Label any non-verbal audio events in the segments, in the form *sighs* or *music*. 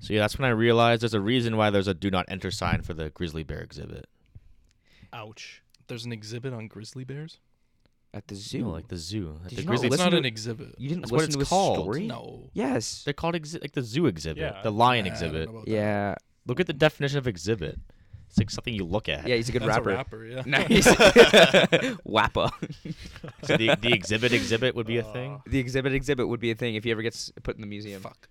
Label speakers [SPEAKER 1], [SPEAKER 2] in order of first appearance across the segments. [SPEAKER 1] So yeah, that's when I realized there's a reason why there's a do not enter sign for the grizzly bear exhibit.
[SPEAKER 2] Ouch. There's an exhibit on grizzly bears?
[SPEAKER 3] at the
[SPEAKER 1] You
[SPEAKER 3] zoo.
[SPEAKER 1] know, like the zoo. Like
[SPEAKER 3] Did
[SPEAKER 1] the
[SPEAKER 3] you not
[SPEAKER 1] grizzly
[SPEAKER 2] It's
[SPEAKER 3] listen
[SPEAKER 2] not
[SPEAKER 3] to-
[SPEAKER 2] an exhibit.
[SPEAKER 3] you didn't
[SPEAKER 1] That's
[SPEAKER 3] listen
[SPEAKER 1] what it's
[SPEAKER 3] to his
[SPEAKER 1] called.
[SPEAKER 3] story.
[SPEAKER 2] No.
[SPEAKER 3] Yes.
[SPEAKER 1] They're called exhi- like the zoo exhibit,
[SPEAKER 4] Yeah.
[SPEAKER 1] the lion
[SPEAKER 2] I don't
[SPEAKER 1] exhibit.
[SPEAKER 2] know about that.
[SPEAKER 3] Yeah.
[SPEAKER 1] Look at the definition of exhibit. It's like something you look at.
[SPEAKER 3] Yeah, he's a good
[SPEAKER 2] That's
[SPEAKER 3] rapper.
[SPEAKER 2] a
[SPEAKER 3] *laughs*
[SPEAKER 2] rapper, yeah.
[SPEAKER 3] Nice. Wappa.
[SPEAKER 1] So
[SPEAKER 3] *laughs*
[SPEAKER 1] the, the exhibit exhibit would be a thing.
[SPEAKER 4] Uh,
[SPEAKER 3] The exhibit exhibit would be a thing if he ever gets put in the
[SPEAKER 2] *laughs*
[SPEAKER 3] museum. *laughs*
[SPEAKER 2] Fuck.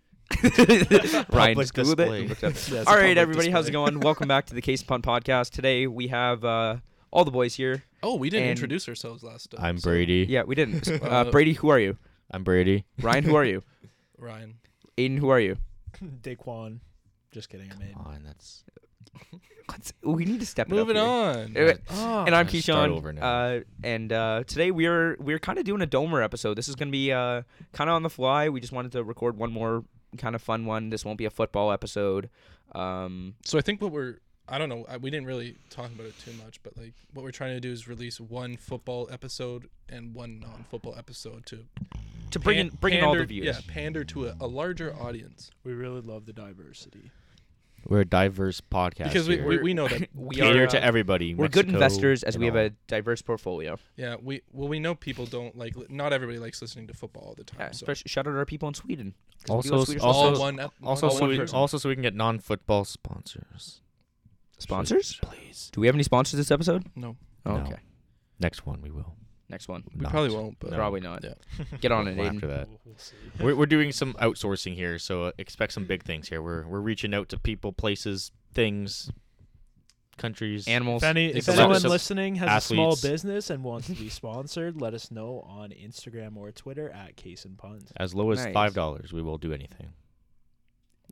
[SPEAKER 3] Ryan,
[SPEAKER 1] Public
[SPEAKER 3] just Googled it
[SPEAKER 1] display.
[SPEAKER 3] and looked
[SPEAKER 2] *laughs* Yeah,
[SPEAKER 3] up.
[SPEAKER 2] it's a
[SPEAKER 3] All right,
[SPEAKER 2] public
[SPEAKER 3] everybody, how's it
[SPEAKER 2] display.
[SPEAKER 3] going? Welcome back to the Case Punt Podcast. Today we have uh, all the boys here.
[SPEAKER 2] Oh, we didn't
[SPEAKER 3] And-
[SPEAKER 2] introduce ourselves last time.
[SPEAKER 1] I'm
[SPEAKER 2] Uh, so-
[SPEAKER 1] Brady.
[SPEAKER 3] Yeah,
[SPEAKER 2] *laughs*
[SPEAKER 3] we didn't. So, Uh,
[SPEAKER 2] Uh,
[SPEAKER 3] Brady, who are you?
[SPEAKER 1] I'm Brady.
[SPEAKER 3] Ryan, who are you?
[SPEAKER 2] Ryan.
[SPEAKER 3] Aiden, who are you?
[SPEAKER 4] Daquan. Just kidding. I made.
[SPEAKER 1] Oh, and that's
[SPEAKER 3] Let's- we need to step it up
[SPEAKER 2] Moving
[SPEAKER 3] here.
[SPEAKER 2] on.
[SPEAKER 3] Uh,
[SPEAKER 2] Ah.
[SPEAKER 3] and I'm
[SPEAKER 1] Let's start over
[SPEAKER 3] Keyshawn.
[SPEAKER 1] now.
[SPEAKER 3] Uh, and uh, today we are we're kind of doing a Domer episode. This is gonna be uh, kind of on the fly. We just wanted to record one more kind of fun one. This won't be a football episode. Um,
[SPEAKER 2] So I think what we're I don't know I- we didn't really talk about it too much, but like what we're trying to do is release one football episode and one non-football episode to
[SPEAKER 3] to bring in
[SPEAKER 2] pan-
[SPEAKER 3] bring in all the
[SPEAKER 2] pander-
[SPEAKER 3] views.
[SPEAKER 2] Yeah, pander to a, a larger audience
[SPEAKER 4] We really love the diversity.
[SPEAKER 1] we're a diverse podcast
[SPEAKER 2] because we,
[SPEAKER 1] here.
[SPEAKER 2] we we know that
[SPEAKER 3] *laughs* We
[SPEAKER 1] we cater
[SPEAKER 3] are,
[SPEAKER 1] to
[SPEAKER 3] uh,
[SPEAKER 1] everybody.
[SPEAKER 3] We're good
[SPEAKER 1] Mexico
[SPEAKER 3] investors as
[SPEAKER 1] and
[SPEAKER 3] we have
[SPEAKER 1] all.
[SPEAKER 3] a diverse portfolio.
[SPEAKER 2] yeah we well we know people don't like li- not everybody likes listening to football all the time.
[SPEAKER 3] Yeah,
[SPEAKER 2] so
[SPEAKER 3] especially- shout out to our people in Sweden. 'cause we do
[SPEAKER 1] Also-
[SPEAKER 3] have Swedish
[SPEAKER 1] also-
[SPEAKER 2] all
[SPEAKER 3] listeners.
[SPEAKER 2] one ep-
[SPEAKER 1] also
[SPEAKER 2] all
[SPEAKER 1] so
[SPEAKER 2] one
[SPEAKER 1] we,
[SPEAKER 2] person.
[SPEAKER 1] also so we can get non-football sponsors.
[SPEAKER 3] sponsors.
[SPEAKER 1] please.
[SPEAKER 3] Do we have any sponsors this episode?
[SPEAKER 2] no
[SPEAKER 3] Oh,
[SPEAKER 1] No.
[SPEAKER 3] okay,
[SPEAKER 1] Next one we will.
[SPEAKER 3] next one.
[SPEAKER 2] we
[SPEAKER 1] Not.
[SPEAKER 2] probably won't but
[SPEAKER 1] No.
[SPEAKER 3] Probably not.
[SPEAKER 2] Yeah.
[SPEAKER 3] Get on it,
[SPEAKER 1] Well,
[SPEAKER 3] Aiden.
[SPEAKER 1] after that.
[SPEAKER 4] We'll, we'll see.
[SPEAKER 1] we're, we're doing some outsourcing here, so uh, expect some big things here. We're we're reaching out to people, places, things, countries.
[SPEAKER 3] Animals.
[SPEAKER 4] If, any,
[SPEAKER 1] It's
[SPEAKER 4] if
[SPEAKER 1] a lot
[SPEAKER 4] anyone
[SPEAKER 1] of sub-
[SPEAKER 4] listening has a small
[SPEAKER 1] athletes.
[SPEAKER 4] business and wants to be sponsored, let us know on Instagram or Twitter at Case and Puns.
[SPEAKER 1] as low as
[SPEAKER 3] Nice.
[SPEAKER 1] five dollars, we will do anything.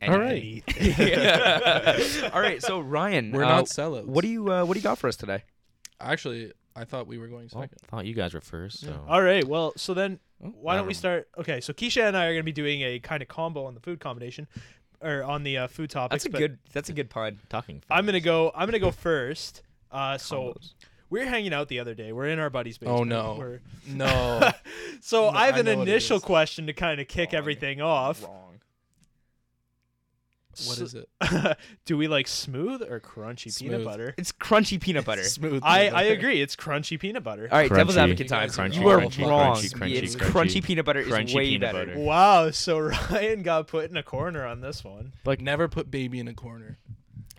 [SPEAKER 2] All
[SPEAKER 4] *laughs*
[SPEAKER 2] right.
[SPEAKER 3] Anything. *laughs* All right. So Ryan,
[SPEAKER 2] we're
[SPEAKER 3] uh,
[SPEAKER 2] not sellouts.
[SPEAKER 3] What do you uh, What do you got for us today?
[SPEAKER 2] actually? I thought we were going
[SPEAKER 1] Well, *laughs*
[SPEAKER 2] second.
[SPEAKER 1] thought you guys were first. So.
[SPEAKER 4] *laughs* All right. Well, so then
[SPEAKER 3] Oh,
[SPEAKER 4] why don't we
[SPEAKER 1] never
[SPEAKER 4] start? Okay, so Keisha and I are going to be doing a kind of combo on the food combination, or on the uh, food topics.
[SPEAKER 3] That's a
[SPEAKER 4] but
[SPEAKER 3] good. That's a good pun.
[SPEAKER 1] Talking.
[SPEAKER 4] I'm gonna
[SPEAKER 1] fast.
[SPEAKER 4] go. I'm gonna go first. Uh, so
[SPEAKER 3] Combos.
[SPEAKER 4] we're hanging out the other day. We're in our buddy's basement.
[SPEAKER 2] Oh, no.
[SPEAKER 4] We're-
[SPEAKER 1] *laughs*
[SPEAKER 2] No,
[SPEAKER 4] *laughs* so
[SPEAKER 2] No,
[SPEAKER 4] Oh. I have
[SPEAKER 2] I
[SPEAKER 4] an
[SPEAKER 2] know what it
[SPEAKER 4] initial
[SPEAKER 2] is.
[SPEAKER 4] question to kind of kick
[SPEAKER 3] Wrong.
[SPEAKER 4] everything off.
[SPEAKER 3] Wrong.
[SPEAKER 2] what is it?
[SPEAKER 4] *laughs* Do we like smooth or crunchy
[SPEAKER 2] Smooth.
[SPEAKER 4] peanut butter?
[SPEAKER 3] It's crunchy peanut butter.
[SPEAKER 2] Smooth.
[SPEAKER 4] I,
[SPEAKER 2] peanut
[SPEAKER 4] I
[SPEAKER 2] butter.
[SPEAKER 4] agree. It's crunchy peanut butter.
[SPEAKER 3] All right, devil's
[SPEAKER 1] Crunchy.
[SPEAKER 3] advocate
[SPEAKER 2] You
[SPEAKER 3] time.
[SPEAKER 2] guys are
[SPEAKER 3] you are
[SPEAKER 2] crunchy,
[SPEAKER 3] wrong.
[SPEAKER 1] crunchy, crunchy,
[SPEAKER 3] it's
[SPEAKER 1] crunchy.
[SPEAKER 3] crunchy peanut butter is
[SPEAKER 1] Crunchy
[SPEAKER 3] way
[SPEAKER 1] peanut
[SPEAKER 3] better.
[SPEAKER 1] butter.
[SPEAKER 4] Wow. So *laughs* Ryan got put in a corner on this one.
[SPEAKER 1] Like
[SPEAKER 2] *laughs* Never put baby in a corner.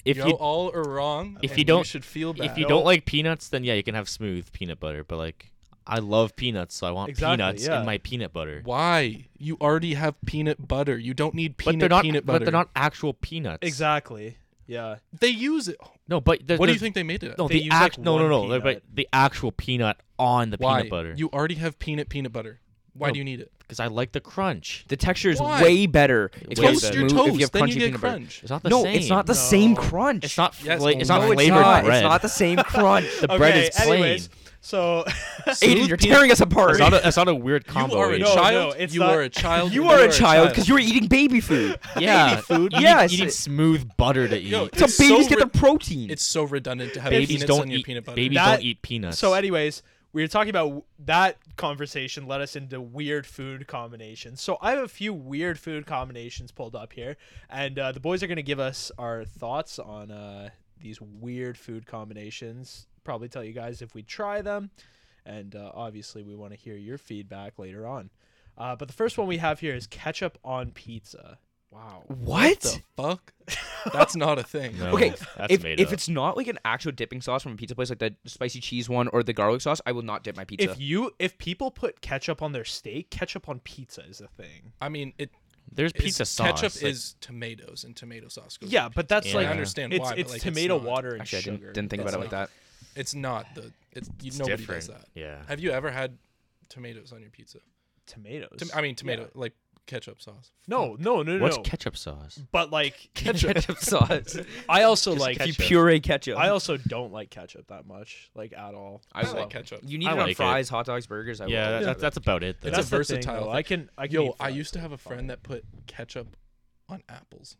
[SPEAKER 1] if
[SPEAKER 2] Yo,
[SPEAKER 1] you
[SPEAKER 2] all are wrong.
[SPEAKER 1] if
[SPEAKER 2] and
[SPEAKER 1] you don't-
[SPEAKER 2] should feel bad.
[SPEAKER 1] if you don't like peanuts, then yeah, you can have smooth peanut butter. But like, I love peanuts, so I want
[SPEAKER 4] Exactly,
[SPEAKER 1] peanuts
[SPEAKER 4] yeah.
[SPEAKER 1] in my peanut butter.
[SPEAKER 2] why you already have peanut butter, you don't need peanut
[SPEAKER 1] but they're not.
[SPEAKER 2] peanut butter.
[SPEAKER 1] but they're not actual peanuts.
[SPEAKER 4] Exactly. Yeah.
[SPEAKER 2] They use it.
[SPEAKER 1] No, but there's,
[SPEAKER 2] What do you
[SPEAKER 1] there's-
[SPEAKER 2] think they made it? Out?
[SPEAKER 1] No,
[SPEAKER 4] They
[SPEAKER 1] the
[SPEAKER 4] use, like,
[SPEAKER 1] act. no, no,
[SPEAKER 4] one
[SPEAKER 1] no. like,
[SPEAKER 4] peanut.
[SPEAKER 1] But the actual peanut on the
[SPEAKER 2] why?
[SPEAKER 1] peanut butter.
[SPEAKER 2] You already have peanut peanut butter. Why
[SPEAKER 1] No,
[SPEAKER 2] do you need it?
[SPEAKER 1] Because I like the crunch.
[SPEAKER 3] The texture is
[SPEAKER 2] Why?
[SPEAKER 3] way better. If
[SPEAKER 1] Way
[SPEAKER 3] it's
[SPEAKER 2] toast
[SPEAKER 1] better.
[SPEAKER 2] your
[SPEAKER 3] smooth,
[SPEAKER 2] toast,
[SPEAKER 3] if you have
[SPEAKER 2] then
[SPEAKER 3] crunchy
[SPEAKER 2] you get
[SPEAKER 3] peanut butter.
[SPEAKER 2] crunch.
[SPEAKER 1] It's not the
[SPEAKER 3] No,
[SPEAKER 1] same.
[SPEAKER 3] it's not the
[SPEAKER 4] No.
[SPEAKER 3] same crunch.
[SPEAKER 1] It's not.
[SPEAKER 2] Yes,
[SPEAKER 1] fla- it's
[SPEAKER 2] oh
[SPEAKER 1] not
[SPEAKER 2] no,
[SPEAKER 3] no, it's
[SPEAKER 1] flavored
[SPEAKER 3] not.
[SPEAKER 1] bread.
[SPEAKER 3] It's not the same crunch.
[SPEAKER 1] The bread
[SPEAKER 4] okay,
[SPEAKER 1] is plain.
[SPEAKER 4] Anyways, so *laughs*
[SPEAKER 3] Aiden, you're
[SPEAKER 2] Smooth peanut-
[SPEAKER 3] tearing us apart.
[SPEAKER 1] It's not, a, it's not a weird combo.
[SPEAKER 2] you are a
[SPEAKER 1] Aiden.
[SPEAKER 4] No, no,
[SPEAKER 2] child.
[SPEAKER 4] it's
[SPEAKER 2] you
[SPEAKER 4] not-
[SPEAKER 2] are a child.
[SPEAKER 3] you
[SPEAKER 2] and
[SPEAKER 3] are a child because you were eating baby food.
[SPEAKER 1] yeah,
[SPEAKER 3] food?
[SPEAKER 1] You
[SPEAKER 3] Yes.
[SPEAKER 1] need, you need smooth butter to eat.
[SPEAKER 2] Yo,
[SPEAKER 3] so
[SPEAKER 2] It's
[SPEAKER 3] babies
[SPEAKER 2] so
[SPEAKER 3] get their
[SPEAKER 2] re-
[SPEAKER 3] protein.
[SPEAKER 2] It's so redundant to have
[SPEAKER 1] babies
[SPEAKER 2] peanuts
[SPEAKER 1] don't
[SPEAKER 2] on your
[SPEAKER 1] eat
[SPEAKER 2] peanut butter.
[SPEAKER 1] babies
[SPEAKER 4] That-
[SPEAKER 1] don't eat peanuts.
[SPEAKER 4] So, anyways, we were talking about w- that conversation led us into weird food combinations. So I have a few weird food combinations pulled up here, and uh, the boys are gonna give us our thoughts on uh, these weird food combinations. Probably tell you guys if we try them, and uh, obviously we want to hear your feedback later on. Uh, but the first one we have here is ketchup on pizza.
[SPEAKER 2] Wow.
[SPEAKER 3] What?
[SPEAKER 2] the fuck? That's not a thing.
[SPEAKER 1] No,
[SPEAKER 3] Okay,
[SPEAKER 1] that's
[SPEAKER 3] if,
[SPEAKER 1] made
[SPEAKER 3] if
[SPEAKER 1] up.
[SPEAKER 3] it's not like an actual dipping sauce from a pizza place, like the spicy cheese one or the garlic sauce, I will not dip my pizza.
[SPEAKER 4] If you if people put ketchup on their steak, ketchup on pizza is a thing.
[SPEAKER 2] I mean, it
[SPEAKER 1] there's
[SPEAKER 2] is-
[SPEAKER 1] pizza sauce.
[SPEAKER 2] Ketchup
[SPEAKER 1] like-
[SPEAKER 2] is tomatoes and tomato sauce. goes
[SPEAKER 4] Yeah,
[SPEAKER 2] with
[SPEAKER 4] but that's
[SPEAKER 1] Yeah.
[SPEAKER 4] like
[SPEAKER 2] I understand
[SPEAKER 4] it's,
[SPEAKER 2] why, but,
[SPEAKER 4] It's
[SPEAKER 2] like, it's
[SPEAKER 4] tomato
[SPEAKER 2] not-
[SPEAKER 4] water and
[SPEAKER 3] Actually, I
[SPEAKER 4] sugar.
[SPEAKER 3] didn't, didn't think
[SPEAKER 2] That's
[SPEAKER 3] about it like
[SPEAKER 2] not-
[SPEAKER 3] that.
[SPEAKER 2] pizza. it's not the. It's, you
[SPEAKER 1] it's
[SPEAKER 2] nobody
[SPEAKER 1] different.
[SPEAKER 2] does that.
[SPEAKER 1] Yeah.
[SPEAKER 2] Have you ever had tomatoes on your pizza?
[SPEAKER 4] tomatoes.
[SPEAKER 2] Tom- I mean, tomato like ketchup sauce.
[SPEAKER 4] no, no, no, no.
[SPEAKER 1] What's
[SPEAKER 4] no.
[SPEAKER 1] ketchup sauce?
[SPEAKER 4] But like,
[SPEAKER 3] *laughs*
[SPEAKER 1] *laughs*
[SPEAKER 3] Ketchup sauce.
[SPEAKER 4] I also
[SPEAKER 3] Just
[SPEAKER 4] like.
[SPEAKER 3] if you
[SPEAKER 1] ketchup.
[SPEAKER 3] puree ketchup.
[SPEAKER 4] *laughs* I also don't like ketchup that much, like at all.
[SPEAKER 3] I
[SPEAKER 2] I
[SPEAKER 3] will.
[SPEAKER 2] like ketchup.
[SPEAKER 3] You need
[SPEAKER 1] I
[SPEAKER 3] it on
[SPEAKER 1] like it.
[SPEAKER 3] fries, hot dogs, burgers. I will
[SPEAKER 1] Yeah,
[SPEAKER 3] always
[SPEAKER 1] that,
[SPEAKER 3] have it.
[SPEAKER 1] that's about it. Though.
[SPEAKER 2] It's a
[SPEAKER 4] That's the thing,
[SPEAKER 2] versatile
[SPEAKER 4] though.
[SPEAKER 2] thing.
[SPEAKER 4] I can. I can
[SPEAKER 2] Yo,
[SPEAKER 4] eat
[SPEAKER 2] I
[SPEAKER 4] fries,
[SPEAKER 2] used to
[SPEAKER 4] so
[SPEAKER 2] have a
[SPEAKER 4] it's
[SPEAKER 2] friend
[SPEAKER 4] fine.
[SPEAKER 2] that put ketchup on apples.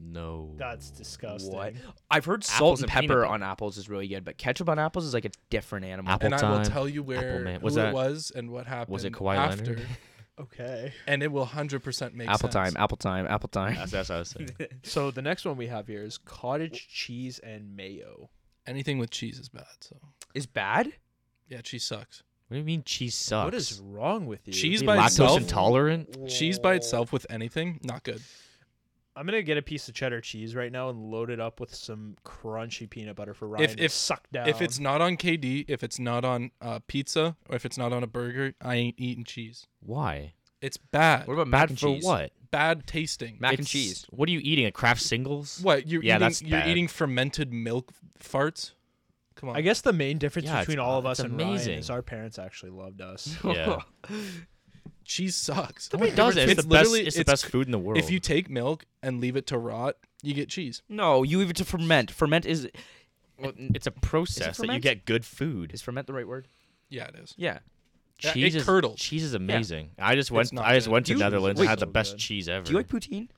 [SPEAKER 1] no.
[SPEAKER 4] That's disgusting.
[SPEAKER 3] What? I've heard salt
[SPEAKER 1] Apples
[SPEAKER 3] and
[SPEAKER 1] and peanut
[SPEAKER 3] pepper
[SPEAKER 1] butter.
[SPEAKER 3] on apples is really good, but ketchup on apples is like a different animal.
[SPEAKER 1] Apple
[SPEAKER 2] and I will
[SPEAKER 1] time,
[SPEAKER 2] tell you where
[SPEAKER 1] man.
[SPEAKER 2] who
[SPEAKER 1] Was
[SPEAKER 2] it
[SPEAKER 1] that-
[SPEAKER 2] was and what happened.
[SPEAKER 1] Kawhi
[SPEAKER 2] after.
[SPEAKER 1] Leonard?
[SPEAKER 3] *laughs*
[SPEAKER 4] Okay.
[SPEAKER 2] and it will 100% make
[SPEAKER 3] Apple
[SPEAKER 2] sense.
[SPEAKER 3] time, apple time, apple time.
[SPEAKER 1] That's, that's what I was saying.
[SPEAKER 4] So the next one we have here is cottage cheese and mayo.
[SPEAKER 2] Anything with cheese is bad. So
[SPEAKER 3] Is bad?
[SPEAKER 2] yeah, cheese sucks.
[SPEAKER 1] What do you mean cheese sucks?
[SPEAKER 4] What is wrong with you?
[SPEAKER 2] Cheese
[SPEAKER 1] Be
[SPEAKER 2] by
[SPEAKER 1] lactose
[SPEAKER 2] itself?
[SPEAKER 1] intolerant?
[SPEAKER 2] Cheese by itself with anything, not good.
[SPEAKER 4] I'm gonna get a piece of cheddar cheese right now and load it up with some crunchy peanut butter for Ryan. to
[SPEAKER 2] if-
[SPEAKER 4] suck down,
[SPEAKER 2] If it's not on KD, if it's not on uh, pizza, or if it's not on a burger, I ain't eating cheese.
[SPEAKER 1] Why?
[SPEAKER 2] It's bad.
[SPEAKER 3] What about mac
[SPEAKER 1] Bad
[SPEAKER 3] and
[SPEAKER 1] for
[SPEAKER 3] cheese?
[SPEAKER 1] what?
[SPEAKER 2] Bad tasting.
[SPEAKER 3] Mac and
[SPEAKER 1] It's-
[SPEAKER 3] cheese.
[SPEAKER 1] What are you eating? A craft singles?
[SPEAKER 2] what you're
[SPEAKER 1] Yeah,
[SPEAKER 2] eating?
[SPEAKER 1] that's
[SPEAKER 2] you're
[SPEAKER 1] bad.
[SPEAKER 2] eating fermented milk farts. Come on.
[SPEAKER 4] I guess the main difference
[SPEAKER 1] Yeah, it's-
[SPEAKER 4] between all of
[SPEAKER 1] it's
[SPEAKER 4] us and
[SPEAKER 1] amazing.
[SPEAKER 4] Ryan is our parents actually
[SPEAKER 1] *laughs*
[SPEAKER 4] loved us.
[SPEAKER 1] *laughs* Yeah.
[SPEAKER 2] cheese sucks.
[SPEAKER 1] No, it doesn't. It's,
[SPEAKER 2] It's
[SPEAKER 1] the best.
[SPEAKER 2] literally-
[SPEAKER 1] It's the
[SPEAKER 2] it's
[SPEAKER 1] best
[SPEAKER 2] c-
[SPEAKER 1] food in the world.
[SPEAKER 2] If you take milk and leave it to rot, you get cheese.
[SPEAKER 3] No, you leave it to ferment. Ferment is
[SPEAKER 1] Well, it's a process that you
[SPEAKER 3] ferment?
[SPEAKER 1] get good food.
[SPEAKER 3] is ferment the right word?
[SPEAKER 2] Yeah, it is.
[SPEAKER 3] Yeah.
[SPEAKER 2] Yeah,
[SPEAKER 1] cheese
[SPEAKER 2] it
[SPEAKER 1] is
[SPEAKER 2] curdles.
[SPEAKER 1] Cheese is amazing. I just went.
[SPEAKER 2] not
[SPEAKER 1] I just
[SPEAKER 2] good.
[SPEAKER 1] went to
[SPEAKER 3] You-
[SPEAKER 1] Netherlands
[SPEAKER 3] wait.
[SPEAKER 1] and had the
[SPEAKER 4] So
[SPEAKER 1] best
[SPEAKER 4] good.
[SPEAKER 1] cheese ever.
[SPEAKER 3] Do you like poutine?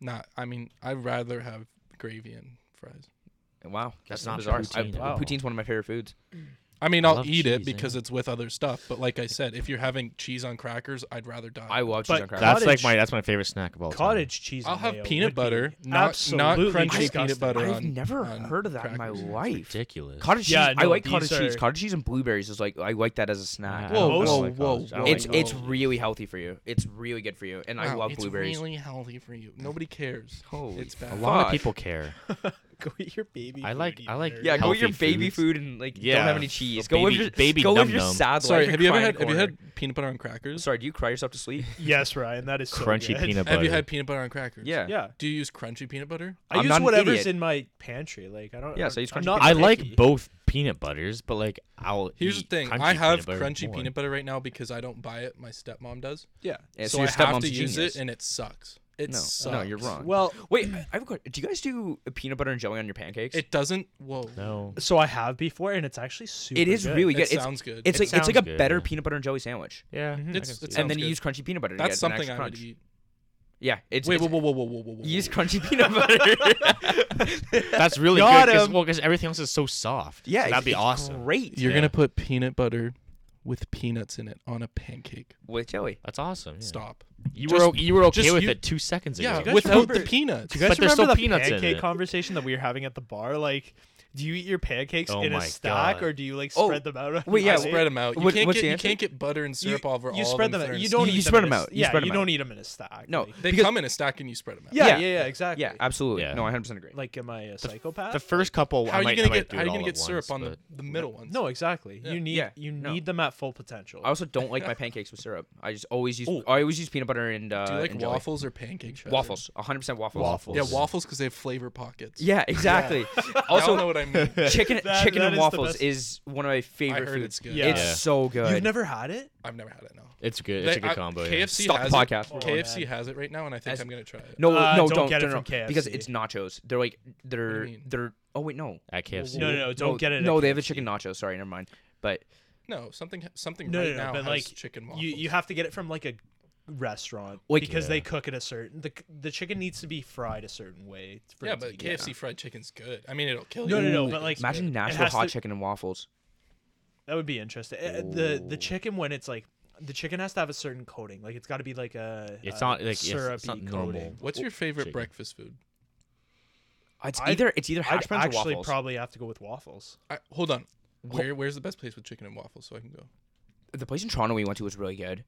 [SPEAKER 2] Not. I mean, I'd rather have gravy and fries.
[SPEAKER 3] Wow,
[SPEAKER 1] That's not
[SPEAKER 3] bizarre. I-
[SPEAKER 1] poutine at
[SPEAKER 3] I-
[SPEAKER 1] all.
[SPEAKER 3] Poutine's one of my favorite foods.
[SPEAKER 2] I mean,
[SPEAKER 1] I
[SPEAKER 2] I'll
[SPEAKER 1] love
[SPEAKER 2] eat it
[SPEAKER 1] cheese, eh?
[SPEAKER 2] because it's with other stuff. But like I said, if you're having cheese on crackers, I'd rather die.
[SPEAKER 3] I love cheese
[SPEAKER 4] But
[SPEAKER 3] on crackers.
[SPEAKER 1] that's like
[SPEAKER 4] Cottage-
[SPEAKER 1] my. That's my favorite snack of all time.
[SPEAKER 4] Cottage cheese.
[SPEAKER 2] I'll
[SPEAKER 4] and
[SPEAKER 2] have
[SPEAKER 4] mayo
[SPEAKER 2] peanut
[SPEAKER 4] would be
[SPEAKER 2] butter, not- not
[SPEAKER 4] absolutely
[SPEAKER 2] crunchy peanut
[SPEAKER 4] disgusting. *laughs*
[SPEAKER 2] butter.
[SPEAKER 3] I've
[SPEAKER 2] on-
[SPEAKER 3] never
[SPEAKER 2] on
[SPEAKER 3] heard of that in my
[SPEAKER 2] crackers.
[SPEAKER 3] life.
[SPEAKER 1] Ridiculous.
[SPEAKER 3] Cottage cheese.
[SPEAKER 4] Yeah,
[SPEAKER 3] I
[SPEAKER 4] no,
[SPEAKER 3] like cottage
[SPEAKER 4] these
[SPEAKER 3] cheese.
[SPEAKER 4] are-
[SPEAKER 3] Cottage cheese and blueberries is like I like that as a snack.
[SPEAKER 1] Yeah, I don't
[SPEAKER 2] Whoa,
[SPEAKER 1] like
[SPEAKER 2] whoa,
[SPEAKER 1] cottage.
[SPEAKER 2] whoa,
[SPEAKER 1] I don't
[SPEAKER 2] whoa.
[SPEAKER 1] like
[SPEAKER 3] It's
[SPEAKER 1] cottage.
[SPEAKER 3] it's really healthy for you. It's really good for you, and I
[SPEAKER 2] Wow,
[SPEAKER 3] love
[SPEAKER 2] it's
[SPEAKER 3] blueberries.
[SPEAKER 2] really healthy for you. Nobody cares.
[SPEAKER 3] Holy
[SPEAKER 2] it's bad.
[SPEAKER 1] A lot
[SPEAKER 3] Fuck.
[SPEAKER 1] of people care.
[SPEAKER 4] Go eat your baby.
[SPEAKER 1] I
[SPEAKER 4] food,
[SPEAKER 1] like-
[SPEAKER 4] you
[SPEAKER 1] I like-
[SPEAKER 4] nerd.
[SPEAKER 3] yeah, go with your
[SPEAKER 1] healthy
[SPEAKER 3] baby
[SPEAKER 1] foods.
[SPEAKER 3] food and like don't
[SPEAKER 1] Yeah.
[SPEAKER 3] have any cheese.
[SPEAKER 1] A
[SPEAKER 3] Go with
[SPEAKER 1] baby-
[SPEAKER 3] your
[SPEAKER 1] baby
[SPEAKER 3] go with
[SPEAKER 1] num
[SPEAKER 3] your
[SPEAKER 1] num.
[SPEAKER 3] sad life
[SPEAKER 2] Sorry,
[SPEAKER 3] and
[SPEAKER 2] have you ever
[SPEAKER 3] cry in a
[SPEAKER 2] had have you
[SPEAKER 3] corner.
[SPEAKER 2] had peanut butter on crackers?
[SPEAKER 3] Sorry, do you cry yourself to sleep?
[SPEAKER 4] Yes, Ryan. That is so
[SPEAKER 1] Crunchy
[SPEAKER 4] good.
[SPEAKER 1] peanut butter.
[SPEAKER 2] Have you had peanut butter on crackers?
[SPEAKER 3] Yeah.
[SPEAKER 4] *laughs* Yeah.
[SPEAKER 2] Do you use crunchy peanut butter?
[SPEAKER 4] I
[SPEAKER 3] I'm
[SPEAKER 4] use
[SPEAKER 3] not an
[SPEAKER 4] whatever's
[SPEAKER 3] idiot.
[SPEAKER 4] in my pantry. Like I don't.
[SPEAKER 3] Yeah,
[SPEAKER 4] I'm-
[SPEAKER 3] so use
[SPEAKER 4] I'm
[SPEAKER 3] crunchy
[SPEAKER 4] not
[SPEAKER 3] peanut
[SPEAKER 1] I like
[SPEAKER 4] picky.
[SPEAKER 1] both peanut butters, but like I'll.
[SPEAKER 2] Here's
[SPEAKER 1] eat
[SPEAKER 2] the thing.
[SPEAKER 1] crunchy
[SPEAKER 2] I have
[SPEAKER 1] peanut butter
[SPEAKER 2] crunchy
[SPEAKER 1] more.
[SPEAKER 2] peanut butter right now because I don't buy it. My stepmom does.
[SPEAKER 4] Yeah.
[SPEAKER 3] Yeah,
[SPEAKER 2] so
[SPEAKER 3] your
[SPEAKER 2] I have
[SPEAKER 3] stepmom's
[SPEAKER 2] to
[SPEAKER 3] a
[SPEAKER 2] use
[SPEAKER 3] genius.
[SPEAKER 2] it, and it sucks. It
[SPEAKER 3] no,
[SPEAKER 2] sucks.
[SPEAKER 3] no, you're wrong.
[SPEAKER 4] Well,
[SPEAKER 3] Wait, I have a question. Do you guys do peanut butter and jelly on your pancakes?
[SPEAKER 2] It doesn't. Whoa.
[SPEAKER 4] *laughs*
[SPEAKER 1] No.
[SPEAKER 4] so I have before, and it's actually super.
[SPEAKER 3] it is
[SPEAKER 4] good.
[SPEAKER 3] really
[SPEAKER 2] It
[SPEAKER 3] good. it's,
[SPEAKER 2] sounds good.
[SPEAKER 3] It's
[SPEAKER 1] It
[SPEAKER 3] like it's like a
[SPEAKER 1] sounds good,
[SPEAKER 3] better
[SPEAKER 1] yeah.
[SPEAKER 3] peanut butter and jelly sandwich,
[SPEAKER 1] Yeah.
[SPEAKER 4] Mm-hmm.
[SPEAKER 1] I
[SPEAKER 2] It's-
[SPEAKER 1] can
[SPEAKER 2] it's
[SPEAKER 1] see
[SPEAKER 3] and
[SPEAKER 1] that.
[SPEAKER 3] then you
[SPEAKER 2] good.
[SPEAKER 3] use crunchy peanut butter. to
[SPEAKER 2] That's
[SPEAKER 3] get an
[SPEAKER 2] something
[SPEAKER 3] extra
[SPEAKER 2] I would
[SPEAKER 3] crunch.
[SPEAKER 2] eat.
[SPEAKER 3] Yeah, it's
[SPEAKER 2] Wait,
[SPEAKER 3] it's-
[SPEAKER 2] whoa, whoa, whoa, whoa, whoa, whoa, whoa.
[SPEAKER 3] You use crunchy peanut
[SPEAKER 2] *laughs*
[SPEAKER 3] butter.
[SPEAKER 1] that's really good.
[SPEAKER 3] Got
[SPEAKER 1] Cause,
[SPEAKER 3] him.
[SPEAKER 1] well, 'cause everything else is so soft.
[SPEAKER 3] yeah,
[SPEAKER 1] that'd be
[SPEAKER 3] it's
[SPEAKER 1] awesome.
[SPEAKER 3] Great
[SPEAKER 2] You're
[SPEAKER 1] Yeah.
[SPEAKER 2] gonna put peanut butter with peanuts in it on a pancake.
[SPEAKER 3] with jelly.
[SPEAKER 1] That's awesome. yeah.
[SPEAKER 2] Stop.
[SPEAKER 1] You
[SPEAKER 2] Just-
[SPEAKER 1] were o- you were okay
[SPEAKER 2] just
[SPEAKER 1] with
[SPEAKER 2] you-
[SPEAKER 1] it two seconds ago.
[SPEAKER 2] Yeah,
[SPEAKER 4] guys
[SPEAKER 2] without
[SPEAKER 4] remember-
[SPEAKER 2] the peanuts.
[SPEAKER 1] Do
[SPEAKER 4] You guys
[SPEAKER 1] But there's
[SPEAKER 4] remember
[SPEAKER 1] still
[SPEAKER 4] the
[SPEAKER 1] peanuts in
[SPEAKER 4] pancake
[SPEAKER 1] it.
[SPEAKER 4] conversation that we were having at the bar? Like, do you eat your pancakes
[SPEAKER 1] Oh
[SPEAKER 4] in a
[SPEAKER 1] my
[SPEAKER 4] stack,
[SPEAKER 1] God.
[SPEAKER 4] or do you like
[SPEAKER 3] Oh,
[SPEAKER 4] spread them out? on
[SPEAKER 3] wait, yeah,
[SPEAKER 4] your
[SPEAKER 2] I
[SPEAKER 3] wait.
[SPEAKER 4] plate?
[SPEAKER 2] spread them out. You
[SPEAKER 3] What-
[SPEAKER 2] can't
[SPEAKER 3] what's
[SPEAKER 2] get
[SPEAKER 3] the
[SPEAKER 2] you
[SPEAKER 3] answer?
[SPEAKER 2] can't get butter and syrup all over all
[SPEAKER 4] you
[SPEAKER 2] of
[SPEAKER 4] spread
[SPEAKER 2] them.
[SPEAKER 4] them.
[SPEAKER 2] for
[SPEAKER 4] out.
[SPEAKER 2] an
[SPEAKER 4] You
[SPEAKER 2] instant.
[SPEAKER 4] don't.
[SPEAKER 3] You-
[SPEAKER 4] eat
[SPEAKER 3] you
[SPEAKER 4] them
[SPEAKER 3] spread
[SPEAKER 4] in
[SPEAKER 3] them
[SPEAKER 4] a s-
[SPEAKER 3] out. You
[SPEAKER 4] Yeah,
[SPEAKER 3] spread
[SPEAKER 4] you
[SPEAKER 3] them
[SPEAKER 4] don't eat them in a stack.
[SPEAKER 3] No,
[SPEAKER 4] like-
[SPEAKER 2] They
[SPEAKER 3] because-
[SPEAKER 2] come in a stack and you spread them out.
[SPEAKER 4] yeah,
[SPEAKER 3] yeah.
[SPEAKER 4] yeah, yeah, exactly.
[SPEAKER 3] Yeah, absolutely.
[SPEAKER 1] Yeah.
[SPEAKER 3] No, I 100 percent agree.
[SPEAKER 4] Like, am I a psychopath?
[SPEAKER 1] The first couple,
[SPEAKER 2] How
[SPEAKER 1] I
[SPEAKER 2] are you
[SPEAKER 1] might,
[SPEAKER 2] gonna
[SPEAKER 1] I might
[SPEAKER 2] get
[SPEAKER 1] do it
[SPEAKER 2] how are you
[SPEAKER 1] all
[SPEAKER 2] gonna
[SPEAKER 1] at
[SPEAKER 2] get syrup
[SPEAKER 1] once,
[SPEAKER 2] on the
[SPEAKER 1] but-
[SPEAKER 2] the middle ones?
[SPEAKER 4] no, exactly.
[SPEAKER 2] Yeah.
[SPEAKER 4] You need
[SPEAKER 3] Yeah,
[SPEAKER 4] you
[SPEAKER 3] no.
[SPEAKER 4] need them at full potential.
[SPEAKER 3] I also don't like my pancakes with syrup. I just always use.
[SPEAKER 4] Oh.
[SPEAKER 3] I always use peanut butter and. Uh,
[SPEAKER 2] Do you like
[SPEAKER 3] and jelly.
[SPEAKER 2] waffles or pancakes? better?
[SPEAKER 3] Waffles. 100 percent waffles.
[SPEAKER 1] Waffles.
[SPEAKER 2] Yeah, waffles because they have flavor pockets.
[SPEAKER 3] Yeah, exactly.
[SPEAKER 2] *laughs* I don't know
[SPEAKER 3] also,
[SPEAKER 2] what I mean.
[SPEAKER 3] chicken
[SPEAKER 4] That-
[SPEAKER 3] chicken
[SPEAKER 4] that
[SPEAKER 3] and
[SPEAKER 4] is the
[SPEAKER 3] waffles
[SPEAKER 4] best.
[SPEAKER 3] is one of my favorite
[SPEAKER 2] I heard
[SPEAKER 3] foods.
[SPEAKER 2] it's good.
[SPEAKER 4] Yeah.
[SPEAKER 3] It's so good.
[SPEAKER 4] You've never had it?
[SPEAKER 2] I've never had it. No.
[SPEAKER 1] It's good. It's
[SPEAKER 2] They-
[SPEAKER 1] a good
[SPEAKER 2] I-
[SPEAKER 1] combo. yeah.
[SPEAKER 2] KFC
[SPEAKER 3] Stop the
[SPEAKER 2] has
[SPEAKER 3] podcast.
[SPEAKER 2] It.
[SPEAKER 3] Oh,
[SPEAKER 2] KFC
[SPEAKER 4] man.
[SPEAKER 2] has it right now, and I think
[SPEAKER 3] As-
[SPEAKER 2] I'm gonna try it.
[SPEAKER 3] No,
[SPEAKER 4] Uh,
[SPEAKER 3] no,
[SPEAKER 4] don't
[SPEAKER 3] don't,
[SPEAKER 4] get it
[SPEAKER 3] no, no,
[SPEAKER 4] from
[SPEAKER 3] no, because
[SPEAKER 4] KFC.
[SPEAKER 3] it's nachos. They're like they're
[SPEAKER 2] do you mean?
[SPEAKER 3] they're. Oh wait, no.
[SPEAKER 1] at KFC.
[SPEAKER 4] No, no, no. Don't
[SPEAKER 3] no,
[SPEAKER 4] get it.
[SPEAKER 3] No,
[SPEAKER 4] at
[SPEAKER 3] they have the
[SPEAKER 4] KFC.
[SPEAKER 3] chicken nachos. Sorry, never mind. But
[SPEAKER 2] No, something ha- something
[SPEAKER 4] No,
[SPEAKER 2] right
[SPEAKER 4] no, no.
[SPEAKER 2] now
[SPEAKER 4] But
[SPEAKER 2] has
[SPEAKER 4] like,
[SPEAKER 2] chicken waffles.
[SPEAKER 4] you you have to get it from like a restaurant
[SPEAKER 3] Like-
[SPEAKER 4] because they
[SPEAKER 1] Yeah.
[SPEAKER 4] cook it a certain. The the chicken needs to be fried a certain way. For
[SPEAKER 2] yeah,
[SPEAKER 4] it to
[SPEAKER 2] but
[SPEAKER 4] be good.
[SPEAKER 2] KFC fried chicken's good. I mean, it'll kill
[SPEAKER 4] No,
[SPEAKER 2] you.
[SPEAKER 4] no, no,
[SPEAKER 2] Ooh.
[SPEAKER 4] but, like,
[SPEAKER 3] imagine
[SPEAKER 4] It
[SPEAKER 3] Nashville
[SPEAKER 4] has
[SPEAKER 3] hot
[SPEAKER 4] to-
[SPEAKER 3] chicken and waffles.
[SPEAKER 4] That would be interesting. Uh, The the
[SPEAKER 3] Ooh.
[SPEAKER 4] chicken when it's like the chicken has to have a certain coating. Like it's got to be like a.
[SPEAKER 1] It's
[SPEAKER 4] a
[SPEAKER 1] not, like, it's- it's
[SPEAKER 4] syrupy
[SPEAKER 1] not normal.
[SPEAKER 4] coating.
[SPEAKER 2] what's your favorite
[SPEAKER 1] chicken.
[SPEAKER 2] breakfast food?
[SPEAKER 3] It's
[SPEAKER 4] I'd-
[SPEAKER 3] either it's either hash
[SPEAKER 4] I'd
[SPEAKER 3] browns or
[SPEAKER 4] actually
[SPEAKER 3] waffles.
[SPEAKER 4] probably have to go with waffles.
[SPEAKER 2] I, hold on. Where where's the best place with chicken and waffles so I can go?
[SPEAKER 3] the place in Toronto we went to was really good.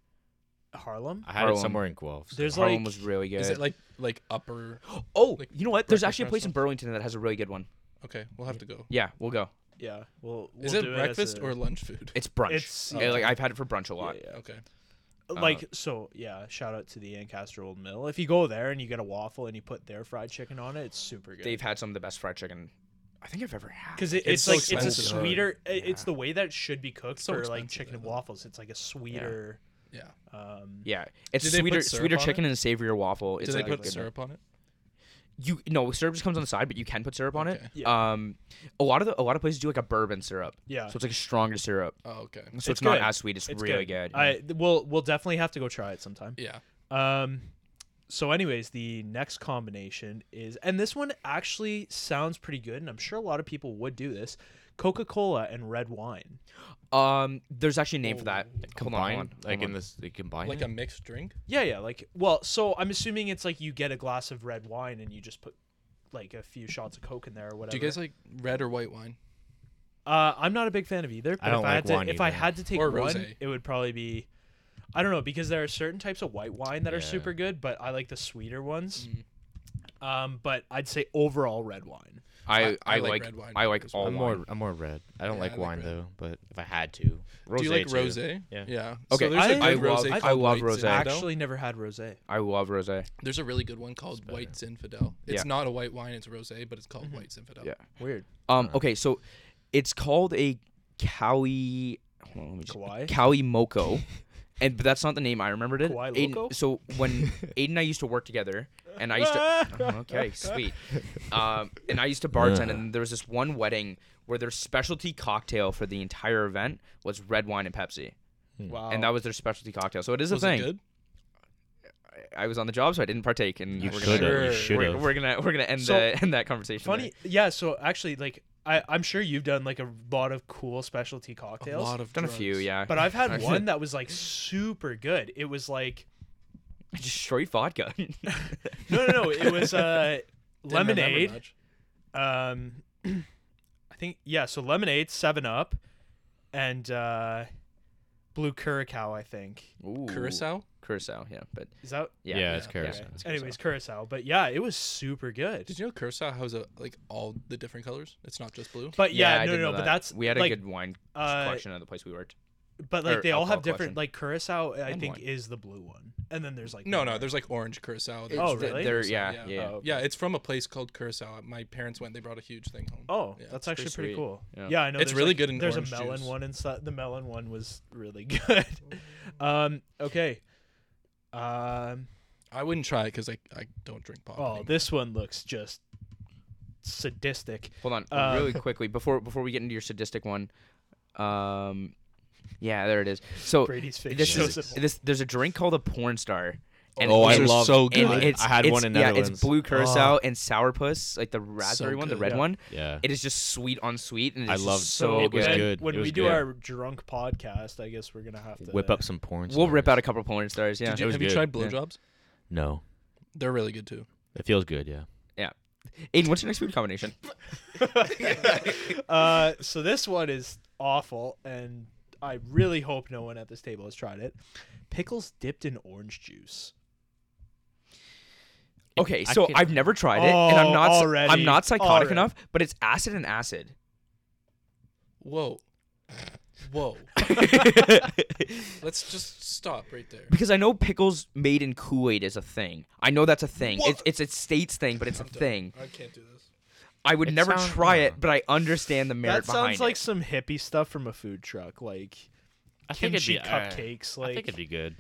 [SPEAKER 4] Harlem.
[SPEAKER 1] I had it
[SPEAKER 3] Harlem.
[SPEAKER 1] somewhere in Guelph. so-
[SPEAKER 4] There's
[SPEAKER 3] Harlem
[SPEAKER 4] like
[SPEAKER 3] was really good.
[SPEAKER 2] Is it like like upper?
[SPEAKER 3] oh,
[SPEAKER 2] like
[SPEAKER 3] you know what? There's
[SPEAKER 2] breakfast
[SPEAKER 3] actually a place in
[SPEAKER 2] restaurants?
[SPEAKER 3] Burlington that has a really good one.
[SPEAKER 2] Okay, we'll have to go.
[SPEAKER 3] Yeah, we'll go.
[SPEAKER 4] yeah. Well,
[SPEAKER 2] Is
[SPEAKER 4] we'll
[SPEAKER 2] it
[SPEAKER 4] do as
[SPEAKER 2] breakfast
[SPEAKER 4] a-
[SPEAKER 2] or lunch food?
[SPEAKER 3] It's brunch.
[SPEAKER 4] It's-
[SPEAKER 3] Yeah, like I've had it for brunch a
[SPEAKER 4] yeah,
[SPEAKER 3] lot.
[SPEAKER 4] yeah.
[SPEAKER 2] Okay.
[SPEAKER 4] like so? Yeah. Shout out to the Ancaster Old Mill. If you go there and you get a waffle and you put their fried chicken on it, it's super good.
[SPEAKER 3] They've had some of the best fried chicken I think I've ever had.
[SPEAKER 4] because it,
[SPEAKER 2] It's
[SPEAKER 4] it's,
[SPEAKER 2] so
[SPEAKER 4] like it's a
[SPEAKER 2] expensive.
[SPEAKER 4] sweeter. i- It's the way that it should be cooked
[SPEAKER 2] so
[SPEAKER 4] for like
[SPEAKER 2] expensive,
[SPEAKER 4] chicken and
[SPEAKER 2] though.
[SPEAKER 4] waffles. It's like a sweeter.
[SPEAKER 2] Yeah.
[SPEAKER 4] Um,
[SPEAKER 3] Yeah, it's
[SPEAKER 2] Did they put
[SPEAKER 3] sweeter,
[SPEAKER 2] syrup
[SPEAKER 3] sweeter
[SPEAKER 2] on
[SPEAKER 3] chicken and a savorier waffle. It's
[SPEAKER 2] Do they
[SPEAKER 3] like a
[SPEAKER 2] put
[SPEAKER 3] good-
[SPEAKER 2] syrup on it?
[SPEAKER 3] You no syrup just comes on the side, but you can put syrup on it.
[SPEAKER 2] Okay.
[SPEAKER 4] Yeah.
[SPEAKER 3] Um, a lot of the a lot of places do like a bourbon syrup.
[SPEAKER 4] Yeah.
[SPEAKER 3] So it's like a stronger syrup.
[SPEAKER 2] Oh, okay.
[SPEAKER 3] So it's, not
[SPEAKER 4] good.
[SPEAKER 3] as sweet. It's, really good.
[SPEAKER 4] I th- we'll we'll definitely have to go try it sometime.
[SPEAKER 2] Yeah.
[SPEAKER 4] Um, so anyways the next combination is and this one actually sounds pretty good and i'm sure a lot of people would do this coca-cola and red wine
[SPEAKER 3] Um, there's actually a name for that. Hold on,
[SPEAKER 1] combined,
[SPEAKER 3] hold on, hold
[SPEAKER 1] like
[SPEAKER 3] on.
[SPEAKER 1] in this, they combine.
[SPEAKER 2] like
[SPEAKER 1] it?
[SPEAKER 2] a mixed drink.
[SPEAKER 4] yeah yeah like well so i'm assuming it's like you get a glass of red wine and you just put like a few shots of coke in there or whatever
[SPEAKER 2] Do you guys like red or white wine?
[SPEAKER 4] uh, i'm not a big fan of either but
[SPEAKER 1] don't
[SPEAKER 4] if,
[SPEAKER 1] like
[SPEAKER 4] I had to,
[SPEAKER 1] wine
[SPEAKER 4] if i
[SPEAKER 1] either.
[SPEAKER 4] had to take
[SPEAKER 2] Or
[SPEAKER 4] one
[SPEAKER 2] rosé.
[SPEAKER 4] it would probably be i don't know because there are certain types of white wine that are
[SPEAKER 1] Yeah.
[SPEAKER 4] super good but i like the sweeter ones um, but i'd say overall red wine
[SPEAKER 2] I-
[SPEAKER 3] I,
[SPEAKER 2] I
[SPEAKER 3] I
[SPEAKER 2] like
[SPEAKER 3] like
[SPEAKER 2] red wine
[SPEAKER 3] I like
[SPEAKER 2] as
[SPEAKER 3] all
[SPEAKER 1] I'm
[SPEAKER 3] wine.
[SPEAKER 1] more I'm more red. I don't
[SPEAKER 2] Yeah,
[SPEAKER 1] like
[SPEAKER 2] I like
[SPEAKER 1] wine
[SPEAKER 2] red.
[SPEAKER 1] though, but if I had to, rosé
[SPEAKER 2] Do you like
[SPEAKER 1] too.
[SPEAKER 2] rosé?
[SPEAKER 1] Yeah.
[SPEAKER 2] Yeah.
[SPEAKER 3] Okay,
[SPEAKER 2] So there's a
[SPEAKER 4] I- I
[SPEAKER 2] good
[SPEAKER 4] love-
[SPEAKER 2] rosé
[SPEAKER 4] I
[SPEAKER 2] called White
[SPEAKER 3] love rosé.
[SPEAKER 4] i
[SPEAKER 3] Yeah,
[SPEAKER 2] Zinfandel.
[SPEAKER 4] actually never had rosé
[SPEAKER 3] I love rosé.
[SPEAKER 2] There's a really good one called White Zinfandel. It's
[SPEAKER 3] Yeah. Mm-hmm.
[SPEAKER 2] not a white wine, it's rosé, but it's called White Zinfandel.
[SPEAKER 3] Yeah.
[SPEAKER 4] weird
[SPEAKER 3] Um, okay, so it's called a Kawi. Hold on, let me just-
[SPEAKER 4] Kawaii?
[SPEAKER 3] Kawi Moco, and but that's not the name I remembered it.
[SPEAKER 4] Kawaii
[SPEAKER 3] Aiden-
[SPEAKER 4] Loco?
[SPEAKER 3] so when Aiden and I used to work together, and I used to uh-huh, okay, sweet. Um, and I used to bartend, and there was this one wedding where their specialty cocktail for the entire event was red wine and Pepsi,
[SPEAKER 4] wow
[SPEAKER 3] and that was their specialty cocktail. So it is a
[SPEAKER 2] Was it
[SPEAKER 3] thing.
[SPEAKER 2] good?
[SPEAKER 3] I, I was on the job, so I didn't partake, and
[SPEAKER 1] You
[SPEAKER 3] we're
[SPEAKER 1] should
[SPEAKER 3] gonna
[SPEAKER 1] have. You
[SPEAKER 2] Sure.
[SPEAKER 1] should
[SPEAKER 3] we're,
[SPEAKER 1] have.
[SPEAKER 3] we're gonna we're gonna end
[SPEAKER 4] So,
[SPEAKER 3] the end that conversation.
[SPEAKER 4] funny
[SPEAKER 3] there.
[SPEAKER 4] yeah so actually like I, i'm sure you've done like a lot of cool specialty
[SPEAKER 2] A
[SPEAKER 4] cocktails
[SPEAKER 2] lot of
[SPEAKER 3] Done a
[SPEAKER 2] drugs.
[SPEAKER 3] few, yeah. *laughs*
[SPEAKER 4] but i've had one that was like super good it was like
[SPEAKER 3] just straight
[SPEAKER 4] *laughs*
[SPEAKER 3] vodka.
[SPEAKER 4] no no no it was uh
[SPEAKER 2] *laughs*
[SPEAKER 4] *laughs*
[SPEAKER 2] Didn't remember
[SPEAKER 4] lemonade
[SPEAKER 2] much.
[SPEAKER 4] um *clears throat* i think yeah so lemonade seven up and uh blue curacao i think
[SPEAKER 3] Ooh.
[SPEAKER 2] Curacao?
[SPEAKER 3] Curacao, yeah, but
[SPEAKER 4] is that
[SPEAKER 1] Yeah,
[SPEAKER 3] yeah,
[SPEAKER 1] it's
[SPEAKER 2] yeah,
[SPEAKER 1] Curacao.
[SPEAKER 3] yeah, it's Curacao.
[SPEAKER 4] anyways curacao but yeah it was super good
[SPEAKER 2] Did you know Curacao has a, like all the different colors? It's not just blue.
[SPEAKER 4] but yeah,
[SPEAKER 3] I
[SPEAKER 4] no
[SPEAKER 3] did
[SPEAKER 4] no
[SPEAKER 3] know
[SPEAKER 4] no, but
[SPEAKER 3] that.
[SPEAKER 4] that's
[SPEAKER 3] we had a
[SPEAKER 4] like,
[SPEAKER 3] good wine
[SPEAKER 4] uh,
[SPEAKER 3] collection at the place we worked.
[SPEAKER 4] but like
[SPEAKER 3] or
[SPEAKER 4] they all have
[SPEAKER 3] alcohol collection.
[SPEAKER 4] different like curacao i
[SPEAKER 3] And
[SPEAKER 4] think
[SPEAKER 3] wine.
[SPEAKER 4] is the blue one and then there's like
[SPEAKER 2] No,
[SPEAKER 4] more.
[SPEAKER 2] no, there's like orange Curacao.
[SPEAKER 4] Oh,
[SPEAKER 2] red
[SPEAKER 4] really?
[SPEAKER 3] There-
[SPEAKER 2] Curacao,
[SPEAKER 3] yeah, yeah, yeah.
[SPEAKER 4] Oh,
[SPEAKER 2] Yeah, it's from a place called Curacao. My parents went. They brought a huge thing home.
[SPEAKER 4] Oh,
[SPEAKER 2] Yeah,
[SPEAKER 4] that's
[SPEAKER 2] it's
[SPEAKER 4] actually
[SPEAKER 3] pretty
[SPEAKER 4] pretty,
[SPEAKER 3] sweet.
[SPEAKER 4] cool. Yeah.
[SPEAKER 3] Yeah.
[SPEAKER 4] I know.
[SPEAKER 2] It's
[SPEAKER 4] there's,
[SPEAKER 2] really
[SPEAKER 4] like-
[SPEAKER 2] good in
[SPEAKER 4] There's a
[SPEAKER 2] orange
[SPEAKER 4] melon
[SPEAKER 2] juice.
[SPEAKER 4] one and stuff. The melon one was really *laughs* good. um, okay. Um,
[SPEAKER 2] I wouldn't try it because I, I don't drink pop.
[SPEAKER 4] oh,
[SPEAKER 2] anymore.
[SPEAKER 4] this one looks just sadistic.
[SPEAKER 3] Hold on,
[SPEAKER 4] Uh,
[SPEAKER 3] really quickly before before we get into your sadistic one. Um, yeah, there it is.
[SPEAKER 1] Oh,
[SPEAKER 3] So
[SPEAKER 4] Brady's face
[SPEAKER 3] this
[SPEAKER 4] shows
[SPEAKER 3] is
[SPEAKER 4] it.
[SPEAKER 3] this. There's a drink called a porn star. And
[SPEAKER 1] Oh, I
[SPEAKER 3] it's-
[SPEAKER 1] love so
[SPEAKER 3] and
[SPEAKER 1] good.
[SPEAKER 3] it's-
[SPEAKER 1] I had
[SPEAKER 3] it's-
[SPEAKER 1] one in
[SPEAKER 3] yeah,
[SPEAKER 1] Netherlands.
[SPEAKER 3] it's blue curacao and sourpuss, like the raspberry one, the
[SPEAKER 2] good.
[SPEAKER 3] red
[SPEAKER 4] Ah. Yeah.
[SPEAKER 3] one.
[SPEAKER 1] Yeah.
[SPEAKER 3] It is just sweet on sweet, and it's
[SPEAKER 1] I
[SPEAKER 3] just
[SPEAKER 1] loved-
[SPEAKER 3] so
[SPEAKER 1] it was
[SPEAKER 3] good.
[SPEAKER 1] good.
[SPEAKER 4] When
[SPEAKER 1] It was
[SPEAKER 4] we do
[SPEAKER 1] good.
[SPEAKER 4] our drunk podcast, I guess we're gonna have to
[SPEAKER 1] Whip up some porn.
[SPEAKER 3] We'll rip out
[SPEAKER 1] stars.
[SPEAKER 3] a couple porn stars. Yeah,
[SPEAKER 2] Did you,
[SPEAKER 1] was
[SPEAKER 2] have you
[SPEAKER 1] good.
[SPEAKER 2] tried
[SPEAKER 3] Yeah.
[SPEAKER 2] blowjobs?
[SPEAKER 1] No,
[SPEAKER 2] They're really good too.
[SPEAKER 1] it feels good. Yeah.
[SPEAKER 3] Aiden, what's your next food combination?
[SPEAKER 4] *laughs* uh, so this one is awful, and I really hope no one at this table has tried it. Pickles dipped in orange juice.
[SPEAKER 3] Okay,
[SPEAKER 1] I
[SPEAKER 3] so
[SPEAKER 1] could-
[SPEAKER 3] I've never tried it, and
[SPEAKER 4] Oh,
[SPEAKER 3] I'm not
[SPEAKER 4] already,
[SPEAKER 3] I'm not psychotic
[SPEAKER 4] already.
[SPEAKER 3] enough, but it's acid and acid.
[SPEAKER 2] Whoa,
[SPEAKER 1] *laughs*
[SPEAKER 2] whoa. Let's just stop right there.
[SPEAKER 3] because I know pickles made in Kool Aid is a thing. I know that's a thing. It's, it's a states thing, but it's a
[SPEAKER 2] I'm done.
[SPEAKER 3] thing.
[SPEAKER 2] I can't do this.
[SPEAKER 3] I would
[SPEAKER 1] It
[SPEAKER 3] never
[SPEAKER 1] sound-
[SPEAKER 3] try
[SPEAKER 1] uh,
[SPEAKER 3] it, but I understand the merit
[SPEAKER 4] That sounds
[SPEAKER 3] behind
[SPEAKER 4] like
[SPEAKER 3] it.
[SPEAKER 4] some hippie stuff from a food truck, like
[SPEAKER 1] I
[SPEAKER 4] kimchi
[SPEAKER 1] alright.
[SPEAKER 4] cupcakes.
[SPEAKER 1] uh, I
[SPEAKER 4] like
[SPEAKER 1] think it'd be good.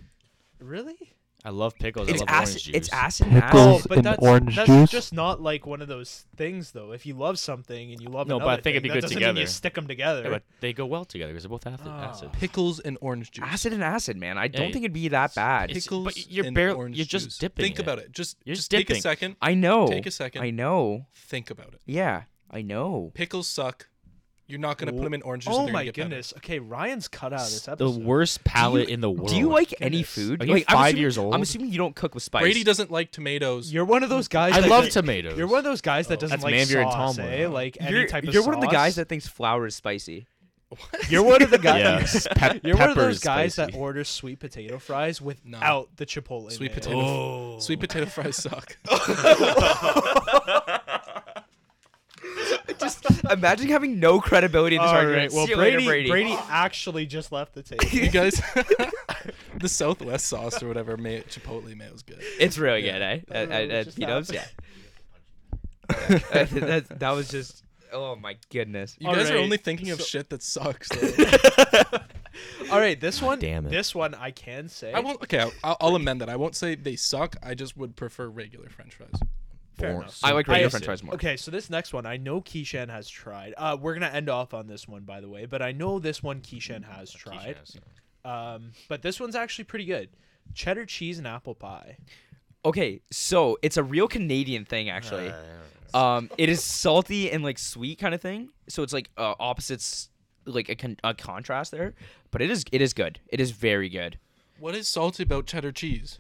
[SPEAKER 4] really?
[SPEAKER 1] I love pickles.
[SPEAKER 3] It's
[SPEAKER 1] I love
[SPEAKER 3] acid.
[SPEAKER 1] orange juice.
[SPEAKER 3] It's acid and acid.
[SPEAKER 5] Pickles.
[SPEAKER 4] Oh, but
[SPEAKER 5] in
[SPEAKER 4] that's
[SPEAKER 5] orange
[SPEAKER 4] that's
[SPEAKER 5] juice?
[SPEAKER 4] just not like one of those things, though. If you love something and you love
[SPEAKER 1] No, but I
[SPEAKER 4] another
[SPEAKER 1] think it'd be
[SPEAKER 4] thing,
[SPEAKER 1] good
[SPEAKER 4] that doesn't Mean you
[SPEAKER 1] together.
[SPEAKER 4] stick them together.
[SPEAKER 1] Yeah, but they go well together because they're both acid.
[SPEAKER 4] Ah.
[SPEAKER 1] acid.
[SPEAKER 2] Pickles and orange juice.
[SPEAKER 3] Acid and acid, man. I don't
[SPEAKER 1] Hey,
[SPEAKER 3] think it'd be that bad.
[SPEAKER 1] it's-
[SPEAKER 2] Pickles.
[SPEAKER 1] but you're
[SPEAKER 2] and
[SPEAKER 1] barely-
[SPEAKER 2] orange
[SPEAKER 1] you're just
[SPEAKER 2] juice.
[SPEAKER 1] dipping
[SPEAKER 2] Think
[SPEAKER 1] it.
[SPEAKER 2] about it. Just
[SPEAKER 1] You're
[SPEAKER 2] just
[SPEAKER 1] just
[SPEAKER 2] take a
[SPEAKER 1] dipping.
[SPEAKER 2] second.
[SPEAKER 3] I know.
[SPEAKER 2] Take a second.
[SPEAKER 3] I know.
[SPEAKER 2] Think about it.
[SPEAKER 3] Yeah, I know.
[SPEAKER 2] Pickles suck. You're not gonna put them in orange juice. and they're
[SPEAKER 4] oh
[SPEAKER 2] gonna
[SPEAKER 4] my
[SPEAKER 2] get better.
[SPEAKER 4] goodness! Okay, Ryan's cut out of this
[SPEAKER 1] the
[SPEAKER 4] episode.
[SPEAKER 1] worst palate in the world.
[SPEAKER 3] Do you like any
[SPEAKER 4] Goodness.
[SPEAKER 3] food?
[SPEAKER 1] Are you
[SPEAKER 3] like, I'm
[SPEAKER 1] five
[SPEAKER 3] assuming-
[SPEAKER 1] years old?
[SPEAKER 3] I'm assuming you don't cook with spice.
[SPEAKER 2] Brady doesn't like tomatoes.
[SPEAKER 4] You're one of those guys.
[SPEAKER 1] I
[SPEAKER 4] that
[SPEAKER 1] love
[SPEAKER 4] does-
[SPEAKER 1] tomatoes.
[SPEAKER 4] You're one of those guys that doesn't
[SPEAKER 1] That's
[SPEAKER 4] like
[SPEAKER 1] Manvier and
[SPEAKER 4] sauce,
[SPEAKER 1] Tomlin.
[SPEAKER 4] eh? Like any
[SPEAKER 3] You're,
[SPEAKER 4] type of
[SPEAKER 3] you're one of the guys
[SPEAKER 4] sauce.
[SPEAKER 3] that thinks flour is spicy.
[SPEAKER 4] You're one *laughs* of the guys.
[SPEAKER 1] Yeah. Pep-
[SPEAKER 4] You're one of those
[SPEAKER 1] pepper's
[SPEAKER 4] guys that
[SPEAKER 1] spicy.
[SPEAKER 4] orders sweet potato fries without the chipotle.
[SPEAKER 2] Sweet
[SPEAKER 4] mayo.
[SPEAKER 2] potato.
[SPEAKER 3] Oh.
[SPEAKER 2] Sweet potato fries
[SPEAKER 3] *laughs*
[SPEAKER 2] suck.
[SPEAKER 3] Imagine having no credibility in this
[SPEAKER 4] All
[SPEAKER 3] argument.
[SPEAKER 4] right. Well,
[SPEAKER 3] See you
[SPEAKER 4] Brady,
[SPEAKER 3] later, Brady.
[SPEAKER 4] actually just left the table.
[SPEAKER 2] *laughs* you guys, the Southwest sauce or whatever, may, chipotle mayo is good.
[SPEAKER 3] It's really good, eh? At,
[SPEAKER 4] know
[SPEAKER 3] at,
[SPEAKER 4] what
[SPEAKER 3] at
[SPEAKER 4] just
[SPEAKER 3] P-Dubs, yeah.
[SPEAKER 4] happened.
[SPEAKER 3] *laughs* Uh, that, that was just. Oh my goodness.
[SPEAKER 2] You guys are
[SPEAKER 4] Alright,
[SPEAKER 2] only thinking of
[SPEAKER 4] so-
[SPEAKER 2] shit that sucks. Though. *laughs*
[SPEAKER 4] All right, this one.
[SPEAKER 1] damn it.
[SPEAKER 4] This one I can say.
[SPEAKER 2] I won't. Okay, I'll, I'll, I'll amend that. I won't say they suck. I just would prefer regular French fries.
[SPEAKER 4] Fair
[SPEAKER 1] Born-
[SPEAKER 4] enough.
[SPEAKER 3] I like
[SPEAKER 4] I
[SPEAKER 3] regular
[SPEAKER 4] assume-
[SPEAKER 3] French fries more.
[SPEAKER 4] Okay, so this next one I know Keyshan has tried. Uh, we're gonna end off on this one, by the way, but I know this one Keyshan has tried. Um, but this one's actually pretty good. Cheddar cheese and apple pie.
[SPEAKER 3] Okay, so it's a real Canadian thing actually.
[SPEAKER 1] Uh,
[SPEAKER 3] Um, it is salty and like sweet kind of thing. So it's like uh, opposites, like a, con- a contrast there. But it is it is good. It is very good.
[SPEAKER 2] What is salty about cheddar cheese?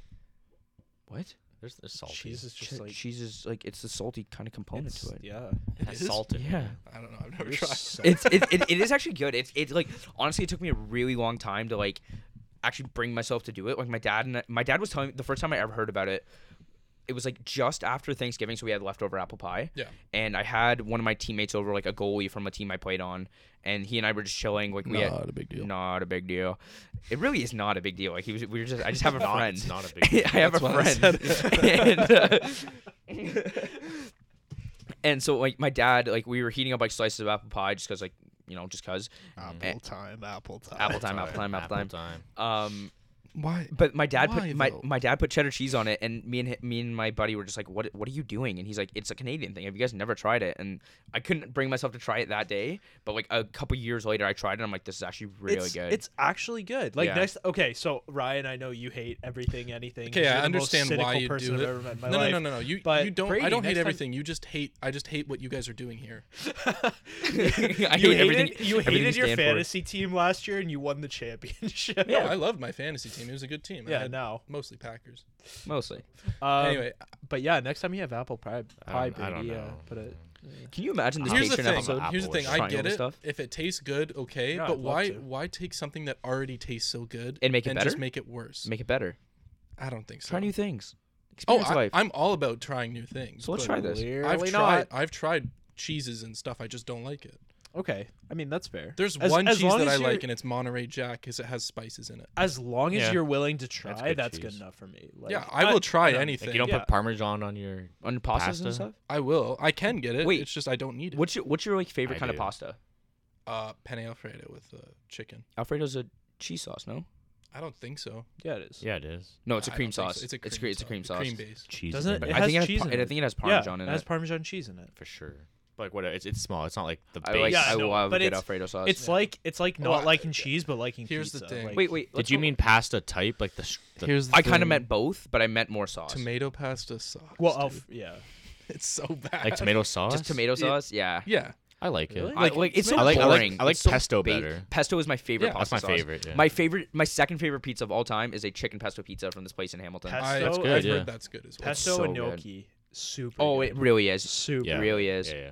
[SPEAKER 3] What?
[SPEAKER 1] there's, there's salty.
[SPEAKER 4] Cheese is just
[SPEAKER 3] Che-
[SPEAKER 4] like
[SPEAKER 3] cheese is like it's the salty kind of component
[SPEAKER 4] it's,
[SPEAKER 3] to it.
[SPEAKER 4] yeah.
[SPEAKER 1] It has
[SPEAKER 2] is?
[SPEAKER 1] salt in it.
[SPEAKER 3] Yeah.
[SPEAKER 2] I don't know. I've never
[SPEAKER 4] You're
[SPEAKER 2] tried.
[SPEAKER 4] so-
[SPEAKER 3] it's it, it, it is actually good. It's it's like honestly, it took me a really long time to like actually bring myself to do it. Like my dad and I, my dad was telling me the first time I ever heard about it, it was like just after Thanksgiving, so we had leftover apple pie.
[SPEAKER 2] Yeah.
[SPEAKER 3] And I had one of my teammates over, like a goalie from a team I played on, and he and I were just chilling. Like we had,
[SPEAKER 2] a big
[SPEAKER 3] not a big deal. It really is not a big deal. Like he was, we were just I just have a
[SPEAKER 1] Not-
[SPEAKER 3] friend.
[SPEAKER 1] it's
[SPEAKER 3] *laughs*
[SPEAKER 1] not a big deal.
[SPEAKER 3] I have a
[SPEAKER 2] That's
[SPEAKER 3] friend. and, uh, *laughs* and so like my dad, like we were heating up like slices of apple pie just cause like you know just cause
[SPEAKER 2] Uh,
[SPEAKER 4] Apple time, apple time.
[SPEAKER 3] eh. apple time, apple time, apple time.
[SPEAKER 1] time.
[SPEAKER 3] Um,
[SPEAKER 2] Why?
[SPEAKER 3] but my dad
[SPEAKER 2] Why,
[SPEAKER 3] put my,
[SPEAKER 2] though?
[SPEAKER 3] my dad put cheddar cheese on it, and me and hi- me and my buddy were just like, "What what are you doing?" And he's like, "It's a Canadian thing. Have you guys never tried it?" And I couldn't bring myself to try it that day, but like a couple years later, I tried it. and I'm like, "This is actually really
[SPEAKER 4] it's,
[SPEAKER 3] good."
[SPEAKER 4] It's actually good. Like
[SPEAKER 3] Yeah.
[SPEAKER 4] next, okay. So Ryan, I know you hate everything, anything.
[SPEAKER 2] Okay,
[SPEAKER 4] You're
[SPEAKER 2] I
[SPEAKER 4] the most
[SPEAKER 2] understand why
[SPEAKER 4] cynical
[SPEAKER 2] you
[SPEAKER 4] person
[SPEAKER 2] do
[SPEAKER 4] I've
[SPEAKER 2] it.
[SPEAKER 4] ever met in my
[SPEAKER 2] no, no,
[SPEAKER 4] life.
[SPEAKER 2] no, no, no. You
[SPEAKER 4] But
[SPEAKER 2] you don't.
[SPEAKER 4] Brady,
[SPEAKER 2] I don't hate
[SPEAKER 4] next time-
[SPEAKER 2] everything. You just hate. I just hate what you guys are doing here.
[SPEAKER 3] I
[SPEAKER 4] you
[SPEAKER 3] hate everything-
[SPEAKER 4] hated, you
[SPEAKER 3] everything
[SPEAKER 4] hated your
[SPEAKER 3] stand for.
[SPEAKER 4] fantasy team last year, and you won the championship. *laughs*
[SPEAKER 2] No, I loved my fantasy team. It was a good team. I
[SPEAKER 4] Yeah,
[SPEAKER 2] had
[SPEAKER 4] now.
[SPEAKER 2] mostly Packers.
[SPEAKER 3] mostly.
[SPEAKER 4] Um,
[SPEAKER 2] anyway,
[SPEAKER 4] but yeah, next time you have apple pie, pie
[SPEAKER 1] I don't- I don't
[SPEAKER 4] Brady, uh,
[SPEAKER 1] know.
[SPEAKER 4] put it.
[SPEAKER 3] Can you imagine this
[SPEAKER 2] here's the
[SPEAKER 3] Patreon
[SPEAKER 2] thing.
[SPEAKER 3] episode?
[SPEAKER 1] Apple
[SPEAKER 2] Here's the
[SPEAKER 1] was
[SPEAKER 2] thing. I
[SPEAKER 3] trying all
[SPEAKER 2] get
[SPEAKER 3] this
[SPEAKER 2] it.
[SPEAKER 3] stuff.
[SPEAKER 2] If it tastes good, okay.
[SPEAKER 4] Yeah, I'd
[SPEAKER 2] but
[SPEAKER 4] love
[SPEAKER 2] why?
[SPEAKER 4] to.
[SPEAKER 2] Why take something that already tastes so good
[SPEAKER 3] And make it better?
[SPEAKER 2] just make it worse?
[SPEAKER 3] Make it better.
[SPEAKER 2] I don't think so.
[SPEAKER 3] Try new things.
[SPEAKER 2] oh,
[SPEAKER 3] Experience
[SPEAKER 2] I,
[SPEAKER 3] life.
[SPEAKER 2] I'm all about trying new things.
[SPEAKER 3] so let's
[SPEAKER 2] but
[SPEAKER 3] try this.
[SPEAKER 2] I've
[SPEAKER 4] Clearly
[SPEAKER 2] tried.
[SPEAKER 4] not.
[SPEAKER 2] I've tried cheeses and stuff. I just don't like it.
[SPEAKER 4] Okay, I mean that's fair.
[SPEAKER 2] There's
[SPEAKER 4] As-
[SPEAKER 2] one
[SPEAKER 4] as
[SPEAKER 2] cheese
[SPEAKER 4] long
[SPEAKER 2] that
[SPEAKER 4] as
[SPEAKER 2] I
[SPEAKER 4] you're-
[SPEAKER 2] like, and it's Monterey Jack because it has spices in it.
[SPEAKER 4] As long as
[SPEAKER 1] Yeah.
[SPEAKER 4] you're willing to try, that's good,
[SPEAKER 1] good cheese.
[SPEAKER 4] enough for me. Like,
[SPEAKER 2] yeah, I will try
[SPEAKER 4] no,
[SPEAKER 1] Like
[SPEAKER 2] anything.
[SPEAKER 1] you don't
[SPEAKER 4] Yeah.
[SPEAKER 1] put parmesan on your.
[SPEAKER 3] On pastas
[SPEAKER 1] Pasta?
[SPEAKER 3] and stuff.
[SPEAKER 2] I will. I can get it.
[SPEAKER 3] Wait.
[SPEAKER 2] it's just I don't need it.
[SPEAKER 3] What's your what's your like favorite
[SPEAKER 1] I
[SPEAKER 3] kind of
[SPEAKER 1] do.
[SPEAKER 3] pasta?
[SPEAKER 2] Uh, penne alfredo with uh, chicken.
[SPEAKER 3] Alfredo's a cheese sauce, no?
[SPEAKER 2] I don't think so.
[SPEAKER 4] Yeah, it is.
[SPEAKER 1] Yeah, it is.
[SPEAKER 3] No, it's a
[SPEAKER 2] I
[SPEAKER 3] cream
[SPEAKER 2] don't think
[SPEAKER 3] sauce.
[SPEAKER 2] so. It's a cream.
[SPEAKER 3] it's, cre- it's a cream sauce.
[SPEAKER 2] Cream based.
[SPEAKER 1] Cheese. in
[SPEAKER 4] Doesn't it-
[SPEAKER 1] it,
[SPEAKER 4] it
[SPEAKER 1] but
[SPEAKER 3] I
[SPEAKER 4] has
[SPEAKER 3] think it has
[SPEAKER 4] cheese
[SPEAKER 3] par-
[SPEAKER 4] in
[SPEAKER 3] I
[SPEAKER 4] it.
[SPEAKER 3] think it has
[SPEAKER 4] Yeah,
[SPEAKER 3] parmesan
[SPEAKER 4] it
[SPEAKER 3] in
[SPEAKER 4] has
[SPEAKER 3] it.
[SPEAKER 4] parmesan cheese in it.
[SPEAKER 1] for sure. Like what? It's it's small. It's not like the
[SPEAKER 3] I
[SPEAKER 1] base.
[SPEAKER 3] like.
[SPEAKER 4] Yeah,
[SPEAKER 3] I
[SPEAKER 4] no,
[SPEAKER 3] love
[SPEAKER 4] but
[SPEAKER 3] good
[SPEAKER 4] it's-
[SPEAKER 3] Alfredo sauce.
[SPEAKER 4] It's like it's like
[SPEAKER 2] Well,
[SPEAKER 4] not
[SPEAKER 2] I-
[SPEAKER 4] liking cheese but liking
[SPEAKER 2] here's the
[SPEAKER 4] pizza.
[SPEAKER 2] thing.
[SPEAKER 4] Like,
[SPEAKER 3] wait, wait.
[SPEAKER 1] Did you mean pasta type? Like the. sh- the
[SPEAKER 2] Here's
[SPEAKER 3] I kind of meant both, but I meant more sauce.
[SPEAKER 2] tomato pasta sauce.
[SPEAKER 4] Well,
[SPEAKER 2] dude.
[SPEAKER 4] Alf- yeah.
[SPEAKER 2] it's so bad.
[SPEAKER 1] like tomato sauce.
[SPEAKER 3] Just tomato sauce. Yeah.
[SPEAKER 2] Yeah.
[SPEAKER 1] I like
[SPEAKER 4] Really?
[SPEAKER 1] it.
[SPEAKER 3] I- Like, it's so
[SPEAKER 1] I like- I like-
[SPEAKER 3] boring.
[SPEAKER 1] I like
[SPEAKER 3] It's so
[SPEAKER 1] pesto better.
[SPEAKER 3] Pesto is my favorite
[SPEAKER 2] Yeah,
[SPEAKER 3] pasta
[SPEAKER 1] that's my
[SPEAKER 3] sauce.
[SPEAKER 1] favorite, yeah.
[SPEAKER 3] My favorite, my second favorite pizza of all time is a chicken pesto pizza from this place in Hamilton.
[SPEAKER 4] Pesto,
[SPEAKER 2] I,
[SPEAKER 4] That's
[SPEAKER 2] I've
[SPEAKER 1] good, yeah.
[SPEAKER 2] heard that's good as well.
[SPEAKER 4] pesto
[SPEAKER 3] so
[SPEAKER 4] and
[SPEAKER 3] good.
[SPEAKER 4] gnocchi, super.
[SPEAKER 3] oh,
[SPEAKER 4] good.
[SPEAKER 3] it really is.
[SPEAKER 4] super.
[SPEAKER 1] Yeah.
[SPEAKER 3] really is.
[SPEAKER 1] Yeah, yeah.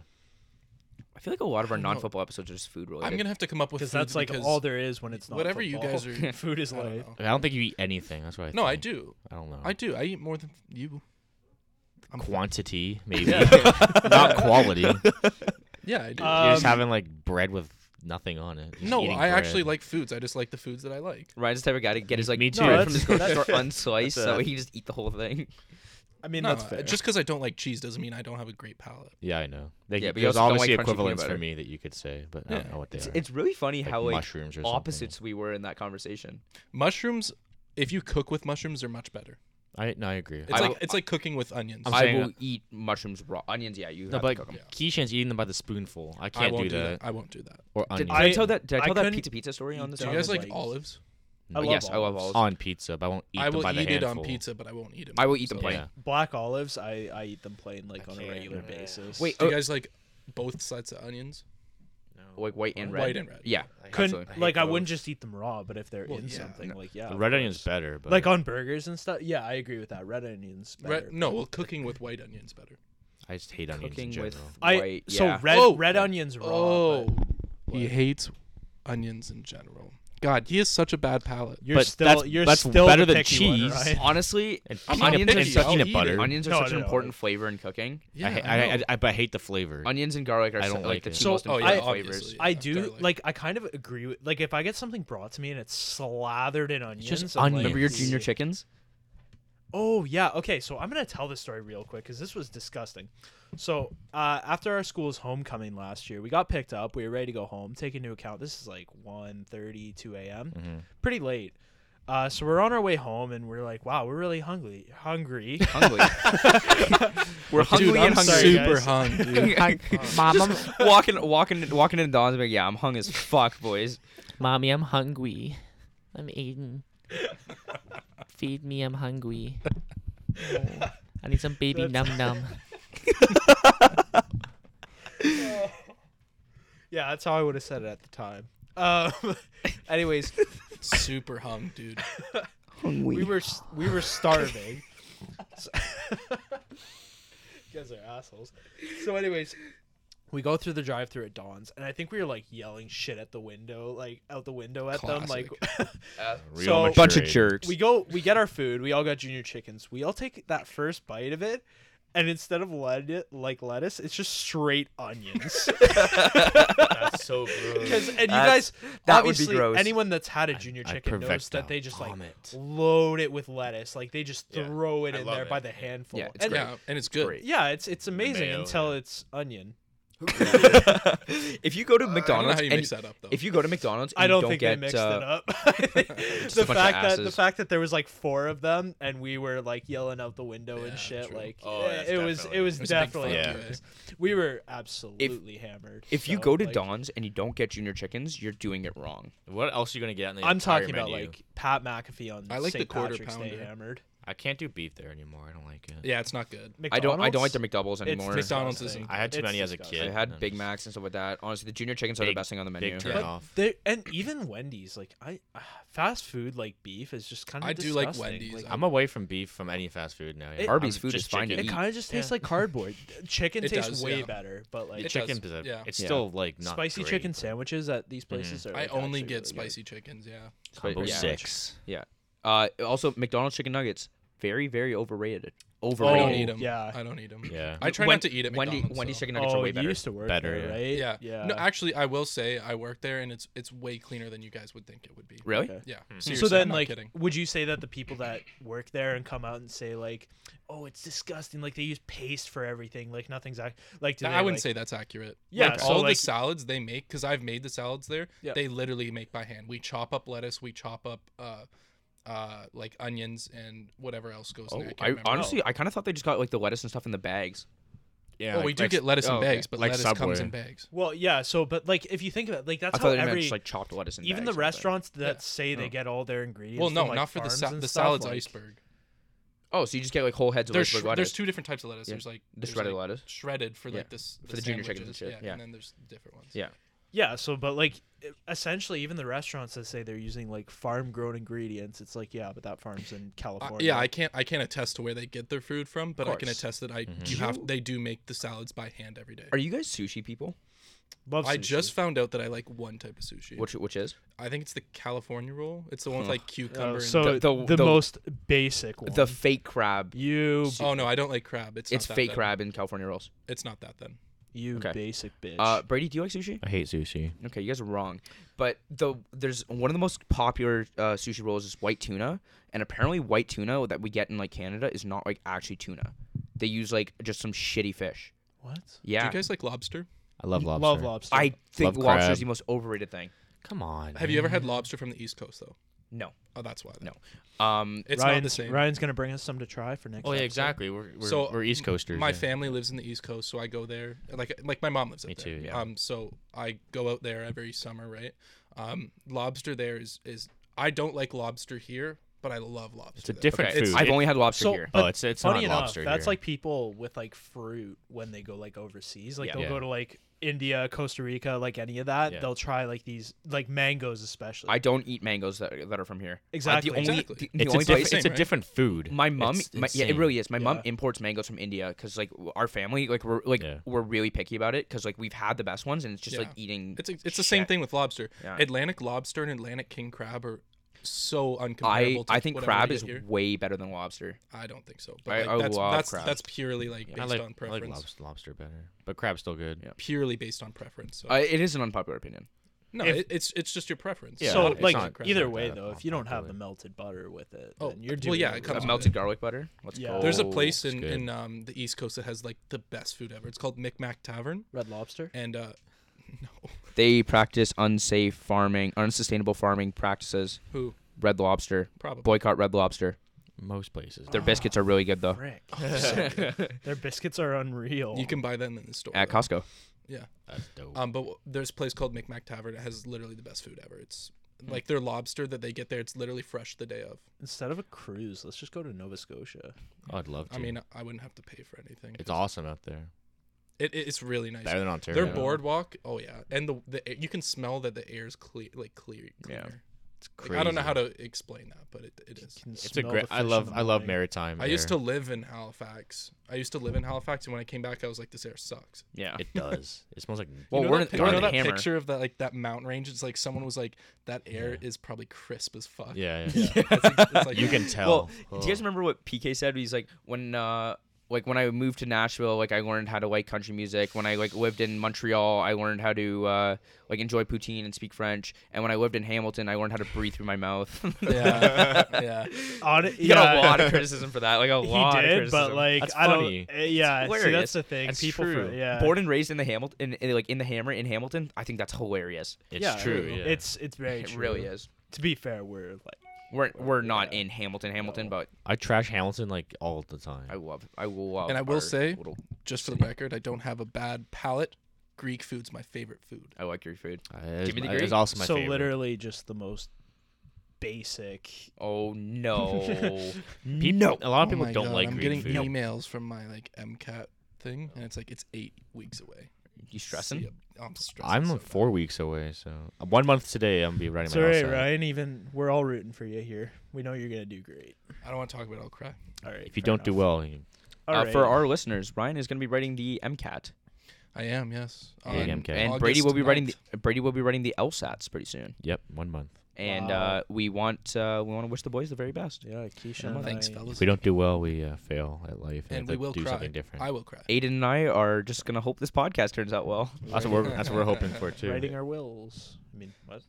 [SPEAKER 3] I feel like a lot of our
[SPEAKER 2] I don't know.
[SPEAKER 3] non-football episodes are just food related.
[SPEAKER 2] I'm gonna have to come up with
[SPEAKER 4] Because
[SPEAKER 2] foods
[SPEAKER 4] that's like
[SPEAKER 2] because
[SPEAKER 4] all there is when it's not.
[SPEAKER 2] whatever you
[SPEAKER 4] football.
[SPEAKER 2] guys are-
[SPEAKER 4] *laughs* food is
[SPEAKER 2] I don't
[SPEAKER 4] life.
[SPEAKER 2] know.
[SPEAKER 1] I don't think you eat anything. That's what I.
[SPEAKER 2] No, I
[SPEAKER 1] think.
[SPEAKER 2] do.
[SPEAKER 1] I don't know.
[SPEAKER 2] I do. I eat more than you. I'm *laughs*
[SPEAKER 1] Quantity maybe, not quality.
[SPEAKER 2] Yeah, I do.
[SPEAKER 4] Uh,
[SPEAKER 1] You're just
[SPEAKER 4] Um,
[SPEAKER 1] having like bread with nothing on it. Just
[SPEAKER 2] no,
[SPEAKER 1] eating
[SPEAKER 2] I
[SPEAKER 1] bread.
[SPEAKER 2] actually like foods. I just like the foods that I like.
[SPEAKER 3] Ryan's the type of guy to get his like
[SPEAKER 1] Me
[SPEAKER 3] bread
[SPEAKER 1] too.
[SPEAKER 3] from
[SPEAKER 4] No,
[SPEAKER 3] his grocery store
[SPEAKER 4] that's-
[SPEAKER 1] that's
[SPEAKER 3] unsliced, so
[SPEAKER 1] a-
[SPEAKER 3] he can just eat the whole thing.
[SPEAKER 4] I mean,
[SPEAKER 2] No,
[SPEAKER 4] that's
[SPEAKER 2] I-
[SPEAKER 4] fair.
[SPEAKER 2] just because I don't like cheese doesn't mean I don't have a great palate.
[SPEAKER 1] Yeah, I know. They,
[SPEAKER 3] Yeah, but you
[SPEAKER 1] there's
[SPEAKER 3] also don't
[SPEAKER 1] obviously
[SPEAKER 3] like crunchy peanut
[SPEAKER 1] equivalents for
[SPEAKER 3] butter.
[SPEAKER 1] me that you could say, but I don't
[SPEAKER 2] Yeah.
[SPEAKER 1] know what they
[SPEAKER 3] It's,
[SPEAKER 1] are.
[SPEAKER 3] it's really funny
[SPEAKER 1] Like
[SPEAKER 3] how like
[SPEAKER 1] mushrooms or something.
[SPEAKER 3] opposites we were in that conversation.
[SPEAKER 2] Mushrooms, if you cook with mushrooms, they're much better.
[SPEAKER 1] I no, I agree.
[SPEAKER 2] It's
[SPEAKER 3] I
[SPEAKER 2] like
[SPEAKER 3] will-
[SPEAKER 2] it's like cooking with onions.
[SPEAKER 1] I'm
[SPEAKER 3] I
[SPEAKER 1] saying
[SPEAKER 3] will
[SPEAKER 1] that-
[SPEAKER 3] eat mushrooms raw. Onions, yeah, you
[SPEAKER 1] no,
[SPEAKER 3] have
[SPEAKER 1] but
[SPEAKER 3] to cook them.
[SPEAKER 1] Keishan's eating them by the spoonful. I
[SPEAKER 2] I
[SPEAKER 1] can't
[SPEAKER 2] won't
[SPEAKER 1] do that.
[SPEAKER 2] I won't do that.
[SPEAKER 1] Or
[SPEAKER 3] Did,
[SPEAKER 1] onions
[SPEAKER 3] I,
[SPEAKER 4] I-
[SPEAKER 3] tell that? Did I
[SPEAKER 4] I
[SPEAKER 3] tell that
[SPEAKER 4] couldn't
[SPEAKER 3] pizza pizza story on this?
[SPEAKER 2] Do you
[SPEAKER 4] I
[SPEAKER 2] guys
[SPEAKER 4] love
[SPEAKER 2] like
[SPEAKER 4] legs.
[SPEAKER 2] olives?
[SPEAKER 4] I love
[SPEAKER 3] yes, I love
[SPEAKER 4] olives.
[SPEAKER 3] olives.
[SPEAKER 1] Mm-hmm. on pizza, but I won't eat
[SPEAKER 2] I
[SPEAKER 1] them
[SPEAKER 2] will
[SPEAKER 1] by the
[SPEAKER 2] eat it on
[SPEAKER 1] handful.
[SPEAKER 2] pizza, but I won't eat them.
[SPEAKER 3] I will eat them
[SPEAKER 2] So-
[SPEAKER 3] plain.
[SPEAKER 1] Yeah.
[SPEAKER 4] Black olives, I, I eat them plain like on a
[SPEAKER 1] can't,
[SPEAKER 4] regular
[SPEAKER 1] man.
[SPEAKER 4] basis.
[SPEAKER 3] Wait,
[SPEAKER 2] Do you
[SPEAKER 3] Oh.
[SPEAKER 2] guys like both sides of onions?
[SPEAKER 3] Like white and red.
[SPEAKER 2] White and red.
[SPEAKER 3] Yeah.
[SPEAKER 4] couldn't
[SPEAKER 3] absolutely.
[SPEAKER 4] like
[SPEAKER 1] hate
[SPEAKER 4] I wouldn't
[SPEAKER 1] those.
[SPEAKER 4] just eat them raw, but if they're
[SPEAKER 2] Well,
[SPEAKER 4] in
[SPEAKER 2] yeah,
[SPEAKER 4] something
[SPEAKER 2] no.
[SPEAKER 4] like yeah,
[SPEAKER 1] The
[SPEAKER 4] of
[SPEAKER 1] red
[SPEAKER 4] course.
[SPEAKER 1] onion's better, but
[SPEAKER 4] like on burgers and stuff. Yeah, I agree with that. Red onions better.
[SPEAKER 2] Red, no, well, cooking with white onions better.
[SPEAKER 1] I just hate onions in
[SPEAKER 3] Cooking
[SPEAKER 1] general.
[SPEAKER 3] with
[SPEAKER 4] I
[SPEAKER 3] white.
[SPEAKER 4] so
[SPEAKER 3] yeah.
[SPEAKER 4] red
[SPEAKER 2] Oh.
[SPEAKER 4] red onions raw.
[SPEAKER 2] oh,
[SPEAKER 4] but
[SPEAKER 2] he hates onions in general. God, he is such a bad palate.
[SPEAKER 4] you're
[SPEAKER 1] But
[SPEAKER 4] still
[SPEAKER 1] that's-
[SPEAKER 4] you're
[SPEAKER 1] that's
[SPEAKER 4] still
[SPEAKER 1] better
[SPEAKER 4] the
[SPEAKER 1] than
[SPEAKER 4] picky one,
[SPEAKER 1] cheese.
[SPEAKER 4] Ryan.
[SPEAKER 3] Honestly,
[SPEAKER 1] And
[SPEAKER 2] I'm not
[SPEAKER 1] peanut, and
[SPEAKER 2] picky, I'll
[SPEAKER 1] peanut
[SPEAKER 2] eat
[SPEAKER 1] butter.
[SPEAKER 2] it.
[SPEAKER 3] onions are
[SPEAKER 4] No,
[SPEAKER 3] such
[SPEAKER 4] no,
[SPEAKER 3] an
[SPEAKER 4] no,
[SPEAKER 3] important
[SPEAKER 4] like-
[SPEAKER 3] flavor in cooking.
[SPEAKER 1] I, ha- I, I, I, but I hate the flavor.
[SPEAKER 3] Onions and garlic are
[SPEAKER 1] I
[SPEAKER 3] so-
[SPEAKER 1] don't
[SPEAKER 3] like
[SPEAKER 1] like
[SPEAKER 3] the
[SPEAKER 1] it.
[SPEAKER 3] two
[SPEAKER 4] So-
[SPEAKER 3] most
[SPEAKER 2] oh
[SPEAKER 3] important
[SPEAKER 2] yeah,
[SPEAKER 3] flavors.
[SPEAKER 2] obviously.
[SPEAKER 4] I
[SPEAKER 2] yeah,
[SPEAKER 4] do
[SPEAKER 2] garlic.
[SPEAKER 4] like I kind of agree with like if I get something brought to me and it's slathered in onions.
[SPEAKER 1] just
[SPEAKER 4] I'm
[SPEAKER 1] onions.
[SPEAKER 4] like-
[SPEAKER 3] Remember your junior chickens?
[SPEAKER 4] Oh yeah, okay. So I'm gonna tell this story real quick because this was disgusting. So uh, after our school's homecoming last year, we got picked up. We were ready to go home. Take into account this is like 1.30, 2 a.m.
[SPEAKER 3] Mm-hmm.
[SPEAKER 4] Pretty late. Uh, so we're on our way home and we're like, wow, we're really hungry. Hungry. *laughs*
[SPEAKER 3] Hungry. We're hungry
[SPEAKER 2] Dude,
[SPEAKER 3] and
[SPEAKER 2] I'm
[SPEAKER 3] hungry. *laughs*
[SPEAKER 2] super
[SPEAKER 4] guys.
[SPEAKER 2] hung, dude.
[SPEAKER 1] Mom,
[SPEAKER 3] Just walking, walking, walking into Don's like, yeah, I'm hung as fuck, boys.
[SPEAKER 5] Mommy, I'm hungry. I'm Aiden. Feed me, I'm hungry.
[SPEAKER 1] I need some baby num
[SPEAKER 4] That's-
[SPEAKER 1] num.
[SPEAKER 4] yeah, that's how I would have said it at the time. Um, *laughs* anyways,
[SPEAKER 2] Super hung, dude.
[SPEAKER 4] we were s- we were starving. So- *laughs* you guys are assholes. So, anyways, we go through the drive-through at Dawn's, and I think we were like yelling shit at the window, like out the window at them, like.
[SPEAKER 1] *laughs* Real
[SPEAKER 4] So-
[SPEAKER 1] mature
[SPEAKER 3] bunch of
[SPEAKER 1] age.
[SPEAKER 3] jerks.
[SPEAKER 4] *laughs* We go, we get our food. We all got junior chickens. We all take that first bite of it, and instead of let like lettuce, it's just straight onions.
[SPEAKER 1] That's so
[SPEAKER 4] *laughs*
[SPEAKER 2] *laughs*
[SPEAKER 4] Because
[SPEAKER 1] gross.
[SPEAKER 4] and you
[SPEAKER 3] That's-
[SPEAKER 4] guys,
[SPEAKER 3] that would be
[SPEAKER 4] obviously,
[SPEAKER 3] gross.
[SPEAKER 4] anyone that's had a junior
[SPEAKER 1] I
[SPEAKER 4] chicken knows
[SPEAKER 1] perfecto
[SPEAKER 4] that they just like
[SPEAKER 1] vomit.
[SPEAKER 4] load it with lettuce. Like they just
[SPEAKER 1] Yeah,
[SPEAKER 4] throw it
[SPEAKER 1] I
[SPEAKER 4] in
[SPEAKER 1] love
[SPEAKER 4] there
[SPEAKER 1] it.
[SPEAKER 4] by the handful.
[SPEAKER 3] Yeah, it's
[SPEAKER 4] and,
[SPEAKER 3] great.
[SPEAKER 2] Yeah, and it's good.
[SPEAKER 3] Great.
[SPEAKER 4] yeah, it's it's amazing
[SPEAKER 1] mayo,
[SPEAKER 4] until
[SPEAKER 1] yeah.
[SPEAKER 4] it's onion.
[SPEAKER 3] if you go to
[SPEAKER 2] I don't know
[SPEAKER 3] McDonald's,
[SPEAKER 2] how you
[SPEAKER 3] and
[SPEAKER 2] mix that up though.
[SPEAKER 3] if you go to McDonald's, and
[SPEAKER 4] I don't,
[SPEAKER 3] you don't
[SPEAKER 4] think
[SPEAKER 3] get
[SPEAKER 4] they mixed
[SPEAKER 3] uh,
[SPEAKER 4] it
[SPEAKER 3] *laughs* a
[SPEAKER 4] up. *laughs* the
[SPEAKER 3] bunch of
[SPEAKER 4] fact that the
[SPEAKER 3] asses.
[SPEAKER 4] fact that there was like four of them and we were like yelling out the window
[SPEAKER 2] Yeah,
[SPEAKER 4] and shit,
[SPEAKER 2] true.
[SPEAKER 4] like
[SPEAKER 1] Oh,
[SPEAKER 4] eh,
[SPEAKER 1] that's
[SPEAKER 4] it was
[SPEAKER 1] definitely-
[SPEAKER 4] it was
[SPEAKER 2] It was a big
[SPEAKER 4] definitely
[SPEAKER 1] fuck
[SPEAKER 4] on
[SPEAKER 1] you.
[SPEAKER 4] us. we were absolutely hammered.
[SPEAKER 3] If you
[SPEAKER 4] so,
[SPEAKER 3] go to
[SPEAKER 4] like,
[SPEAKER 3] Don's and you don't get junior chickens, you're doing it wrong.
[SPEAKER 1] What else are you gonna get? On the
[SPEAKER 4] I'm
[SPEAKER 1] entire
[SPEAKER 4] talking about
[SPEAKER 1] menu?
[SPEAKER 4] like Pat McAfee on
[SPEAKER 2] I like the
[SPEAKER 4] St.
[SPEAKER 2] quarter
[SPEAKER 4] Patrick's Day
[SPEAKER 2] pounder.
[SPEAKER 4] hammered.
[SPEAKER 1] I can't do beef there anymore. I don't like it.
[SPEAKER 2] yeah, it's not good.
[SPEAKER 3] I don't. I don't like
[SPEAKER 4] McDonald's?
[SPEAKER 3] the McDoubles anymore.
[SPEAKER 4] It's
[SPEAKER 2] McDonald's
[SPEAKER 4] disgusting.
[SPEAKER 2] isn't-
[SPEAKER 1] I had too
[SPEAKER 4] It's
[SPEAKER 1] many as a
[SPEAKER 4] disgusting.
[SPEAKER 1] kid.
[SPEAKER 3] I
[SPEAKER 1] I'm
[SPEAKER 3] had Big
[SPEAKER 1] just-
[SPEAKER 3] Macs and stuff like that. Honestly, the junior chickens are the
[SPEAKER 1] Big-
[SPEAKER 3] best thing on the menu.
[SPEAKER 1] Big
[SPEAKER 3] Yeah.
[SPEAKER 1] turn
[SPEAKER 2] But
[SPEAKER 1] off.
[SPEAKER 4] They and even Wendy's, like I, uh, fast food like beef is just kind of.
[SPEAKER 2] I do like Wendy's.
[SPEAKER 1] I'm away from beef from any fast food now. Yeah.
[SPEAKER 4] It-
[SPEAKER 3] Arby's
[SPEAKER 1] I'm
[SPEAKER 3] food
[SPEAKER 1] just
[SPEAKER 3] is fine to
[SPEAKER 1] chicken.
[SPEAKER 4] it
[SPEAKER 3] eat.
[SPEAKER 4] kind of just tastes
[SPEAKER 1] Yeah.
[SPEAKER 4] like
[SPEAKER 2] *laughs*
[SPEAKER 4] cardboard. Chicken
[SPEAKER 2] It
[SPEAKER 4] tastes
[SPEAKER 2] does,
[SPEAKER 4] way
[SPEAKER 2] yeah.
[SPEAKER 4] better, but like
[SPEAKER 1] The
[SPEAKER 2] It
[SPEAKER 1] chicken,
[SPEAKER 2] does,
[SPEAKER 1] is a-
[SPEAKER 2] yeah.
[SPEAKER 1] it's
[SPEAKER 3] Yeah.
[SPEAKER 1] still like not
[SPEAKER 4] spicy
[SPEAKER 1] great. Mm-hmm.
[SPEAKER 4] chicken sandwiches at these places are.
[SPEAKER 2] I
[SPEAKER 4] like,
[SPEAKER 2] only
[SPEAKER 4] actually
[SPEAKER 2] get
[SPEAKER 4] really good.
[SPEAKER 2] spicy chickens. Yeah,
[SPEAKER 1] Combo
[SPEAKER 3] Yeah.
[SPEAKER 1] six.
[SPEAKER 3] Uh, also, McDonald's chicken nuggets very, very overrated.
[SPEAKER 2] I
[SPEAKER 4] Oh,
[SPEAKER 2] don't
[SPEAKER 3] Overrated.
[SPEAKER 2] eat them.
[SPEAKER 4] yeah.
[SPEAKER 2] I don't eat them.
[SPEAKER 1] Yeah.
[SPEAKER 2] I try
[SPEAKER 3] Wen-
[SPEAKER 2] not to eat at
[SPEAKER 3] Wendy,
[SPEAKER 2] McDonald's.
[SPEAKER 3] Wendy's
[SPEAKER 2] though.
[SPEAKER 3] chicken nuggets
[SPEAKER 4] Oh,
[SPEAKER 3] are way
[SPEAKER 4] you
[SPEAKER 3] better.
[SPEAKER 4] used to work
[SPEAKER 1] Better,
[SPEAKER 4] there,
[SPEAKER 1] yeah.
[SPEAKER 4] right?
[SPEAKER 2] Yeah.
[SPEAKER 4] yeah.
[SPEAKER 2] No, actually, I will say I work there, and it's it's way cleaner than you guys would think it would be.
[SPEAKER 3] Really?
[SPEAKER 4] Okay.
[SPEAKER 2] Yeah.
[SPEAKER 1] Hmm.
[SPEAKER 2] Seriously,
[SPEAKER 4] so
[SPEAKER 2] I'm
[SPEAKER 4] then,
[SPEAKER 2] not
[SPEAKER 4] like,
[SPEAKER 2] kidding.
[SPEAKER 4] would you say that the people that work there and come out and say like, "Oh, it's disgusting. Like they use paste for everything. Like nothing's act- like." Do
[SPEAKER 2] Nah,
[SPEAKER 4] they,
[SPEAKER 2] I wouldn't
[SPEAKER 4] like-
[SPEAKER 2] say that's accurate.
[SPEAKER 4] Yeah,
[SPEAKER 2] Like,
[SPEAKER 4] so,
[SPEAKER 2] all the
[SPEAKER 4] like-
[SPEAKER 2] salads they make, because I've made the salads there,
[SPEAKER 4] Yeah.
[SPEAKER 2] they literally make by hand. We chop up lettuce, we chop up uh, uh, like onions and whatever else goes in
[SPEAKER 3] Oh,
[SPEAKER 2] there. I, can't
[SPEAKER 3] I,
[SPEAKER 2] remember.
[SPEAKER 3] honestly, I kind of thought they just got like the lettuce and stuff in the bags.
[SPEAKER 1] Yeah.
[SPEAKER 2] Oh, we do get lettuce
[SPEAKER 3] oh,
[SPEAKER 2] in
[SPEAKER 3] okay.
[SPEAKER 2] bags, but
[SPEAKER 1] Like
[SPEAKER 2] lettuce comes
[SPEAKER 1] Subway.
[SPEAKER 2] in bags.
[SPEAKER 4] Well, yeah. So, but like, if you think about, it, like, that's
[SPEAKER 3] I
[SPEAKER 4] how
[SPEAKER 3] thought they meant
[SPEAKER 4] every
[SPEAKER 3] just like chopped lettuce in
[SPEAKER 4] even the
[SPEAKER 3] bags or something.
[SPEAKER 4] restaurants that
[SPEAKER 2] Yeah.
[SPEAKER 4] say they
[SPEAKER 3] Oh.
[SPEAKER 4] get all their ingredients.
[SPEAKER 2] Well, no,
[SPEAKER 4] from, like,
[SPEAKER 2] not for the
[SPEAKER 4] farms
[SPEAKER 2] sa-
[SPEAKER 4] and
[SPEAKER 2] the
[SPEAKER 4] stuff,
[SPEAKER 2] salad's
[SPEAKER 4] like-
[SPEAKER 2] iceberg.
[SPEAKER 3] Oh, so you just get like whole heads of
[SPEAKER 2] There's
[SPEAKER 3] iceberg
[SPEAKER 2] sh-
[SPEAKER 3] lettuce.
[SPEAKER 2] there's two different types of lettuce.
[SPEAKER 3] Yeah.
[SPEAKER 2] There's like
[SPEAKER 3] The
[SPEAKER 2] there's,
[SPEAKER 3] shredded
[SPEAKER 2] like,
[SPEAKER 3] lettuce.
[SPEAKER 2] shredded for
[SPEAKER 3] Yeah.
[SPEAKER 2] like this
[SPEAKER 3] For the junior chickens and
[SPEAKER 2] sandwiches,
[SPEAKER 3] shit,
[SPEAKER 2] Yeah,
[SPEAKER 3] yeah.
[SPEAKER 2] and then there's different ones.
[SPEAKER 3] Yeah.
[SPEAKER 4] Yeah. So, but like, it- essentially, even the restaurants that say they're using like farm-grown ingredients, it's like, yeah, but that farm's in
[SPEAKER 2] I-
[SPEAKER 4] California.
[SPEAKER 2] Uh, yeah, I can't. I can't attest to where they get their food from, but I can
[SPEAKER 3] course.
[SPEAKER 2] attest that I
[SPEAKER 1] Mhm.
[SPEAKER 2] you
[SPEAKER 3] You-
[SPEAKER 2] have. They do make the salads by hand every day.
[SPEAKER 3] Are you guys sushi people?
[SPEAKER 4] Love
[SPEAKER 2] I
[SPEAKER 4] sushi. Uh,
[SPEAKER 2] just found out that I like one type of sushi.
[SPEAKER 3] Which which is
[SPEAKER 2] I think it's the California roll. It's the one with
[SPEAKER 3] Huh.
[SPEAKER 2] like
[SPEAKER 4] Oh,
[SPEAKER 2] cucumber.
[SPEAKER 4] so
[SPEAKER 2] and
[SPEAKER 4] the,
[SPEAKER 3] The- the- the-
[SPEAKER 4] most basic one.
[SPEAKER 3] the fake crab.
[SPEAKER 4] you
[SPEAKER 2] oh no, I don't like crab. It's not
[SPEAKER 3] It's
[SPEAKER 2] that
[SPEAKER 3] fake
[SPEAKER 2] then.
[SPEAKER 3] crab in California rolls.
[SPEAKER 2] It's not that then.
[SPEAKER 4] you
[SPEAKER 3] okay.
[SPEAKER 4] basic bitch.
[SPEAKER 3] Uh, Brady, do you like sushi?
[SPEAKER 1] I hate sushi.
[SPEAKER 3] Okay, you guys are wrong. But the there's one of the most popular uh, sushi rolls is white tuna, and apparently white tuna that we get in like Canada is not like actually tuna. They use like just some shitty fish.
[SPEAKER 4] what?
[SPEAKER 2] Do
[SPEAKER 3] Yeah,
[SPEAKER 2] you guys like lobster?
[SPEAKER 1] I love lobster.
[SPEAKER 4] Love lobster.
[SPEAKER 3] I think
[SPEAKER 1] Love
[SPEAKER 3] lobster
[SPEAKER 1] crab.
[SPEAKER 3] is the most overrated thing.
[SPEAKER 1] Come on.
[SPEAKER 2] Have you ever
[SPEAKER 1] man.
[SPEAKER 2] had lobster from the East Coast though?
[SPEAKER 3] Mm-hmm. No,
[SPEAKER 2] Oh, that's why. then.
[SPEAKER 3] um,
[SPEAKER 2] it's
[SPEAKER 4] Ryan's,
[SPEAKER 2] not the same.
[SPEAKER 4] Ryan's gonna bring us some to try for next.
[SPEAKER 1] Oh yeah,
[SPEAKER 4] episode.
[SPEAKER 1] exactly. We're we're,
[SPEAKER 2] So,
[SPEAKER 1] we're East
[SPEAKER 2] m-
[SPEAKER 1] Coasters.
[SPEAKER 2] My
[SPEAKER 1] yeah.
[SPEAKER 2] family lives in the East Coast, so I go there. Like like my mom lives up
[SPEAKER 1] Me
[SPEAKER 2] there.
[SPEAKER 1] too, yeah.
[SPEAKER 2] Um, so I go out there every summer, right? Um, lobster there is is I don't like lobster here, but I love lobster.
[SPEAKER 1] It's a
[SPEAKER 2] there.
[SPEAKER 1] different
[SPEAKER 3] okay.
[SPEAKER 1] food.
[SPEAKER 3] I've only had lobster
[SPEAKER 4] So,
[SPEAKER 3] here.
[SPEAKER 1] oh,
[SPEAKER 4] but
[SPEAKER 1] it's it's not
[SPEAKER 4] Funny enough,
[SPEAKER 1] lobster.
[SPEAKER 4] that's
[SPEAKER 1] here.
[SPEAKER 4] like people with like fruit when they go like overseas. Like
[SPEAKER 3] Yeah.
[SPEAKER 4] they'll
[SPEAKER 1] Yeah.
[SPEAKER 4] go to like India, Costa Rica, like any of that.
[SPEAKER 1] Yeah.
[SPEAKER 4] They'll try like these like mangoes especially.
[SPEAKER 3] I don't eat mangoes that, that are from here.
[SPEAKER 4] exactly.
[SPEAKER 3] Uh, the only,
[SPEAKER 2] Exactly.
[SPEAKER 3] the, the
[SPEAKER 1] it's a
[SPEAKER 3] only
[SPEAKER 1] different,
[SPEAKER 3] place Mm,
[SPEAKER 2] different-
[SPEAKER 1] it's a
[SPEAKER 2] right?
[SPEAKER 1] different food.
[SPEAKER 3] my mom,
[SPEAKER 1] It's
[SPEAKER 3] my, yeah, it
[SPEAKER 1] insane.
[SPEAKER 3] really is. My mom
[SPEAKER 4] Yeah.
[SPEAKER 3] imports mangoes from India because like w- our family, like we're like
[SPEAKER 1] Yeah.
[SPEAKER 3] we're really picky about it because like we've had the best ones and it's just like
[SPEAKER 2] Yeah.
[SPEAKER 3] eating.
[SPEAKER 2] It's it's the same
[SPEAKER 3] shit.
[SPEAKER 2] thing with lobster.
[SPEAKER 3] Yeah.
[SPEAKER 2] Atlantic lobster and Atlantic king crab are so
[SPEAKER 3] I,
[SPEAKER 2] uncomparable. to
[SPEAKER 3] I think
[SPEAKER 2] whatever we
[SPEAKER 3] crab
[SPEAKER 2] get
[SPEAKER 3] is
[SPEAKER 2] here.
[SPEAKER 3] way better than lobster.
[SPEAKER 2] I don't think so. But
[SPEAKER 3] I-
[SPEAKER 2] like,
[SPEAKER 3] I
[SPEAKER 2] that's,
[SPEAKER 3] love
[SPEAKER 2] that's,
[SPEAKER 3] crab.
[SPEAKER 2] That's purely like based
[SPEAKER 1] I like,
[SPEAKER 2] on
[SPEAKER 1] I
[SPEAKER 2] preference.
[SPEAKER 1] like lobster, lobster better, but crab's still good.
[SPEAKER 3] Yeah.
[SPEAKER 2] Purely based on preference. So.
[SPEAKER 3] Uh, it is an unpopular opinion.
[SPEAKER 2] no,
[SPEAKER 4] if-
[SPEAKER 2] it, it's it's just your preference.
[SPEAKER 1] Yeah,
[SPEAKER 4] so
[SPEAKER 1] it's
[SPEAKER 4] like
[SPEAKER 1] not
[SPEAKER 2] crab.
[SPEAKER 4] either
[SPEAKER 1] like
[SPEAKER 4] way
[SPEAKER 1] that
[SPEAKER 4] though, if you don't have
[SPEAKER 1] popular.
[SPEAKER 4] the melted butter with it,
[SPEAKER 2] Oh,
[SPEAKER 4] then you're
[SPEAKER 2] well,
[SPEAKER 4] doing
[SPEAKER 2] yeah,
[SPEAKER 4] it
[SPEAKER 2] it comes
[SPEAKER 4] wrong.
[SPEAKER 2] with
[SPEAKER 3] melted garlic butter. Let's
[SPEAKER 4] Yeah.
[SPEAKER 3] go.
[SPEAKER 2] There's a place in,
[SPEAKER 1] Oh, good.
[SPEAKER 2] in um, the East Coast that has like the best food ever. It's called Micmac Tavern, *laughs*
[SPEAKER 4] Red Lobster.
[SPEAKER 2] and uh,
[SPEAKER 3] They practice unsafe farming, unsustainable farming practices.
[SPEAKER 2] who
[SPEAKER 3] Red Lobster.
[SPEAKER 2] probably
[SPEAKER 3] Boycott Red Lobster.
[SPEAKER 1] Most places.
[SPEAKER 3] Their biscuits are really good though.
[SPEAKER 4] Frick. *laughs*
[SPEAKER 3] At
[SPEAKER 4] Their biscuits are unreal.
[SPEAKER 2] you can buy them in the store. Um, though.
[SPEAKER 3] Costco.
[SPEAKER 1] That's dope.
[SPEAKER 2] Um, but w- there's a place called Micmac Tavern. It has literally the best food ever. It's
[SPEAKER 1] Hmm.
[SPEAKER 2] like their lobster that they get there, it's literally fresh the day of.
[SPEAKER 4] Instead of a cruise, let's just go to Nova Scotia.
[SPEAKER 1] Oh, I'd love to.
[SPEAKER 2] I mean, I wouldn't have to pay for anything.
[SPEAKER 1] it's awesome out there.
[SPEAKER 2] It, it- it's really nice.
[SPEAKER 1] Better than Ontario.
[SPEAKER 2] Their boardwalk, oh yeah, and the the air- you can smell that the air is clear, like clear.
[SPEAKER 3] Yeah.
[SPEAKER 2] cleaner.
[SPEAKER 1] It's
[SPEAKER 2] Like, I don't know how to explain that, but it, it is.
[SPEAKER 1] It's a great. I love. I love maritime.
[SPEAKER 2] I used to
[SPEAKER 1] air.
[SPEAKER 2] live in Halifax. I used to live in Halifax, and when I came back, I was like, "This air sucks."
[SPEAKER 3] Yeah.
[SPEAKER 1] It does. It smells like.
[SPEAKER 3] *laughs* Well,
[SPEAKER 2] You know
[SPEAKER 3] we're
[SPEAKER 2] that,
[SPEAKER 3] in,
[SPEAKER 2] pic-
[SPEAKER 3] we're
[SPEAKER 2] you
[SPEAKER 3] in
[SPEAKER 2] know
[SPEAKER 3] the
[SPEAKER 2] that
[SPEAKER 3] hammer.
[SPEAKER 2] picture of that like that mountain range. It's like someone was like, "That air is probably crisp as fuck."
[SPEAKER 1] yeah, yeah.
[SPEAKER 2] Yeah, *laughs* it's like- it's like
[SPEAKER 1] You
[SPEAKER 2] that.
[SPEAKER 1] can tell.
[SPEAKER 3] Well, do
[SPEAKER 1] Oh.
[SPEAKER 3] you guys remember what PK said? He's like, when uh, like when I moved to Nashville, like I learned how to like country music. When I like lived in Montreal, I learned how to uh, like enjoy poutine and speak French. And when I lived in Hamilton, I learned how to breathe through my mouth.
[SPEAKER 2] *laughs*
[SPEAKER 3] *laughs*
[SPEAKER 2] Yeah, yeah.
[SPEAKER 4] On,
[SPEAKER 3] He
[SPEAKER 4] yeah,
[SPEAKER 3] got a lot of criticism for that. Like a
[SPEAKER 4] *laughs* he
[SPEAKER 3] lot. of
[SPEAKER 4] did,
[SPEAKER 3] criticism.
[SPEAKER 4] but like
[SPEAKER 1] That's
[SPEAKER 4] I don't.
[SPEAKER 1] funny.
[SPEAKER 4] uh, yeah, see,
[SPEAKER 3] hilarious.
[SPEAKER 4] that's the thing.
[SPEAKER 1] That's
[SPEAKER 4] People,
[SPEAKER 1] true.
[SPEAKER 4] For, yeah,
[SPEAKER 3] born and raised in the Hamilton, in, in, like in the Hammer in Hamilton, I think that's hilarious.
[SPEAKER 1] It's
[SPEAKER 4] yeah,
[SPEAKER 1] true.
[SPEAKER 4] it-
[SPEAKER 1] Yeah.
[SPEAKER 4] It's it's
[SPEAKER 3] *laughs*
[SPEAKER 4] very.
[SPEAKER 3] It
[SPEAKER 4] true.
[SPEAKER 3] really is.
[SPEAKER 4] To be fair, we're like
[SPEAKER 3] We're we're not in Hamilton, Hamilton, but
[SPEAKER 1] I trash Hamilton like all the time.
[SPEAKER 3] I love I love.
[SPEAKER 2] And I will
[SPEAKER 3] our
[SPEAKER 2] say-
[SPEAKER 3] little-
[SPEAKER 2] Just for the record, I don't have a bad palate. Greek food's my favorite food.
[SPEAKER 3] I like your food.
[SPEAKER 1] Uh, it's-
[SPEAKER 3] Give me the
[SPEAKER 1] uh,
[SPEAKER 3] Greek.
[SPEAKER 1] It's also my
[SPEAKER 4] so
[SPEAKER 1] favorite.
[SPEAKER 4] literally just the most basic.
[SPEAKER 3] Oh
[SPEAKER 2] *laughs*
[SPEAKER 3] no,
[SPEAKER 1] Peop-
[SPEAKER 3] no.
[SPEAKER 1] a lot of
[SPEAKER 2] Oh
[SPEAKER 1] people
[SPEAKER 2] my
[SPEAKER 1] don't
[SPEAKER 2] God,
[SPEAKER 1] like
[SPEAKER 2] I'm
[SPEAKER 1] Greek
[SPEAKER 2] getting
[SPEAKER 1] food.
[SPEAKER 2] emails from my like MCAT thing, and it's like it's eight weeks away.
[SPEAKER 3] You stressing?
[SPEAKER 2] See ya. I'm stressing.
[SPEAKER 1] I'm
[SPEAKER 2] so
[SPEAKER 1] four weeks away, so uh, one month today I'm gonna be writing
[SPEAKER 4] It's
[SPEAKER 1] my
[SPEAKER 4] all right,
[SPEAKER 1] essay.
[SPEAKER 4] Ryan. Even we're all rooting for you here. We know you're gonna do great.
[SPEAKER 2] bad. I don't want to talk about. It, I'll cry.
[SPEAKER 4] All right.
[SPEAKER 1] If you don't do well, you,
[SPEAKER 4] all
[SPEAKER 3] uh, for our listeners, Ryan is going to be writing the MCAT,
[SPEAKER 2] I am. Yes.
[SPEAKER 1] Yeah,
[SPEAKER 2] On
[SPEAKER 1] yeah, okay.
[SPEAKER 3] and
[SPEAKER 2] August
[SPEAKER 3] Brady will be writing
[SPEAKER 2] 9th.
[SPEAKER 3] the Brady will be writing the LSATs pretty soon.
[SPEAKER 1] yep, one month.
[SPEAKER 3] And
[SPEAKER 4] Wow.
[SPEAKER 3] uh, we want uh, we want to wish the boys the very best.
[SPEAKER 4] yeah, Keisha. and
[SPEAKER 2] Thanks,
[SPEAKER 4] I-
[SPEAKER 2] fellas.
[SPEAKER 1] If we don't do well, we uh, fail at life and,
[SPEAKER 2] and we
[SPEAKER 1] have to
[SPEAKER 2] will
[SPEAKER 1] do
[SPEAKER 2] cry.
[SPEAKER 1] something different.
[SPEAKER 2] I will cry.
[SPEAKER 3] Aiden and I are just going to hope this podcast turns out
[SPEAKER 2] *laughs*
[SPEAKER 3] well.
[SPEAKER 1] that's what we're that's what we're hoping for too.
[SPEAKER 4] Writing our wills. I mean, what?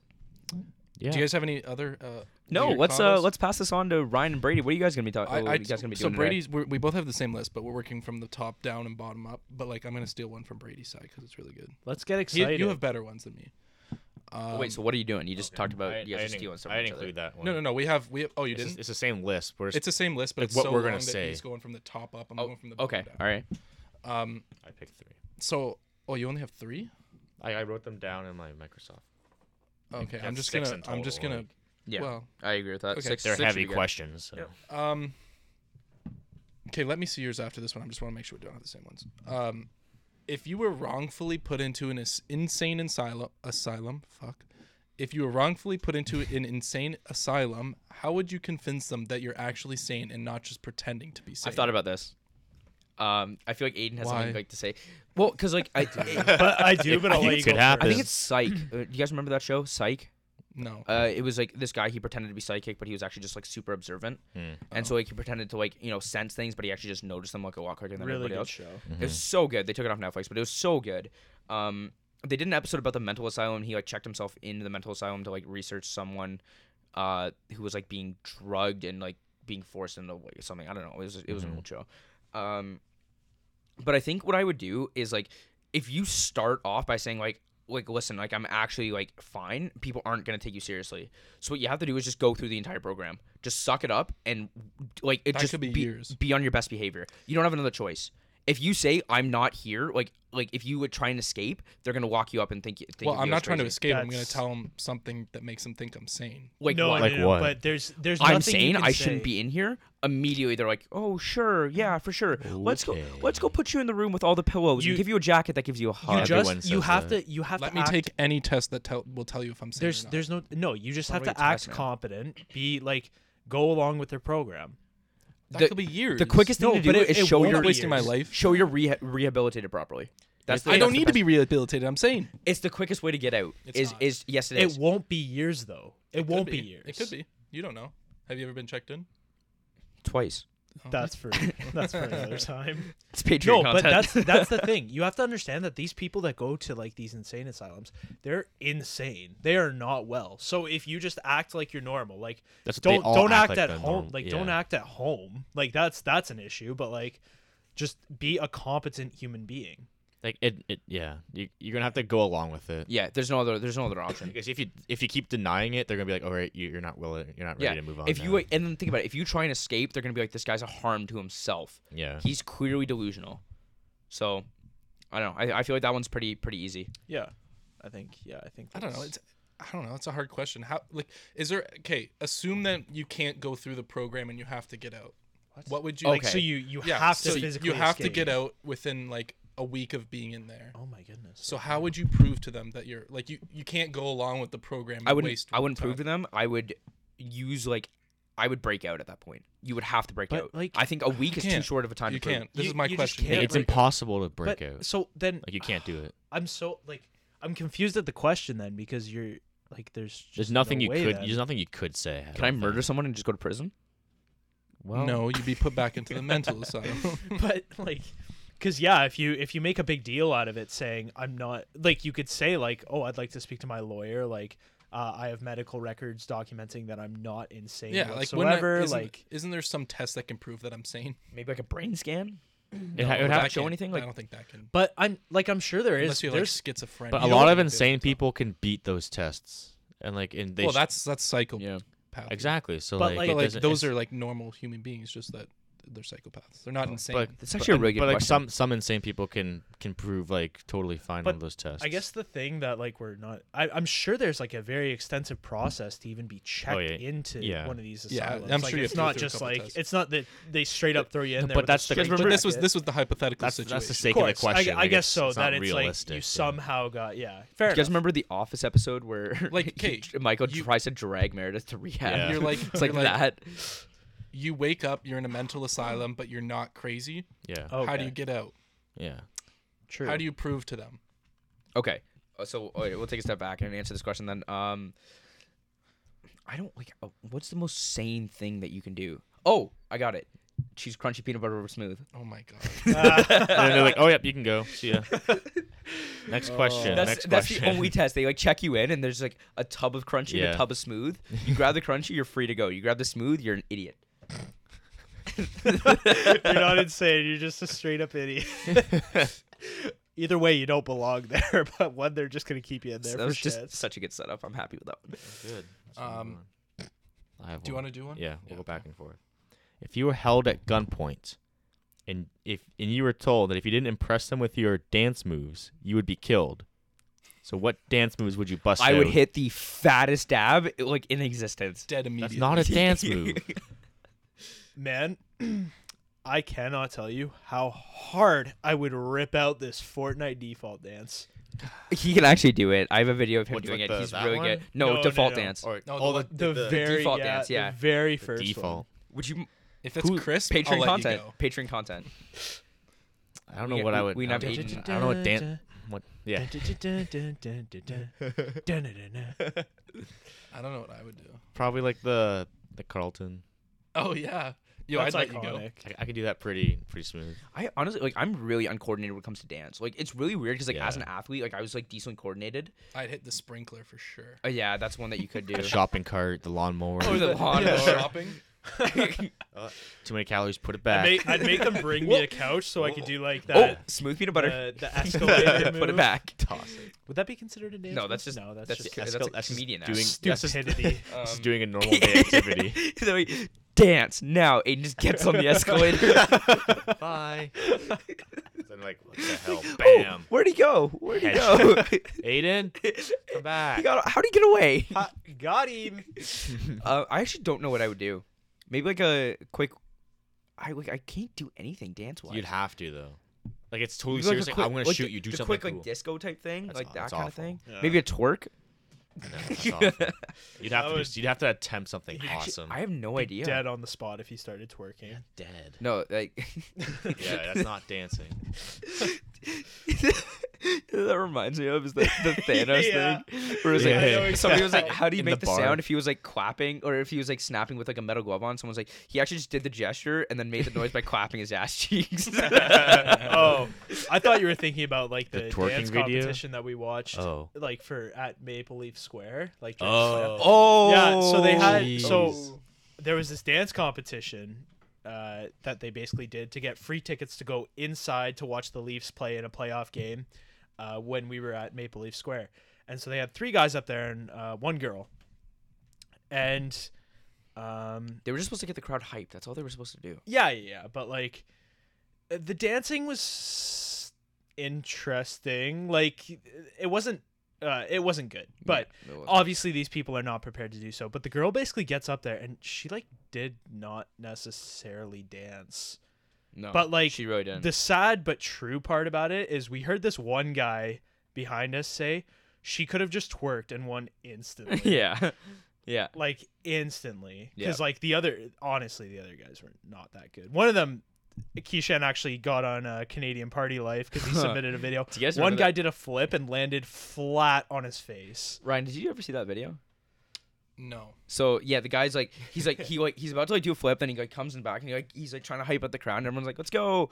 [SPEAKER 1] Yeah.
[SPEAKER 2] Do you guys have any other? Uh,
[SPEAKER 3] No,
[SPEAKER 2] weird
[SPEAKER 3] let's uh,
[SPEAKER 2] combos?
[SPEAKER 3] let's pass this on to Ryan and Brady. What are you guys going to be talking?
[SPEAKER 2] I,
[SPEAKER 3] what
[SPEAKER 2] I,
[SPEAKER 3] are Uh, oh, you guys going to be
[SPEAKER 2] so
[SPEAKER 3] doing? today?
[SPEAKER 2] Brady's we're, we both have the same list, but we're working from the top down and bottom up. But like I'm gonna steal one from Brady's side because it's really good.
[SPEAKER 4] Let's get
[SPEAKER 2] He-
[SPEAKER 4] excited.
[SPEAKER 2] you have better ones than me. Um,
[SPEAKER 3] Oh, Wait, so what are you doing? You just talked about you guys are
[SPEAKER 1] didn't-
[SPEAKER 3] stealing stuff.
[SPEAKER 1] I
[SPEAKER 3] from
[SPEAKER 1] didn't
[SPEAKER 3] each other.
[SPEAKER 1] include that one.
[SPEAKER 2] no, no, no. We have we have. Oh, you
[SPEAKER 1] It's,
[SPEAKER 2] didn't.
[SPEAKER 1] just- it's the same list. We're just,
[SPEAKER 2] It's the same list, but
[SPEAKER 1] like
[SPEAKER 2] it's
[SPEAKER 1] what
[SPEAKER 2] so
[SPEAKER 1] we're gonna
[SPEAKER 2] long that
[SPEAKER 1] say.
[SPEAKER 2] He's going from the top up. I'm
[SPEAKER 3] Oh,
[SPEAKER 2] going from the bottom
[SPEAKER 3] Okay, all
[SPEAKER 2] down.
[SPEAKER 3] right.
[SPEAKER 2] Um.
[SPEAKER 1] I picked three.
[SPEAKER 2] So, oh, you only have three.
[SPEAKER 1] I, I wrote them down in my Microsoft.
[SPEAKER 2] Okay, I'm
[SPEAKER 1] that's
[SPEAKER 2] just
[SPEAKER 1] six
[SPEAKER 2] gonna.
[SPEAKER 1] in
[SPEAKER 2] I'm just
[SPEAKER 1] total,
[SPEAKER 2] gonna.
[SPEAKER 1] like-
[SPEAKER 3] Yeah,
[SPEAKER 2] Well,
[SPEAKER 3] I agree with that.
[SPEAKER 2] Okay.
[SPEAKER 3] Six,
[SPEAKER 1] They're
[SPEAKER 3] six should
[SPEAKER 1] heavy
[SPEAKER 3] be good.
[SPEAKER 1] questions. *laughs* So.
[SPEAKER 2] um. Okay, let me see yours after this one. I just want to make sure we don't have the same ones. Um, if you were wrongfully put into an ins- insane asylum, asylum, fuck. If you were wrongfully put into an insane asylum, how would you convince them that you're actually sane and not just pretending to be sane?
[SPEAKER 3] I've thought about this. Um, I feel like Aiden has
[SPEAKER 2] Why?
[SPEAKER 3] something like to say. Well, because like I, I
[SPEAKER 4] but *laughs* I do, but I'll
[SPEAKER 1] think
[SPEAKER 4] let
[SPEAKER 1] it
[SPEAKER 4] you
[SPEAKER 1] could
[SPEAKER 4] go
[SPEAKER 1] happen.
[SPEAKER 4] first. *clears throat*
[SPEAKER 3] think it's Psych. Uh, Do you guys remember that show, Psych?
[SPEAKER 2] no.
[SPEAKER 3] Uh, it was like this guy. He pretended to be psychic, but he was actually just like super observant, and
[SPEAKER 4] Oh.
[SPEAKER 3] so like he pretended to like you know sense things, but he actually just noticed them like a lot quicker than
[SPEAKER 4] really
[SPEAKER 3] everybody
[SPEAKER 4] good
[SPEAKER 3] else.
[SPEAKER 4] show.
[SPEAKER 3] It was so good. They took it off Netflix, but it was so good. Um, they did an episode about the mental asylum. He like checked himself into the mental asylum to like research someone, uh, who was like being drugged and like being forced into like, something. I don't know. It was it was an old show. Um, but I think what I would do is like if you start off by saying like like listen like I'm actually like fine, people aren't gonna take you seriously. So what you have to do is just go through the entire program, just suck it up, and like it
[SPEAKER 2] That
[SPEAKER 3] just
[SPEAKER 2] could be years.
[SPEAKER 3] be on your best behavior. You don't have another choice. If you say I'm not here, like like if you would try and escape, they're gonna lock you up and think. think
[SPEAKER 2] well, I'm not trying to escape. I'm gonna
[SPEAKER 4] That's-
[SPEAKER 2] tell them something that makes them think I'm sane.
[SPEAKER 3] Like
[SPEAKER 4] no,
[SPEAKER 3] what?
[SPEAKER 1] Like
[SPEAKER 4] no, no,
[SPEAKER 1] what?
[SPEAKER 4] But there's there's
[SPEAKER 3] I'm
[SPEAKER 4] nothing you
[SPEAKER 3] sane.
[SPEAKER 4] can
[SPEAKER 3] I shouldn't
[SPEAKER 4] say.
[SPEAKER 3] be in here. Immediately, they're like, "Oh, sure, yeah, for sure. Let's go. Let's go put you in the room with all the pillows
[SPEAKER 4] You-
[SPEAKER 3] and give you a jacket that gives you a hug."
[SPEAKER 4] You
[SPEAKER 1] Everyone
[SPEAKER 4] just you
[SPEAKER 1] says
[SPEAKER 4] have
[SPEAKER 1] that.
[SPEAKER 4] to you have
[SPEAKER 2] Let
[SPEAKER 4] to
[SPEAKER 2] me
[SPEAKER 4] act-
[SPEAKER 2] take any test that tell will tell you if I'm sane. or
[SPEAKER 4] There's
[SPEAKER 2] not.
[SPEAKER 4] there's no no. You just have
[SPEAKER 3] What are
[SPEAKER 4] to
[SPEAKER 3] we
[SPEAKER 4] act
[SPEAKER 3] talking about?
[SPEAKER 4] competent. Be like go along with their program.
[SPEAKER 2] that
[SPEAKER 3] the-
[SPEAKER 2] could be years.
[SPEAKER 3] the quickest thing
[SPEAKER 4] No,
[SPEAKER 3] to do
[SPEAKER 4] but it-
[SPEAKER 3] is
[SPEAKER 4] it
[SPEAKER 3] show
[SPEAKER 4] won't
[SPEAKER 3] your
[SPEAKER 4] be
[SPEAKER 2] wasting my
[SPEAKER 4] years.
[SPEAKER 2] life.
[SPEAKER 3] show you're reha- rehabilitated properly. That's the,
[SPEAKER 2] I don't
[SPEAKER 3] that's the
[SPEAKER 2] need to
[SPEAKER 3] best-
[SPEAKER 2] be rehabilitated. I'm sane.
[SPEAKER 3] It's the quickest way to get out.
[SPEAKER 2] It's
[SPEAKER 3] is
[SPEAKER 2] not.
[SPEAKER 3] is yes, it
[SPEAKER 4] It
[SPEAKER 3] is.
[SPEAKER 4] won't be years though. It,
[SPEAKER 2] Could
[SPEAKER 4] won't be. years.
[SPEAKER 2] It could be. You don't know. Have you ever been checked in?
[SPEAKER 3] Twice.
[SPEAKER 4] *laughs* That's for that's
[SPEAKER 2] *laughs*
[SPEAKER 4] for another time.
[SPEAKER 3] It's Patreon
[SPEAKER 4] no,
[SPEAKER 3] content.
[SPEAKER 4] but that's
[SPEAKER 3] *laughs*
[SPEAKER 4] that's the thing. You have to understand that these people that go to like these insane asylums, they're insane. They are not well. So if you just act like you're normal, like
[SPEAKER 1] That's what they
[SPEAKER 4] don't
[SPEAKER 1] all
[SPEAKER 4] don't
[SPEAKER 1] act
[SPEAKER 4] act,
[SPEAKER 1] like
[SPEAKER 4] at
[SPEAKER 1] they're
[SPEAKER 4] home,
[SPEAKER 1] normal.
[SPEAKER 4] like don't
[SPEAKER 1] Yeah.
[SPEAKER 4] act at home. Like that's that's an issue, but like just be a competent human being.
[SPEAKER 1] Like it, it yeah. You, you're gonna have to go along with it.
[SPEAKER 3] yeah. There's no other. There's no other option.
[SPEAKER 1] Because if you if you keep denying it, they're gonna be like, "All right, you, you're not willing, you're not ready
[SPEAKER 3] yeah.
[SPEAKER 1] to move on."
[SPEAKER 3] if you
[SPEAKER 1] now."
[SPEAKER 3] like, and then think about it. If you try and escape, they're gonna be like, "This guy's a harm to himself.
[SPEAKER 1] yeah,
[SPEAKER 3] He's clearly delusional." So, I don't know. I, I feel like that one's pretty pretty easy.
[SPEAKER 4] Yeah. I think yeah, I think
[SPEAKER 2] I don't know. It's I don't know. That's a hard question. How like is there okay? Assume that you can't go through the program and you have to get out. What, would you
[SPEAKER 4] Like
[SPEAKER 3] Okay.
[SPEAKER 4] so you you
[SPEAKER 2] Yeah,
[SPEAKER 4] have
[SPEAKER 2] so
[SPEAKER 4] to
[SPEAKER 2] you-
[SPEAKER 4] physically
[SPEAKER 2] you have to
[SPEAKER 4] escape.
[SPEAKER 2] get out within like a week of being in there.
[SPEAKER 4] Oh my goodness.
[SPEAKER 2] So how would you prove to them that you're like you you can't go along with the program? And
[SPEAKER 3] I wouldn't.
[SPEAKER 2] Waste
[SPEAKER 3] I wouldn't
[SPEAKER 2] time?
[SPEAKER 3] prove to them. I would use like, I would break out at that point. You would have to break
[SPEAKER 4] But,
[SPEAKER 3] out.
[SPEAKER 4] like,
[SPEAKER 3] I think a week is too
[SPEAKER 2] can't.
[SPEAKER 3] short of a time
[SPEAKER 2] You
[SPEAKER 3] to prove.
[SPEAKER 2] can't. This
[SPEAKER 4] You-
[SPEAKER 2] is my
[SPEAKER 4] you just
[SPEAKER 2] question.
[SPEAKER 4] can't
[SPEAKER 1] it's impossible to break
[SPEAKER 4] But
[SPEAKER 1] out.
[SPEAKER 4] so then
[SPEAKER 1] Like you can't do it.
[SPEAKER 4] I'm so like I'm confused at the question then because you're like there's just
[SPEAKER 1] There's nothing
[SPEAKER 4] no
[SPEAKER 1] you
[SPEAKER 4] way
[SPEAKER 1] could.
[SPEAKER 4] then.
[SPEAKER 1] There's nothing you could say.
[SPEAKER 3] Can I murder someone and just go to prison?
[SPEAKER 1] Well,
[SPEAKER 2] No, you'd be put back into the mental
[SPEAKER 3] *laughs*
[SPEAKER 2] asylum.
[SPEAKER 4] *laughs* but like because yeah if you if you make a big deal out of it saying i'm not like you could say like oh i'd like to speak to my lawyer like uh, i have medical records documenting that i'm not insane
[SPEAKER 2] yeah, like when I,
[SPEAKER 4] whatsoever
[SPEAKER 2] isn't,
[SPEAKER 4] like
[SPEAKER 2] isn't there some test that can prove that I'm sane?
[SPEAKER 3] Maybe like a brain scan.
[SPEAKER 1] It, ha- it would
[SPEAKER 3] Would
[SPEAKER 1] have
[SPEAKER 3] that
[SPEAKER 2] That
[SPEAKER 3] show
[SPEAKER 2] can't-
[SPEAKER 3] anything?
[SPEAKER 2] I
[SPEAKER 3] Like-
[SPEAKER 2] don't think that can.
[SPEAKER 4] but i'm like i'm sure there is
[SPEAKER 2] Unless you're like
[SPEAKER 4] there's
[SPEAKER 2] schizophrenic.
[SPEAKER 1] But a
[SPEAKER 2] you
[SPEAKER 1] lot
[SPEAKER 2] don't
[SPEAKER 1] of
[SPEAKER 2] think they-
[SPEAKER 1] insane people can beat those tests, and like, and they.
[SPEAKER 2] Well,
[SPEAKER 1] sh-
[SPEAKER 2] that's that's psychopath.
[SPEAKER 3] Yeah.
[SPEAKER 1] exactly. So
[SPEAKER 4] But,
[SPEAKER 1] like,
[SPEAKER 4] like-
[SPEAKER 1] it
[SPEAKER 2] But like
[SPEAKER 1] doesn't-
[SPEAKER 2] those
[SPEAKER 1] it's-
[SPEAKER 2] are like normal human beings, just that they're psychopaths. They're not insane.
[SPEAKER 1] Oh, But
[SPEAKER 3] That's actually a
[SPEAKER 1] but-
[SPEAKER 3] really good
[SPEAKER 1] But like
[SPEAKER 3] question.
[SPEAKER 1] some some insane people can can prove like totally fine
[SPEAKER 4] But
[SPEAKER 1] on those tests.
[SPEAKER 4] i guess the thing that like we're not I, i'm sure there's like a very extensive process to even be checked
[SPEAKER 1] Oh, yeah.
[SPEAKER 4] into
[SPEAKER 1] Yeah.
[SPEAKER 4] one of these
[SPEAKER 2] Yeah,
[SPEAKER 4] asylums
[SPEAKER 2] I'm
[SPEAKER 4] like,
[SPEAKER 2] sure you have
[SPEAKER 4] it's
[SPEAKER 2] to go
[SPEAKER 4] not
[SPEAKER 2] through a
[SPEAKER 4] just
[SPEAKER 2] couple
[SPEAKER 4] like
[SPEAKER 2] tests.
[SPEAKER 4] it's not that they straight up throw you in there
[SPEAKER 1] but
[SPEAKER 4] with a
[SPEAKER 1] that's the-
[SPEAKER 4] straight
[SPEAKER 1] Because
[SPEAKER 2] but this was
[SPEAKER 4] jacket.
[SPEAKER 2] this was the hypothetical
[SPEAKER 1] that's
[SPEAKER 2] situation.
[SPEAKER 1] that's the sake of the
[SPEAKER 4] Of course,
[SPEAKER 1] question.
[SPEAKER 4] I, I
[SPEAKER 1] Like,
[SPEAKER 4] guess
[SPEAKER 1] it's-
[SPEAKER 4] so.
[SPEAKER 1] it's
[SPEAKER 4] that
[SPEAKER 1] not
[SPEAKER 4] it's
[SPEAKER 1] realistic.
[SPEAKER 4] like you
[SPEAKER 1] yeah.
[SPEAKER 4] somehow got yeah. Fair
[SPEAKER 3] Do you guys
[SPEAKER 4] enough.
[SPEAKER 3] remember the Office episode where
[SPEAKER 2] Like,
[SPEAKER 3] *laughs* he-
[SPEAKER 2] okay,
[SPEAKER 3] Michael
[SPEAKER 2] you-
[SPEAKER 3] tries to drag Meredith to rehab?
[SPEAKER 1] Yeah.
[SPEAKER 2] You're like
[SPEAKER 3] it's like
[SPEAKER 2] you're
[SPEAKER 3] that.
[SPEAKER 2] You wake up, you're in a mental asylum, but you're not crazy.
[SPEAKER 1] Yeah.
[SPEAKER 2] How do
[SPEAKER 4] Okay.
[SPEAKER 2] you get out?
[SPEAKER 1] Yeah. *laughs*
[SPEAKER 4] True.
[SPEAKER 2] How do you prove to them?
[SPEAKER 3] Okay, uh, so all right, we'll take a step back and answer this question then. Um, I don't like. uh, What's the most sane thing that you can do? Oh, I got it. Cheese crunchy peanut butter over smooth.
[SPEAKER 2] Oh my god.
[SPEAKER 1] and then they're like, "Oh, yep, you can go. See ya." Next question.
[SPEAKER 3] that's
[SPEAKER 1] next
[SPEAKER 3] that's
[SPEAKER 1] question.
[SPEAKER 3] the
[SPEAKER 1] *laughs*
[SPEAKER 3] only test. They like check you in, and there's like a tub of crunchy and
[SPEAKER 1] Yeah.
[SPEAKER 3] a tub of smooth. You grab the crunchy, you're free to go. You grab the smooth, you're an idiot.
[SPEAKER 4] *laughs* You're not insane. You're just a straight
[SPEAKER 2] *laughs*
[SPEAKER 4] up idiot. Either way, you don't belong there. *laughs* But one, they're just gonna keep you in there
[SPEAKER 3] So that
[SPEAKER 4] for
[SPEAKER 3] was
[SPEAKER 4] shit.
[SPEAKER 3] just such a good setup. I'm happy with that one.
[SPEAKER 1] Good.
[SPEAKER 2] Um,
[SPEAKER 1] I have
[SPEAKER 2] do you
[SPEAKER 1] one.
[SPEAKER 2] want to do one?
[SPEAKER 1] Yeah, we'll go
[SPEAKER 2] Yeah, okay.
[SPEAKER 1] back and forth. If you were held at gunpoint, and if and you were told that if you didn't impress them with your dance moves, you would be killed. So what dance moves would you bust?
[SPEAKER 3] I would
[SPEAKER 1] out?
[SPEAKER 3] hit the fattest dab like in existence.
[SPEAKER 2] Dead
[SPEAKER 1] That's
[SPEAKER 2] immediately.
[SPEAKER 1] not a dance
[SPEAKER 3] *laughs*
[SPEAKER 1] move.
[SPEAKER 4] Man, *clears throat* I cannot tell you how hard I would rip out this Fortnite default dance.
[SPEAKER 3] He can actually do it. I have a video of him
[SPEAKER 1] What,
[SPEAKER 3] doing
[SPEAKER 1] like
[SPEAKER 3] it.
[SPEAKER 1] the-
[SPEAKER 3] He's
[SPEAKER 1] that
[SPEAKER 3] really good.
[SPEAKER 1] one?
[SPEAKER 3] No,
[SPEAKER 4] No, no,
[SPEAKER 3] default
[SPEAKER 4] no.
[SPEAKER 3] dance.
[SPEAKER 1] Or
[SPEAKER 2] No,
[SPEAKER 1] all
[SPEAKER 2] the-
[SPEAKER 1] Oh, the,
[SPEAKER 4] The, very
[SPEAKER 3] default
[SPEAKER 4] yeah,
[SPEAKER 3] dance, yeah.
[SPEAKER 4] The very first one.
[SPEAKER 1] default.
[SPEAKER 3] Would you
[SPEAKER 2] If it's crisp, I'll
[SPEAKER 3] Patreon
[SPEAKER 2] let
[SPEAKER 3] content?
[SPEAKER 2] you go.
[SPEAKER 3] Patreon content.
[SPEAKER 1] I don't know
[SPEAKER 3] We-
[SPEAKER 1] what I
[SPEAKER 3] we-
[SPEAKER 1] would.
[SPEAKER 3] we
[SPEAKER 1] I
[SPEAKER 3] have
[SPEAKER 1] don't-
[SPEAKER 3] Aiden.
[SPEAKER 1] I don't know what dance. What?
[SPEAKER 4] *laughs*
[SPEAKER 1] Yeah.
[SPEAKER 2] I don't know what I would do.
[SPEAKER 1] Probably like the the Carlton.
[SPEAKER 2] Oh yeah. Yo,
[SPEAKER 4] That's
[SPEAKER 2] I'd let you go.
[SPEAKER 4] iconic.
[SPEAKER 1] I, I could do that pretty pretty smooth.
[SPEAKER 3] I honestly like. I'm really uncoordinated when it comes to dance. Like it's really weird because like as an
[SPEAKER 1] Yeah.
[SPEAKER 3] athlete, like I was like decently coordinated.
[SPEAKER 2] I'd hit the sprinkler for sure.
[SPEAKER 3] Uh, yeah, that's one that
[SPEAKER 1] *laughs*
[SPEAKER 3] you could do.
[SPEAKER 1] The shopping cart, the lawnmower.
[SPEAKER 3] Oh,
[SPEAKER 4] *laughs*
[SPEAKER 3] the *laughs* lawnmower.
[SPEAKER 2] Shopping.
[SPEAKER 3] *laughs*
[SPEAKER 1] Too many calories. Put it back.
[SPEAKER 4] Make- I'd make them bring me a couch so I could do like
[SPEAKER 3] oh,
[SPEAKER 4] that. uh,
[SPEAKER 3] smooth peanut butter. *laughs*
[SPEAKER 4] the, the escalator
[SPEAKER 3] Put it
[SPEAKER 4] move.
[SPEAKER 3] back.
[SPEAKER 4] Would that be considered a dance?
[SPEAKER 3] No,
[SPEAKER 4] move?
[SPEAKER 3] that's just
[SPEAKER 4] no. That's,
[SPEAKER 3] that's,
[SPEAKER 4] just
[SPEAKER 3] just, that's,
[SPEAKER 1] Escal-
[SPEAKER 3] a
[SPEAKER 1] that's just
[SPEAKER 3] comedian
[SPEAKER 1] doing-
[SPEAKER 3] act.
[SPEAKER 1] that's just-
[SPEAKER 4] stupidity.
[SPEAKER 3] um,
[SPEAKER 1] Just
[SPEAKER 3] *laughs*
[SPEAKER 1] doing a normal day activity.
[SPEAKER 3] So he- dance now. Aiden just gets on the escalator.
[SPEAKER 1] *laughs* Bye. then like, what the hell?
[SPEAKER 3] Oh,
[SPEAKER 1] Bam.
[SPEAKER 3] where'd he go? Where'd he go?
[SPEAKER 1] Headshot. Aiden, come
[SPEAKER 3] *laughs* he
[SPEAKER 1] back.
[SPEAKER 3] got, how'd he get
[SPEAKER 1] *laughs*
[SPEAKER 3] away?
[SPEAKER 4] *laughs* Ha, got him.
[SPEAKER 3] Uh, I actually don't know what I would do. Maybe like a quick. I like I can't do anything dance wise.
[SPEAKER 1] You'd have to though. Like it's totally
[SPEAKER 3] Maybe like a
[SPEAKER 1] serious. Like, I'm
[SPEAKER 3] quick-
[SPEAKER 1] gonna
[SPEAKER 3] like
[SPEAKER 1] shoot
[SPEAKER 3] the-
[SPEAKER 1] you. Do
[SPEAKER 3] the
[SPEAKER 1] something
[SPEAKER 3] quick
[SPEAKER 1] cool.
[SPEAKER 3] like disco type thing,
[SPEAKER 1] That's
[SPEAKER 3] like
[SPEAKER 1] aw-
[SPEAKER 3] that
[SPEAKER 1] that's
[SPEAKER 3] kind of
[SPEAKER 1] awful.
[SPEAKER 3] thing.
[SPEAKER 4] Yeah.
[SPEAKER 3] Maybe a twerk.
[SPEAKER 1] No, *laughs* that's
[SPEAKER 3] *laughs*
[SPEAKER 1] awful. you'd have
[SPEAKER 4] That
[SPEAKER 1] to.
[SPEAKER 4] would-
[SPEAKER 1] just- you'd have to attempt something
[SPEAKER 4] Actually,
[SPEAKER 1] awesome.
[SPEAKER 3] I have no idea.
[SPEAKER 4] Dead on the spot if he started twerking.
[SPEAKER 1] Dead.
[SPEAKER 3] No, like.
[SPEAKER 1] Yeah, that's *laughs* not dancing.
[SPEAKER 3] *laughs* that reminds me of is the, the Thanos
[SPEAKER 4] Yeah.
[SPEAKER 3] thing, where it was like
[SPEAKER 1] Yeah. I know
[SPEAKER 3] *laughs* somebody was like,
[SPEAKER 4] exactly.
[SPEAKER 3] "How do you
[SPEAKER 1] In
[SPEAKER 3] make
[SPEAKER 1] the
[SPEAKER 3] the,
[SPEAKER 1] bar.
[SPEAKER 3] sound?" If he was like clapping, or if he was like snapping with like a metal glove on, someone's like, "He actually just did the gesture and then made the noise by clapping his ass cheeks." *laughs*
[SPEAKER 4] oh, I thought you were thinking about like the,
[SPEAKER 1] The twerking
[SPEAKER 4] dance
[SPEAKER 1] video?
[SPEAKER 4] competition that we watched,
[SPEAKER 1] Oh.
[SPEAKER 4] like for at Maple Leaf Square, like. during
[SPEAKER 1] Oh.
[SPEAKER 4] snap.
[SPEAKER 3] oh,
[SPEAKER 4] Yeah, so they had
[SPEAKER 1] Jeez.
[SPEAKER 4] so there was this dance competition uh, that they basically did to get free tickets to go inside to watch the Leafs play in a playoff game uh, when we were at Maple Leaf Square, and so they had three guys up there and uh, one girl, and um,
[SPEAKER 3] They were just supposed to get the crowd hyped. That's all they were supposed to do.
[SPEAKER 4] yeah, yeah, yeah, but like uh, the dancing was interesting. Like it wasn't uh, it wasn't good. But
[SPEAKER 3] Yeah, it wasn't.
[SPEAKER 4] obviously these people are not prepared to do so. But the girl basically gets up there and she like did not necessarily dance.
[SPEAKER 3] No,
[SPEAKER 4] but, like,
[SPEAKER 3] she really didn't.
[SPEAKER 4] The sad but true part about it is we heard this one guy behind us say she could have just twerked and won instantly.
[SPEAKER 3] *laughs* *laughs* yeah, yeah.
[SPEAKER 4] Like instantly, because
[SPEAKER 3] Yeah.
[SPEAKER 4] like the other, honestly, the other guys were not that good. One of them, Keyshan actually got on uh, Canadian Party
[SPEAKER 3] *laughs*
[SPEAKER 4] Life because he submitted a video.
[SPEAKER 3] Do you guys
[SPEAKER 4] One
[SPEAKER 3] remember
[SPEAKER 4] guy
[SPEAKER 3] that-
[SPEAKER 4] did a flip and landed flat on his face.
[SPEAKER 3] Ryan, did you ever see that video?
[SPEAKER 2] No.
[SPEAKER 3] So yeah, the guy's like, he's like, he like, he's about to like do a flip, then he like comes in back, and he like, he's like trying to hype up the crowd, and everyone's like, let's go.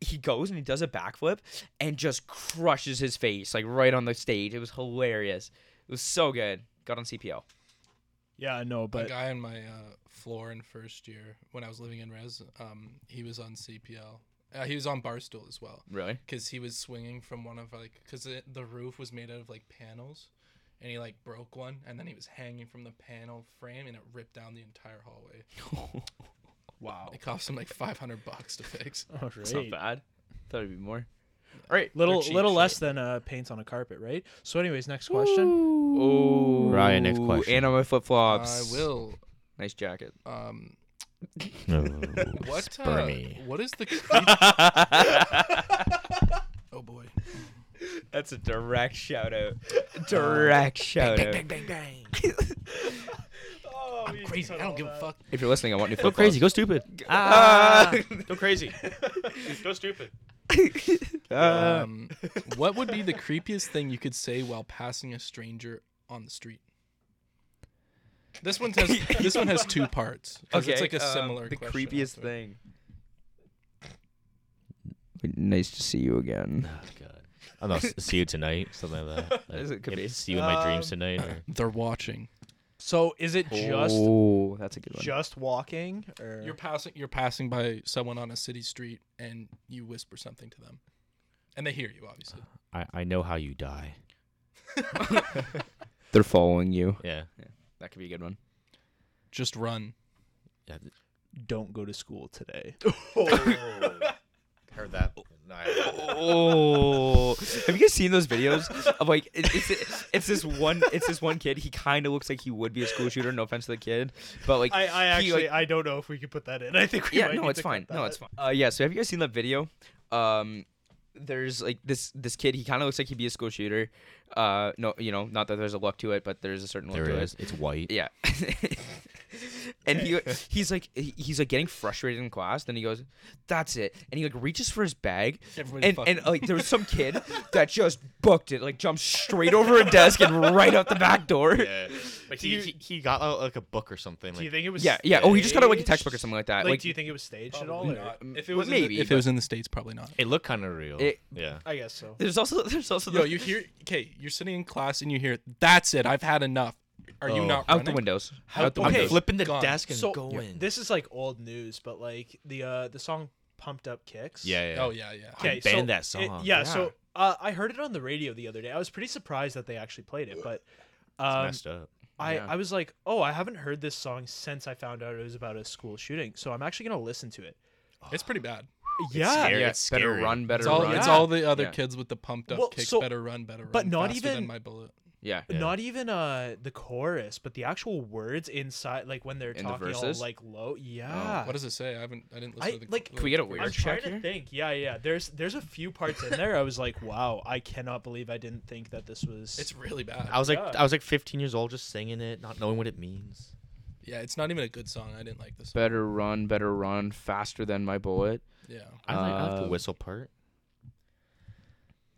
[SPEAKER 3] He goes and he does a backflip, and just crushes his face like right on the stage. It was hilarious. It was so good. Got on CPL.
[SPEAKER 4] Yeah, no,
[SPEAKER 2] a
[SPEAKER 4] but *laughs*
[SPEAKER 2] guy on my uh, floor in first year when I was living in res, um, he was on CPL. Uh, he was on Barstool as well
[SPEAKER 3] Really?
[SPEAKER 2] because he was swinging from one of like because the roof was made out of like panels, and he like broke one and then he was hanging from the panel frame and it ripped down the entire hallway.
[SPEAKER 4] *laughs* wow,
[SPEAKER 2] It cost him like five hundred bucks to fix.
[SPEAKER 4] all
[SPEAKER 3] It's not
[SPEAKER 4] right.
[SPEAKER 3] bad. Thought it'd be more. All right.
[SPEAKER 4] Little
[SPEAKER 2] cheap
[SPEAKER 4] little
[SPEAKER 2] shit.
[SPEAKER 4] less than uh, paints on a carpet, right? So, anyways, next question.
[SPEAKER 3] Oh,
[SPEAKER 1] Ryan, next question.
[SPEAKER 3] And on my flip
[SPEAKER 2] I
[SPEAKER 3] flops.
[SPEAKER 2] will.
[SPEAKER 3] Nice jacket.
[SPEAKER 2] Um,
[SPEAKER 1] what?
[SPEAKER 2] what? Uh,
[SPEAKER 1] Spermy.
[SPEAKER 2] what
[SPEAKER 4] *laughs*
[SPEAKER 2] is the? Creep- *laughs* oh boy.
[SPEAKER 3] That's a direct shout out. Direct shout out.
[SPEAKER 2] bang bang.
[SPEAKER 4] Oh, I'm
[SPEAKER 2] Crazy. I don't give a fuck.
[SPEAKER 3] If you're listening, I want new
[SPEAKER 1] Go
[SPEAKER 3] flip
[SPEAKER 1] crazy. Go stupid.
[SPEAKER 3] *laughs* Ah.
[SPEAKER 4] Go crazy. Go stupid.
[SPEAKER 3] Uh,
[SPEAKER 2] Um, what would be the creepiest thing you could say while passing a stranger on the street? This one
[SPEAKER 3] *laughs*
[SPEAKER 2] has this one has two parts. 'cause it's like a similar.
[SPEAKER 3] uh, The
[SPEAKER 2] question
[SPEAKER 3] creepiest
[SPEAKER 2] after.
[SPEAKER 3] thing. Nice to see you again.
[SPEAKER 1] God. I don't know. s- *laughs* See you tonight. Something like *laughs* that. Like,
[SPEAKER 3] Is it- could
[SPEAKER 1] maybe
[SPEAKER 3] be.
[SPEAKER 1] See you in my dreams
[SPEAKER 4] Um,
[SPEAKER 1] tonight. Or...
[SPEAKER 2] They're watching.
[SPEAKER 4] So, is it just
[SPEAKER 3] oh, that's a good one.
[SPEAKER 4] just walking, or
[SPEAKER 2] You're passing. You're passing by someone on a city street, and you whisper something to them, and they hear you. Obviously,
[SPEAKER 1] *laughs*
[SPEAKER 3] Uh-huh.
[SPEAKER 1] I, I know how you die.
[SPEAKER 3] *laughs* They're following you.
[SPEAKER 1] Yeah.
[SPEAKER 3] That could be a good one.
[SPEAKER 2] just run.
[SPEAKER 1] yeah.
[SPEAKER 4] don't go to school today?
[SPEAKER 1] Heard that.
[SPEAKER 3] Oh, *laughs* have you guys seen those *laughs* videos of like it, it's it's this one it's this one kid. He kind of looks like he would be a school shooter. No offense to the kid, but like
[SPEAKER 4] I, I
[SPEAKER 3] he,
[SPEAKER 4] actually
[SPEAKER 3] like,
[SPEAKER 4] I don't know if we could put that in. I think
[SPEAKER 3] *laughs*
[SPEAKER 4] we
[SPEAKER 3] yeah
[SPEAKER 4] might
[SPEAKER 3] no
[SPEAKER 4] need
[SPEAKER 3] it's
[SPEAKER 4] to cut
[SPEAKER 3] fine no
[SPEAKER 4] that.
[SPEAKER 3] it's fine uh yeah so have you guys seen that video um there's like this this kid he kind of looks like he'd be a school shooter uh no you know not that there's a look to it but there's a certain
[SPEAKER 1] *laughs* There
[SPEAKER 3] look
[SPEAKER 1] it
[SPEAKER 3] to
[SPEAKER 1] is. It's white.
[SPEAKER 3] it yeah *laughs* and he *laughs* he's like he- he's like getting frustrated in class then he goes that's it and he like reaches for his bag
[SPEAKER 2] Everybody
[SPEAKER 3] and, and
[SPEAKER 2] fucking-
[SPEAKER 3] like there was some kid that just booked it like jumped straight over a desk and right out the back door
[SPEAKER 1] *laughs* Like
[SPEAKER 4] he-
[SPEAKER 1] he,
[SPEAKER 4] he-
[SPEAKER 1] got out like a book or something.
[SPEAKER 4] Do you think it was?
[SPEAKER 3] yeah yeah oh he just got out like a
[SPEAKER 4] staged?
[SPEAKER 3] textbook or something like that
[SPEAKER 4] Like,
[SPEAKER 3] like,
[SPEAKER 4] do you think it was staged at all?
[SPEAKER 2] Probably
[SPEAKER 4] or-
[SPEAKER 2] not. If it
[SPEAKER 3] Well,
[SPEAKER 2] was in
[SPEAKER 3] maybe,
[SPEAKER 2] the, if
[SPEAKER 3] but-
[SPEAKER 2] it was in the states, probably not.
[SPEAKER 1] it looked kind of real.
[SPEAKER 3] It-
[SPEAKER 1] yeah.
[SPEAKER 4] I guess so.
[SPEAKER 3] there's also there's also
[SPEAKER 2] Yo,
[SPEAKER 3] the,
[SPEAKER 2] you
[SPEAKER 3] *laughs*
[SPEAKER 2] hear? Okay, you're sitting in class and you hear, "That's it. I've had enough." Are you
[SPEAKER 1] Oh.
[SPEAKER 2] not
[SPEAKER 3] out
[SPEAKER 2] running?
[SPEAKER 3] the windows
[SPEAKER 2] How-
[SPEAKER 3] out the
[SPEAKER 2] okay,
[SPEAKER 3] windows.
[SPEAKER 2] flip- flipping the desk
[SPEAKER 4] So
[SPEAKER 1] going.
[SPEAKER 4] this is like old news, but like the uh the song "Pumped Up Kicks."
[SPEAKER 1] yeah, yeah.
[SPEAKER 2] Oh yeah, yeah.
[SPEAKER 1] I banned that song.
[SPEAKER 4] yeah, so uh, I heard it on the radio the other day. I was pretty surprised that they actually played it, but um,
[SPEAKER 1] messed up.
[SPEAKER 4] I,
[SPEAKER 3] Yeah.
[SPEAKER 4] I was like, oh, I haven't heard this song since I found out it was about a school shooting, so I'm actually gonna listen to it.
[SPEAKER 2] It's pretty bad.
[SPEAKER 4] yeah,
[SPEAKER 1] scary.
[SPEAKER 3] yeah,
[SPEAKER 1] it's
[SPEAKER 3] better
[SPEAKER 1] scary.
[SPEAKER 3] run, better
[SPEAKER 2] It's all,
[SPEAKER 3] run.
[SPEAKER 2] it's all the other
[SPEAKER 3] Yeah.
[SPEAKER 2] kids with the pumped up
[SPEAKER 4] Well,
[SPEAKER 2] kicks.
[SPEAKER 4] so-
[SPEAKER 2] better run, better run.
[SPEAKER 4] but not
[SPEAKER 2] faster than
[SPEAKER 4] even-
[SPEAKER 2] my bullet.
[SPEAKER 3] yeah.
[SPEAKER 1] Yeah.
[SPEAKER 4] not even uh the chorus, but the actual words inside, like when they're
[SPEAKER 3] In the
[SPEAKER 4] talking all
[SPEAKER 3] verses?
[SPEAKER 4] like low.
[SPEAKER 1] Oh.
[SPEAKER 4] Yeah,
[SPEAKER 2] What does it say? I haven't. I didn't
[SPEAKER 4] Ah. I-
[SPEAKER 2] listen to the.
[SPEAKER 4] like-
[SPEAKER 2] the
[SPEAKER 4] Can
[SPEAKER 3] we get a
[SPEAKER 2] chorus.
[SPEAKER 3] weird
[SPEAKER 4] I'm
[SPEAKER 3] Ear check
[SPEAKER 4] trying to
[SPEAKER 3] here?
[SPEAKER 4] think. Yeah, yeah. There's there's a few parts in there. I was like, wow, I cannot believe I didn't think that this was.
[SPEAKER 2] It's really bad.
[SPEAKER 1] I was like,
[SPEAKER 4] God.
[SPEAKER 1] I was like 15 years old, just singing it, not knowing what it means.
[SPEAKER 2] Yeah, it's not even a good song. I didn't like this. Song.
[SPEAKER 3] Better run, better run, faster than my bullet.
[SPEAKER 2] Yeah.
[SPEAKER 1] I like, I like the
[SPEAKER 3] Um,
[SPEAKER 1] whistle part.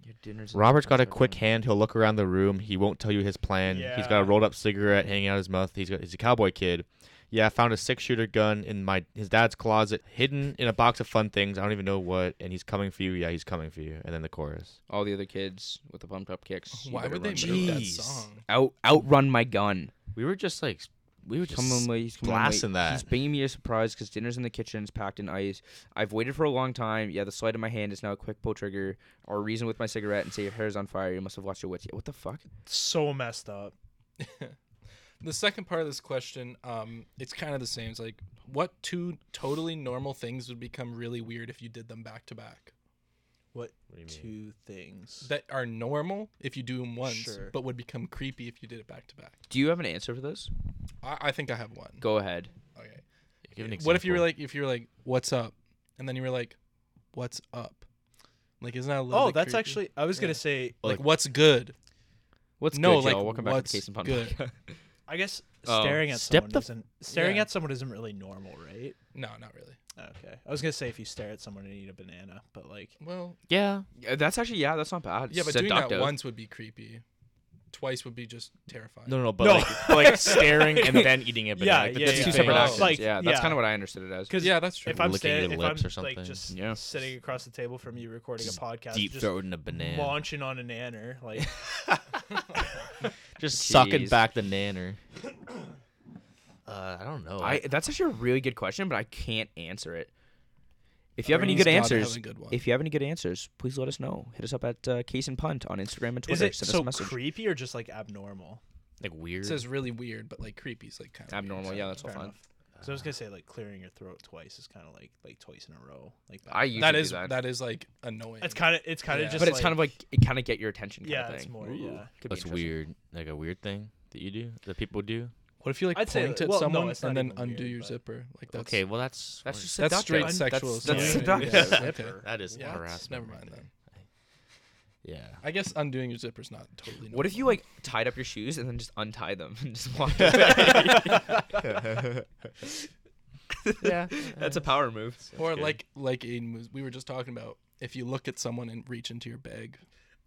[SPEAKER 3] Your dinner's.
[SPEAKER 1] Robert's got a quick hand. He'll look around the room. He won't tell you his plan. He's got
[SPEAKER 4] Yeah.
[SPEAKER 1] a rolled up cigarette hanging out his mouth. He's got he's a cowboy kid. Yeah, I found a six shooter gun in my his dad's closet, hidden in a box of fun things. I don't even know what. And he's coming for you. Yeah, he's coming for you. And then the chorus.
[SPEAKER 3] All the other kids with the pumped up kicks. you
[SPEAKER 2] Why
[SPEAKER 3] better
[SPEAKER 2] would they
[SPEAKER 3] run,
[SPEAKER 2] make
[SPEAKER 3] better
[SPEAKER 1] Jeez.
[SPEAKER 2] that
[SPEAKER 3] run.
[SPEAKER 2] song?
[SPEAKER 3] Out, outrun my gun.
[SPEAKER 1] We were just like, we were just
[SPEAKER 3] Come on, late. Come
[SPEAKER 1] blasting
[SPEAKER 3] on, late.
[SPEAKER 1] that.
[SPEAKER 3] He's bringing me a surprise because dinner's in the kitchen. It's packed in ice. I've waited for a long time. Yeah, the slide in my hand is now a quick pull trigger. Or reason with my cigarette and say your hair's on fire. You must have lost your wits. What the fuck?
[SPEAKER 4] so messed up.
[SPEAKER 2] The second part of this question, um, it's kind of the same. It's like, what two totally normal things would become really weird if you did them back to back?
[SPEAKER 4] What
[SPEAKER 1] What do you mean?
[SPEAKER 4] two things?
[SPEAKER 2] that are normal if you do them once,
[SPEAKER 4] Sure.
[SPEAKER 2] but would become creepy if you did it back to back.
[SPEAKER 3] Do you have an answer for this?
[SPEAKER 2] I, I think I have one.
[SPEAKER 3] Go ahead.
[SPEAKER 2] Okay.
[SPEAKER 1] Give an
[SPEAKER 2] What if you were
[SPEAKER 1] example.
[SPEAKER 2] like, if you were like, "What's up," and then you were like, "What's up," like isn't that a little?
[SPEAKER 4] Oh,
[SPEAKER 2] bit
[SPEAKER 4] that's
[SPEAKER 2] creepy?
[SPEAKER 4] actually. I was
[SPEAKER 2] Yeah.
[SPEAKER 4] gonna say.
[SPEAKER 2] like, "What's good."
[SPEAKER 3] What's
[SPEAKER 2] No,
[SPEAKER 3] good,
[SPEAKER 2] like,
[SPEAKER 3] y'all? Welcome back
[SPEAKER 2] what's
[SPEAKER 3] to Case and Pun.
[SPEAKER 2] good?
[SPEAKER 3] *laughs* Podcast.
[SPEAKER 4] I guess
[SPEAKER 3] Oh,
[SPEAKER 4] staring at
[SPEAKER 1] step
[SPEAKER 4] someone
[SPEAKER 1] the-
[SPEAKER 4] isn't staring
[SPEAKER 2] yeah.
[SPEAKER 4] at someone isn't really normal, right?
[SPEAKER 2] No, not really.
[SPEAKER 4] Okay. I was gonna say if you stare at someone and eat a banana, but like
[SPEAKER 2] Well,
[SPEAKER 1] yeah,
[SPEAKER 3] Yeah, that's actually yeah, that's not bad.
[SPEAKER 2] yeah, but doing
[SPEAKER 3] Seductive.
[SPEAKER 2] that once would be creepy. Twice would be just terrifying.
[SPEAKER 1] no, no, no, but
[SPEAKER 4] No.
[SPEAKER 1] Like, but
[SPEAKER 4] *laughs*
[SPEAKER 1] like staring and then eating it, but
[SPEAKER 4] Yeah,
[SPEAKER 1] like the
[SPEAKER 4] yeah,
[SPEAKER 3] That's
[SPEAKER 1] two
[SPEAKER 3] two
[SPEAKER 1] things.
[SPEAKER 3] separate
[SPEAKER 2] Oh.
[SPEAKER 3] actions.
[SPEAKER 4] Like,
[SPEAKER 3] yeah, that's
[SPEAKER 4] yeah.
[SPEAKER 3] kind of what I understood it as.
[SPEAKER 4] because
[SPEAKER 2] Yeah, that's true.
[SPEAKER 4] if I'm
[SPEAKER 1] Licking
[SPEAKER 4] standing,
[SPEAKER 1] your
[SPEAKER 4] if
[SPEAKER 1] lips
[SPEAKER 4] I'm
[SPEAKER 1] or something.
[SPEAKER 4] like just
[SPEAKER 3] Yeah.
[SPEAKER 4] sitting across the table from you recording a podcast,
[SPEAKER 1] Deep
[SPEAKER 4] just
[SPEAKER 1] throating a banana,
[SPEAKER 4] launching on a nanner, like
[SPEAKER 1] just sucking
[SPEAKER 3] Jeez.
[SPEAKER 1] back the nanner. Uh, I don't know.
[SPEAKER 3] I that's actually a really good question, but I can't answer it. If you have any
[SPEAKER 2] Praise
[SPEAKER 3] good
[SPEAKER 2] God, I
[SPEAKER 3] answers,
[SPEAKER 2] have a good one.
[SPEAKER 3] if you have any good answers, please let us know. Hit us up at uh, Case and Punt on Instagram and
[SPEAKER 4] is
[SPEAKER 3] Twitter.
[SPEAKER 4] it
[SPEAKER 3] Send
[SPEAKER 4] so
[SPEAKER 3] us a message.
[SPEAKER 4] creepy or just like abnormal?
[SPEAKER 1] like weird.
[SPEAKER 2] It says really weird, but like creepy is like kind of
[SPEAKER 3] Abnormal. Yeah, that's all
[SPEAKER 4] Fair
[SPEAKER 3] fine.
[SPEAKER 4] enough. So I was gonna say like clearing your throat twice is kind of like like twice in a row. Like
[SPEAKER 3] I usually
[SPEAKER 2] That
[SPEAKER 3] do
[SPEAKER 2] is
[SPEAKER 3] that.
[SPEAKER 2] that is like annoying.
[SPEAKER 4] It's kind of it's kind of
[SPEAKER 2] Yeah.
[SPEAKER 4] just.
[SPEAKER 3] but it's kind of
[SPEAKER 4] *laughs*
[SPEAKER 3] like it kind of get your attention. Kind
[SPEAKER 4] Yeah,
[SPEAKER 3] of thing.
[SPEAKER 4] it's more,
[SPEAKER 3] Ooh,
[SPEAKER 4] yeah.
[SPEAKER 3] could be
[SPEAKER 1] that's
[SPEAKER 3] interesting.
[SPEAKER 1] weird. Like a weird thing that you do that people do.
[SPEAKER 2] What if you like
[SPEAKER 4] I'd say,
[SPEAKER 2] point at
[SPEAKER 4] well, no,
[SPEAKER 2] someone
[SPEAKER 4] it's not
[SPEAKER 2] and then
[SPEAKER 4] even
[SPEAKER 2] undo
[SPEAKER 4] weird,
[SPEAKER 2] your
[SPEAKER 4] but-
[SPEAKER 2] zipper? Like that's
[SPEAKER 1] okay, well that's
[SPEAKER 3] That's
[SPEAKER 1] weird.
[SPEAKER 3] just
[SPEAKER 2] That's straight
[SPEAKER 3] seductive.
[SPEAKER 2] sexual
[SPEAKER 3] That's, that's
[SPEAKER 4] assault.
[SPEAKER 3] seductive.
[SPEAKER 2] Yeah, yeah,
[SPEAKER 4] Zipper.
[SPEAKER 2] okay.
[SPEAKER 1] that is
[SPEAKER 2] Yeah, it's-
[SPEAKER 1] harassment.
[SPEAKER 2] never
[SPEAKER 1] right
[SPEAKER 2] mind
[SPEAKER 1] there.
[SPEAKER 2] then.
[SPEAKER 1] Yeah.
[SPEAKER 2] I guess undoing your zipper's not totally.
[SPEAKER 3] What if
[SPEAKER 2] normal.
[SPEAKER 3] you like tied up your shoes and then just untie them and just *laughs* walk
[SPEAKER 1] yeah.
[SPEAKER 3] That's a power move.
[SPEAKER 2] Or
[SPEAKER 1] good.
[SPEAKER 2] like like Aiden was, we were just talking about. If you look at someone and reach into your bag,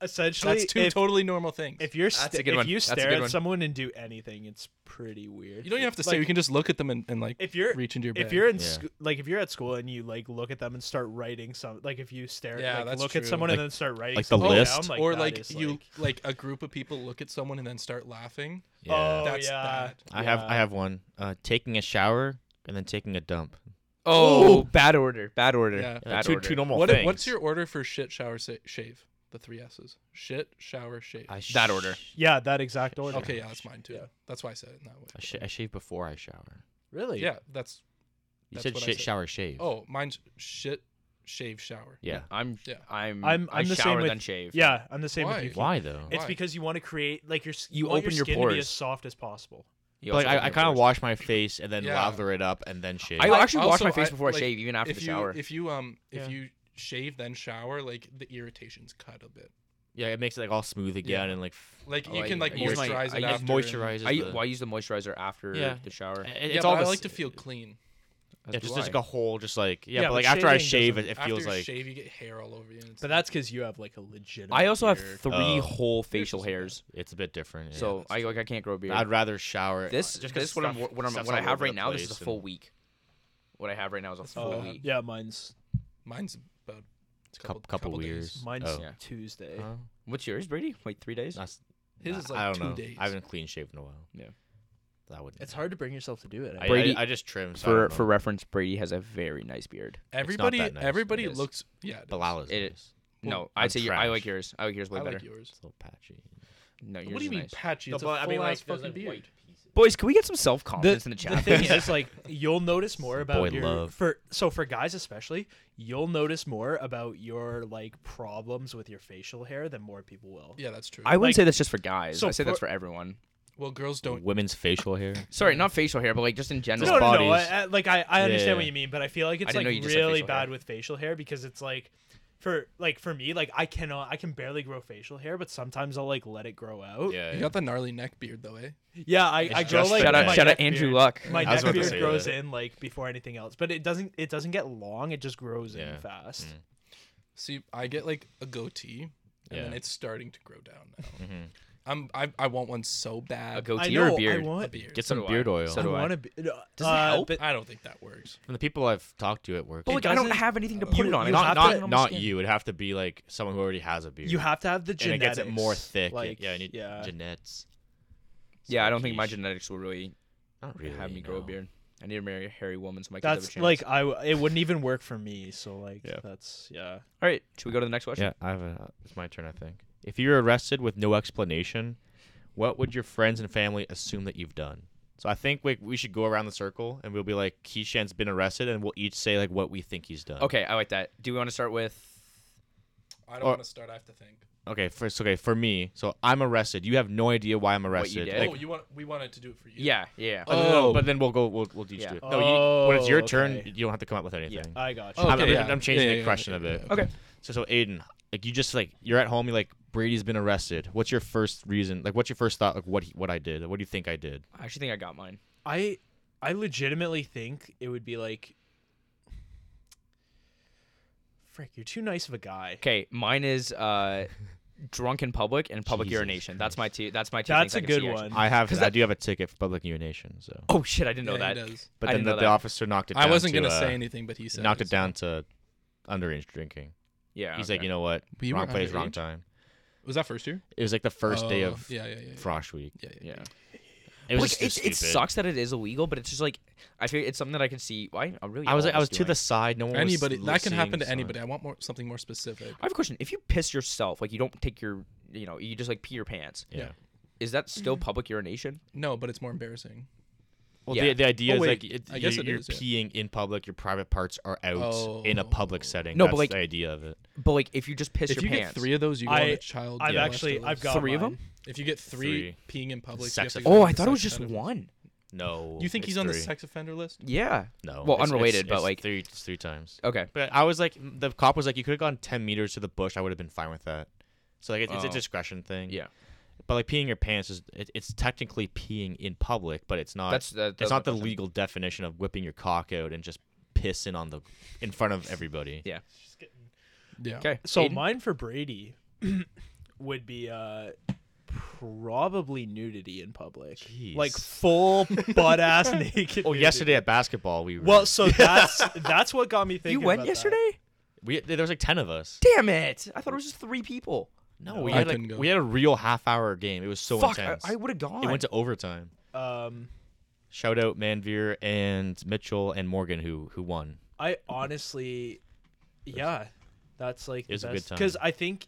[SPEAKER 4] essentially
[SPEAKER 2] that's two
[SPEAKER 4] if,
[SPEAKER 2] totally normal things.
[SPEAKER 4] if you're
[SPEAKER 3] That's a
[SPEAKER 4] sta-
[SPEAKER 3] good
[SPEAKER 4] if
[SPEAKER 3] one.
[SPEAKER 4] you
[SPEAKER 3] That's a
[SPEAKER 4] stare
[SPEAKER 3] good
[SPEAKER 4] at
[SPEAKER 3] one.
[SPEAKER 4] someone and do anything, it's pretty weird.
[SPEAKER 2] you don't even have to say.
[SPEAKER 4] Like,
[SPEAKER 2] You can just look at them and, and like
[SPEAKER 4] if you're
[SPEAKER 2] reach into your bag.
[SPEAKER 4] if you're in
[SPEAKER 1] Yeah.
[SPEAKER 4] sc- like if you're at school and you like look at them and start writing some like if you stare
[SPEAKER 2] Yeah,
[SPEAKER 4] like
[SPEAKER 2] that's
[SPEAKER 4] look at
[SPEAKER 2] true.
[SPEAKER 4] someone
[SPEAKER 1] Like-
[SPEAKER 4] and then start writing
[SPEAKER 1] like the
[SPEAKER 4] something
[SPEAKER 1] list?
[SPEAKER 4] down, like
[SPEAKER 2] or
[SPEAKER 4] that
[SPEAKER 2] like
[SPEAKER 4] is,
[SPEAKER 2] you
[SPEAKER 4] like-
[SPEAKER 2] like a group of people look at someone and then start laughing.
[SPEAKER 1] Yeah.
[SPEAKER 4] oh
[SPEAKER 2] That's
[SPEAKER 4] yeah
[SPEAKER 2] bad.
[SPEAKER 1] I have I
[SPEAKER 4] yeah.
[SPEAKER 1] have one. Uh, taking a shower and then taking a dump.
[SPEAKER 3] Oh, bad order. Bad order.
[SPEAKER 2] Yeah.
[SPEAKER 1] Yeah,
[SPEAKER 3] Bad
[SPEAKER 1] two
[SPEAKER 3] order.
[SPEAKER 1] two normal
[SPEAKER 2] What
[SPEAKER 1] things.
[SPEAKER 2] what's your order for shit shower sa- shave? The three S's. Shit shower shave.
[SPEAKER 1] I sh-
[SPEAKER 3] That order.
[SPEAKER 4] yeah that exact order
[SPEAKER 2] okay, yeah, that's mine too.
[SPEAKER 4] Yeah.
[SPEAKER 2] That's why I said it in that way.
[SPEAKER 1] I, sh- I shave before I shower.
[SPEAKER 4] really
[SPEAKER 2] Yeah, that's
[SPEAKER 1] You
[SPEAKER 2] That's
[SPEAKER 1] said
[SPEAKER 2] what I
[SPEAKER 1] shit,
[SPEAKER 2] said.
[SPEAKER 1] shower, shave.
[SPEAKER 2] oh mine's shit shave shower.
[SPEAKER 1] yeah.
[SPEAKER 3] I'm.
[SPEAKER 2] Yeah.
[SPEAKER 3] I'm.
[SPEAKER 4] I'm
[SPEAKER 3] I
[SPEAKER 4] I'm the
[SPEAKER 3] shower
[SPEAKER 4] same with
[SPEAKER 3] then shave.
[SPEAKER 4] yeah I'm the same
[SPEAKER 2] Why?
[SPEAKER 4] with you Keith.
[SPEAKER 1] Why though?
[SPEAKER 4] it's
[SPEAKER 2] Why?
[SPEAKER 4] because you want to create like your s-
[SPEAKER 3] You
[SPEAKER 4] want
[SPEAKER 3] open your
[SPEAKER 4] your skin to be
[SPEAKER 3] pores.
[SPEAKER 4] as soft as possible
[SPEAKER 3] You
[SPEAKER 1] But, like
[SPEAKER 3] also
[SPEAKER 1] I,
[SPEAKER 3] open
[SPEAKER 1] I
[SPEAKER 3] your
[SPEAKER 1] kind of
[SPEAKER 3] pores.
[SPEAKER 1] wash my face and then
[SPEAKER 2] Yeah.
[SPEAKER 1] lather it up and then shave.
[SPEAKER 3] I
[SPEAKER 2] Like,
[SPEAKER 3] actually wash
[SPEAKER 2] also,
[SPEAKER 3] my face
[SPEAKER 2] I-
[SPEAKER 3] before I
[SPEAKER 2] like,
[SPEAKER 3] shave, even after
[SPEAKER 2] If
[SPEAKER 3] the
[SPEAKER 2] you
[SPEAKER 3] shower.
[SPEAKER 2] if you um if
[SPEAKER 4] Yeah.
[SPEAKER 2] you shave then shower, like the irritation's cut a bit.
[SPEAKER 1] yeah, it makes it like all smooth again and like f-
[SPEAKER 2] Like
[SPEAKER 3] Oh,
[SPEAKER 2] you
[SPEAKER 3] I-
[SPEAKER 2] can like
[SPEAKER 3] I use
[SPEAKER 1] my-
[SPEAKER 2] moisturize
[SPEAKER 3] I
[SPEAKER 2] it
[SPEAKER 3] use
[SPEAKER 2] after. and-
[SPEAKER 1] moisturizes.
[SPEAKER 3] I,
[SPEAKER 1] the,
[SPEAKER 3] well, I use the moisturizer after
[SPEAKER 1] Yeah.
[SPEAKER 3] the shower.
[SPEAKER 1] it-
[SPEAKER 2] yeah,
[SPEAKER 1] it's
[SPEAKER 2] but
[SPEAKER 1] all
[SPEAKER 2] I
[SPEAKER 1] the
[SPEAKER 2] like
[SPEAKER 1] s-
[SPEAKER 2] to feel clean.
[SPEAKER 1] Yeah,
[SPEAKER 3] That's
[SPEAKER 1] just
[SPEAKER 3] why.
[SPEAKER 1] there's like a whole, just like yeah, but
[SPEAKER 4] Yeah, but
[SPEAKER 1] like after I
[SPEAKER 4] shaving
[SPEAKER 1] shave, it,
[SPEAKER 4] doesn't-
[SPEAKER 1] it
[SPEAKER 2] after
[SPEAKER 1] feels
[SPEAKER 2] you
[SPEAKER 1] like
[SPEAKER 2] shave, you get hair all over you. And it's
[SPEAKER 4] but that's because you have like a legitimate
[SPEAKER 3] I also have
[SPEAKER 4] beard.
[SPEAKER 3] three
[SPEAKER 1] Oh.
[SPEAKER 3] whole facial
[SPEAKER 2] just a
[SPEAKER 3] hairs,
[SPEAKER 1] it's a bit different. yeah.
[SPEAKER 3] so I like I can't grow a beard.
[SPEAKER 1] I'd rather shower.
[SPEAKER 3] this
[SPEAKER 1] just 'cause
[SPEAKER 3] this what I'm
[SPEAKER 1] stuff-
[SPEAKER 3] what I'm
[SPEAKER 1] stuff's
[SPEAKER 3] what I
[SPEAKER 1] all
[SPEAKER 3] have
[SPEAKER 1] over
[SPEAKER 3] right
[SPEAKER 1] the
[SPEAKER 3] now. This is
[SPEAKER 1] place
[SPEAKER 3] a
[SPEAKER 1] and-
[SPEAKER 3] full week. What I have right now is a full
[SPEAKER 4] Oh,
[SPEAKER 2] bad.
[SPEAKER 3] week.
[SPEAKER 4] yeah mine's
[SPEAKER 2] mine's about a
[SPEAKER 1] Coup- couple years.
[SPEAKER 2] days.
[SPEAKER 4] mine's
[SPEAKER 1] Oh.
[SPEAKER 3] Yeah.
[SPEAKER 4] Tuesday
[SPEAKER 1] Huh?
[SPEAKER 3] What's yours, Brady? Like three days?
[SPEAKER 1] That's-
[SPEAKER 2] His
[SPEAKER 1] I-
[SPEAKER 2] is like
[SPEAKER 1] I don't
[SPEAKER 2] two
[SPEAKER 1] know.
[SPEAKER 2] days.
[SPEAKER 1] I haven't clean shaved in a while.
[SPEAKER 3] Yeah.
[SPEAKER 1] that would.
[SPEAKER 4] it's hard to bring yourself to do it
[SPEAKER 1] I,
[SPEAKER 3] Brady-
[SPEAKER 1] I, I just trim so I
[SPEAKER 3] for
[SPEAKER 1] don't know.
[SPEAKER 3] for reference, Brady has a very nice beard.
[SPEAKER 2] Everybody,
[SPEAKER 1] that nice, but
[SPEAKER 2] everybody
[SPEAKER 3] it is.
[SPEAKER 2] looks. Yeah, it
[SPEAKER 1] But
[SPEAKER 2] is.
[SPEAKER 1] Lala's
[SPEAKER 3] It-
[SPEAKER 1] nice.
[SPEAKER 3] no,
[SPEAKER 1] I'm
[SPEAKER 3] I'd say your, I like
[SPEAKER 1] trash.
[SPEAKER 3] yours. I like yours way
[SPEAKER 2] I
[SPEAKER 3] better.
[SPEAKER 2] like yours.
[SPEAKER 1] It's a little patchy.
[SPEAKER 3] no, yours
[SPEAKER 2] What do
[SPEAKER 3] is
[SPEAKER 2] you mean
[SPEAKER 3] nice.
[SPEAKER 2] patchy? It's a full ass fucking beard.
[SPEAKER 3] Boys, can we get some self confidence in the
[SPEAKER 4] the
[SPEAKER 3] chat?
[SPEAKER 4] thing is, it's like you'll notice more about
[SPEAKER 1] boy
[SPEAKER 4] your
[SPEAKER 1] love.
[SPEAKER 4] for so for guys especially, you'll notice more about your like problems with your facial hair than more people will.
[SPEAKER 2] Yeah, that's true.
[SPEAKER 3] *laughs* I wouldn't
[SPEAKER 4] like-
[SPEAKER 3] say that's just for guys.
[SPEAKER 4] So
[SPEAKER 3] I say that's
[SPEAKER 4] for-
[SPEAKER 3] for everyone.
[SPEAKER 2] well, girls don't.
[SPEAKER 1] Women's facial
[SPEAKER 3] *laughs*
[SPEAKER 1] hair.
[SPEAKER 3] Sorry, not facial hair, but like just in general.
[SPEAKER 4] No, no, no. I,
[SPEAKER 1] bodies.
[SPEAKER 4] I, like I, I understand
[SPEAKER 1] Yeah.
[SPEAKER 4] what you mean, but I feel like it's
[SPEAKER 3] didn't
[SPEAKER 4] like
[SPEAKER 3] know you just said
[SPEAKER 4] really
[SPEAKER 3] facial hair.
[SPEAKER 4] bad with facial hair because it's like, for like for me, like I cannot, I can barely grow facial hair, but sometimes I'll like let it grow out.
[SPEAKER 1] Yeah,
[SPEAKER 2] You got the gnarly neck beard though, eh?
[SPEAKER 4] Yeah, I, I grow
[SPEAKER 1] just
[SPEAKER 4] like
[SPEAKER 1] Shout
[SPEAKER 3] shout
[SPEAKER 1] out-
[SPEAKER 4] my
[SPEAKER 3] out, shout out
[SPEAKER 4] neck
[SPEAKER 3] Andrew
[SPEAKER 4] beard.
[SPEAKER 3] Luck.
[SPEAKER 4] My
[SPEAKER 1] I was
[SPEAKER 4] neck
[SPEAKER 1] about to
[SPEAKER 4] beard
[SPEAKER 1] say
[SPEAKER 4] grows
[SPEAKER 1] that.
[SPEAKER 4] in like before anything else, but it doesn't. It doesn't get long. It just grows
[SPEAKER 1] Yeah.
[SPEAKER 4] in fast.
[SPEAKER 3] Mm.
[SPEAKER 2] See, I get like a goatee, and then
[SPEAKER 1] Yeah.
[SPEAKER 2] it's starting to grow down now. I'm I, I want one so bad.
[SPEAKER 3] a
[SPEAKER 4] I
[SPEAKER 3] goatee
[SPEAKER 4] know.
[SPEAKER 3] or a beard.
[SPEAKER 4] I
[SPEAKER 2] a
[SPEAKER 4] want.
[SPEAKER 2] beard.
[SPEAKER 1] Get
[SPEAKER 3] So
[SPEAKER 1] some
[SPEAKER 3] do I.
[SPEAKER 1] beard oil.
[SPEAKER 3] So
[SPEAKER 4] I
[SPEAKER 3] do I.
[SPEAKER 4] want to be. Does
[SPEAKER 3] Does it help?
[SPEAKER 4] But
[SPEAKER 2] I don't think that works.
[SPEAKER 1] From the people I've talked to at work,
[SPEAKER 3] But
[SPEAKER 4] It
[SPEAKER 3] like, I don't
[SPEAKER 4] doesn't-
[SPEAKER 3] have anything to put
[SPEAKER 4] you-
[SPEAKER 3] it on.
[SPEAKER 4] you
[SPEAKER 3] It's
[SPEAKER 4] have
[SPEAKER 3] not,
[SPEAKER 4] to-
[SPEAKER 3] not,
[SPEAKER 1] not you. It'd have to be like someone who already has a beard.
[SPEAKER 4] you have to have the
[SPEAKER 1] and it gets
[SPEAKER 4] genetics.
[SPEAKER 1] it more thick.
[SPEAKER 4] Like,
[SPEAKER 1] yeah, I need
[SPEAKER 4] yeah.
[SPEAKER 1] genetics.
[SPEAKER 3] Yeah, I don't think my
[SPEAKER 1] Jeez.
[SPEAKER 3] genetics will really,
[SPEAKER 1] Not really.
[SPEAKER 3] have me grow a
[SPEAKER 1] no.
[SPEAKER 3] beard. I need to marry a hairy woman so my kids have a
[SPEAKER 4] that's
[SPEAKER 3] chance.
[SPEAKER 4] like I. w- It wouldn't even work for me. So like,
[SPEAKER 1] Yeah.
[SPEAKER 4] that's yeah.
[SPEAKER 3] all right, should we go to the next question?
[SPEAKER 1] Yeah, I have a. It's my turn, I think. If you're arrested with no explanation, what would your friends and family assume that you've done? So I think we, we should go around the circle and we'll be like, Keyshan's been arrested, and we'll each say like what we think he's done.
[SPEAKER 3] Okay, I like that. Do we want to start with
[SPEAKER 2] I don't
[SPEAKER 1] Or-
[SPEAKER 2] want to start. I have to think.
[SPEAKER 1] Okay, first, okay, for me, so I'm arrested. You have no idea why I'm arrested.
[SPEAKER 3] did?
[SPEAKER 1] Like,
[SPEAKER 2] oh, you want? We wanted to do it for you.
[SPEAKER 3] Yeah, yeah.
[SPEAKER 1] but no,
[SPEAKER 2] Oh.
[SPEAKER 1] but then we'll go. We'll we'll teach
[SPEAKER 3] Yeah.
[SPEAKER 1] you. No, you, when it's your
[SPEAKER 4] Oh,
[SPEAKER 1] turn,
[SPEAKER 4] okay.
[SPEAKER 1] you don't have to come up with anything.
[SPEAKER 3] Mm.
[SPEAKER 4] I got you.
[SPEAKER 2] Oh,
[SPEAKER 1] I'm,
[SPEAKER 2] okay,
[SPEAKER 1] I'm,
[SPEAKER 2] yeah.
[SPEAKER 1] I'm changing
[SPEAKER 2] Yeah,
[SPEAKER 1] the
[SPEAKER 2] yeah,
[SPEAKER 1] question
[SPEAKER 2] yeah,
[SPEAKER 1] a bit.
[SPEAKER 2] yeah,
[SPEAKER 3] okay.
[SPEAKER 1] So, so Aiden, like you just like you're at home. You're like Brady's been arrested. What's your first reason? Like, what's your first thought? Like, what he, what I did? What do you think I did?
[SPEAKER 3] I actually think I got mine.
[SPEAKER 4] I I legitimately think it would be like Frick, you're too nice of a guy.
[SPEAKER 3] Okay, mine is uh, drunk in public and public
[SPEAKER 1] Jesus
[SPEAKER 3] urination. That's my two. That's my two.
[SPEAKER 4] That's
[SPEAKER 3] things
[SPEAKER 4] a
[SPEAKER 3] I can see,
[SPEAKER 4] good
[SPEAKER 3] actually.
[SPEAKER 4] one.
[SPEAKER 1] I have.
[SPEAKER 3] 'Cause
[SPEAKER 1] I
[SPEAKER 3] that-
[SPEAKER 1] do have a ticket for public urination. So,
[SPEAKER 3] Oh shit! I didn't know
[SPEAKER 2] Yeah, he
[SPEAKER 3] that.
[SPEAKER 2] does.
[SPEAKER 1] but
[SPEAKER 3] I
[SPEAKER 1] then
[SPEAKER 3] didn't
[SPEAKER 1] the,
[SPEAKER 3] know
[SPEAKER 1] the
[SPEAKER 3] that.
[SPEAKER 1] officer knocked it. Down
[SPEAKER 2] I wasn't
[SPEAKER 1] to,
[SPEAKER 2] gonna
[SPEAKER 1] uh,
[SPEAKER 2] say anything, but he said
[SPEAKER 1] Knocked
[SPEAKER 2] it,
[SPEAKER 1] it
[SPEAKER 2] so-
[SPEAKER 1] down to underage drinking.
[SPEAKER 3] Yeah.
[SPEAKER 1] He's like,
[SPEAKER 3] okay.
[SPEAKER 1] you know what?
[SPEAKER 2] But you
[SPEAKER 1] wrong
[SPEAKER 2] weren't
[SPEAKER 1] place, wrong
[SPEAKER 2] underage?
[SPEAKER 1] time.
[SPEAKER 2] Was that first year?
[SPEAKER 1] It was like the first day
[SPEAKER 2] Oh,
[SPEAKER 1] of
[SPEAKER 2] Yeah, yeah, yeah. yeah.
[SPEAKER 1] Frosh Week.
[SPEAKER 2] Yeah, yeah,
[SPEAKER 3] Yeah.
[SPEAKER 1] It was
[SPEAKER 3] Like,
[SPEAKER 1] just
[SPEAKER 3] it,
[SPEAKER 1] too
[SPEAKER 3] it
[SPEAKER 1] stupid.
[SPEAKER 3] sucks that it is illegal, but it's just like I feel it's something that I could see. Why? I really.
[SPEAKER 1] I was
[SPEAKER 3] all
[SPEAKER 1] like, I was to
[SPEAKER 3] doing.
[SPEAKER 1] the side. No one.
[SPEAKER 2] Anybody
[SPEAKER 1] was
[SPEAKER 2] that can
[SPEAKER 1] seeing
[SPEAKER 2] happen to
[SPEAKER 1] the sign.
[SPEAKER 2] anybody. I want more something more specific.
[SPEAKER 3] I have a question. If you piss yourself, like you don't take your, you know, you just like pee your pants,
[SPEAKER 1] Yeah.
[SPEAKER 2] Yeah.
[SPEAKER 3] is that still
[SPEAKER 4] Mm-hmm.
[SPEAKER 3] public urination?
[SPEAKER 2] No, but it's more embarrassing.
[SPEAKER 1] Well,
[SPEAKER 3] Yeah.
[SPEAKER 1] the, the idea
[SPEAKER 2] Oh,
[SPEAKER 1] is
[SPEAKER 2] wait,
[SPEAKER 1] like it,
[SPEAKER 2] I guess
[SPEAKER 1] you're,
[SPEAKER 2] it
[SPEAKER 1] you're
[SPEAKER 2] is, yeah.
[SPEAKER 1] peeing in public. Your private parts are out in a public
[SPEAKER 2] Oh.
[SPEAKER 1] setting.
[SPEAKER 3] No,
[SPEAKER 1] That's
[SPEAKER 3] but, like-
[SPEAKER 1] the idea of it.
[SPEAKER 3] But like, if you just piss
[SPEAKER 2] If
[SPEAKER 3] your
[SPEAKER 2] you
[SPEAKER 3] pants,
[SPEAKER 2] get three of those, you go on
[SPEAKER 4] I
[SPEAKER 2] a child.
[SPEAKER 4] I've
[SPEAKER 2] molester
[SPEAKER 4] actually I've
[SPEAKER 2] list.
[SPEAKER 4] got
[SPEAKER 3] Three of
[SPEAKER 4] mine.
[SPEAKER 3] them?
[SPEAKER 2] If you get three, peeing in public,
[SPEAKER 1] Sex
[SPEAKER 2] you have to
[SPEAKER 1] offender.
[SPEAKER 2] go
[SPEAKER 3] oh,
[SPEAKER 2] on
[SPEAKER 3] I
[SPEAKER 2] the
[SPEAKER 3] thought it was
[SPEAKER 2] sex
[SPEAKER 3] just
[SPEAKER 2] offender.
[SPEAKER 3] one.
[SPEAKER 1] No.
[SPEAKER 2] You think
[SPEAKER 1] it's
[SPEAKER 2] he's on the
[SPEAKER 1] three.
[SPEAKER 2] sex offender list?
[SPEAKER 3] Yeah.
[SPEAKER 1] No.
[SPEAKER 3] Well,
[SPEAKER 1] it's- it's-
[SPEAKER 3] unrelated, but,
[SPEAKER 1] it's
[SPEAKER 3] like-
[SPEAKER 1] three, it's three times.
[SPEAKER 3] Okay.
[SPEAKER 1] But I was like, the cop was like, you could have gone ten meters to the bush. I would have been fine with that. So like, it's, it's a
[SPEAKER 3] Oh.
[SPEAKER 1] discretion thing.
[SPEAKER 3] Yeah.
[SPEAKER 1] But like peeing your pants is it, it's technically peeing in public, but it's not.
[SPEAKER 3] That's that,
[SPEAKER 1] Uh, it's
[SPEAKER 3] that's
[SPEAKER 1] not the
[SPEAKER 3] my question.
[SPEAKER 1] legal definition of whipping your cock out and just pissing on the in front of everybody.
[SPEAKER 3] Yeah.
[SPEAKER 2] Yeah.
[SPEAKER 3] Okay.
[SPEAKER 4] So
[SPEAKER 3] Aiden?
[SPEAKER 4] mine for Brady *clears throat* would be uh probably nudity in public. Like
[SPEAKER 1] Jeez.
[SPEAKER 4] full butt ass naked.
[SPEAKER 1] Oh,
[SPEAKER 4] nudity.
[SPEAKER 1] yesterday at basketball, we were,
[SPEAKER 4] Well, so that's that's what got me thinking.
[SPEAKER 3] You went
[SPEAKER 4] about that.
[SPEAKER 3] yesterday?
[SPEAKER 1] we there was like ten of us.
[SPEAKER 3] Damn it! I thought it was just three people.
[SPEAKER 1] No,
[SPEAKER 4] No,
[SPEAKER 1] we
[SPEAKER 4] I
[SPEAKER 1] had like
[SPEAKER 2] couldn't go.
[SPEAKER 1] we had a real half hour game. It was so
[SPEAKER 3] Fuck! I,
[SPEAKER 1] intense.
[SPEAKER 3] I would have gone.
[SPEAKER 1] it went to overtime.
[SPEAKER 4] Um
[SPEAKER 1] Shout out Manveer and Mitchell and Morgan who who won.
[SPEAKER 4] I honestly, yeah, that's like
[SPEAKER 1] It was a good time.
[SPEAKER 4] because I think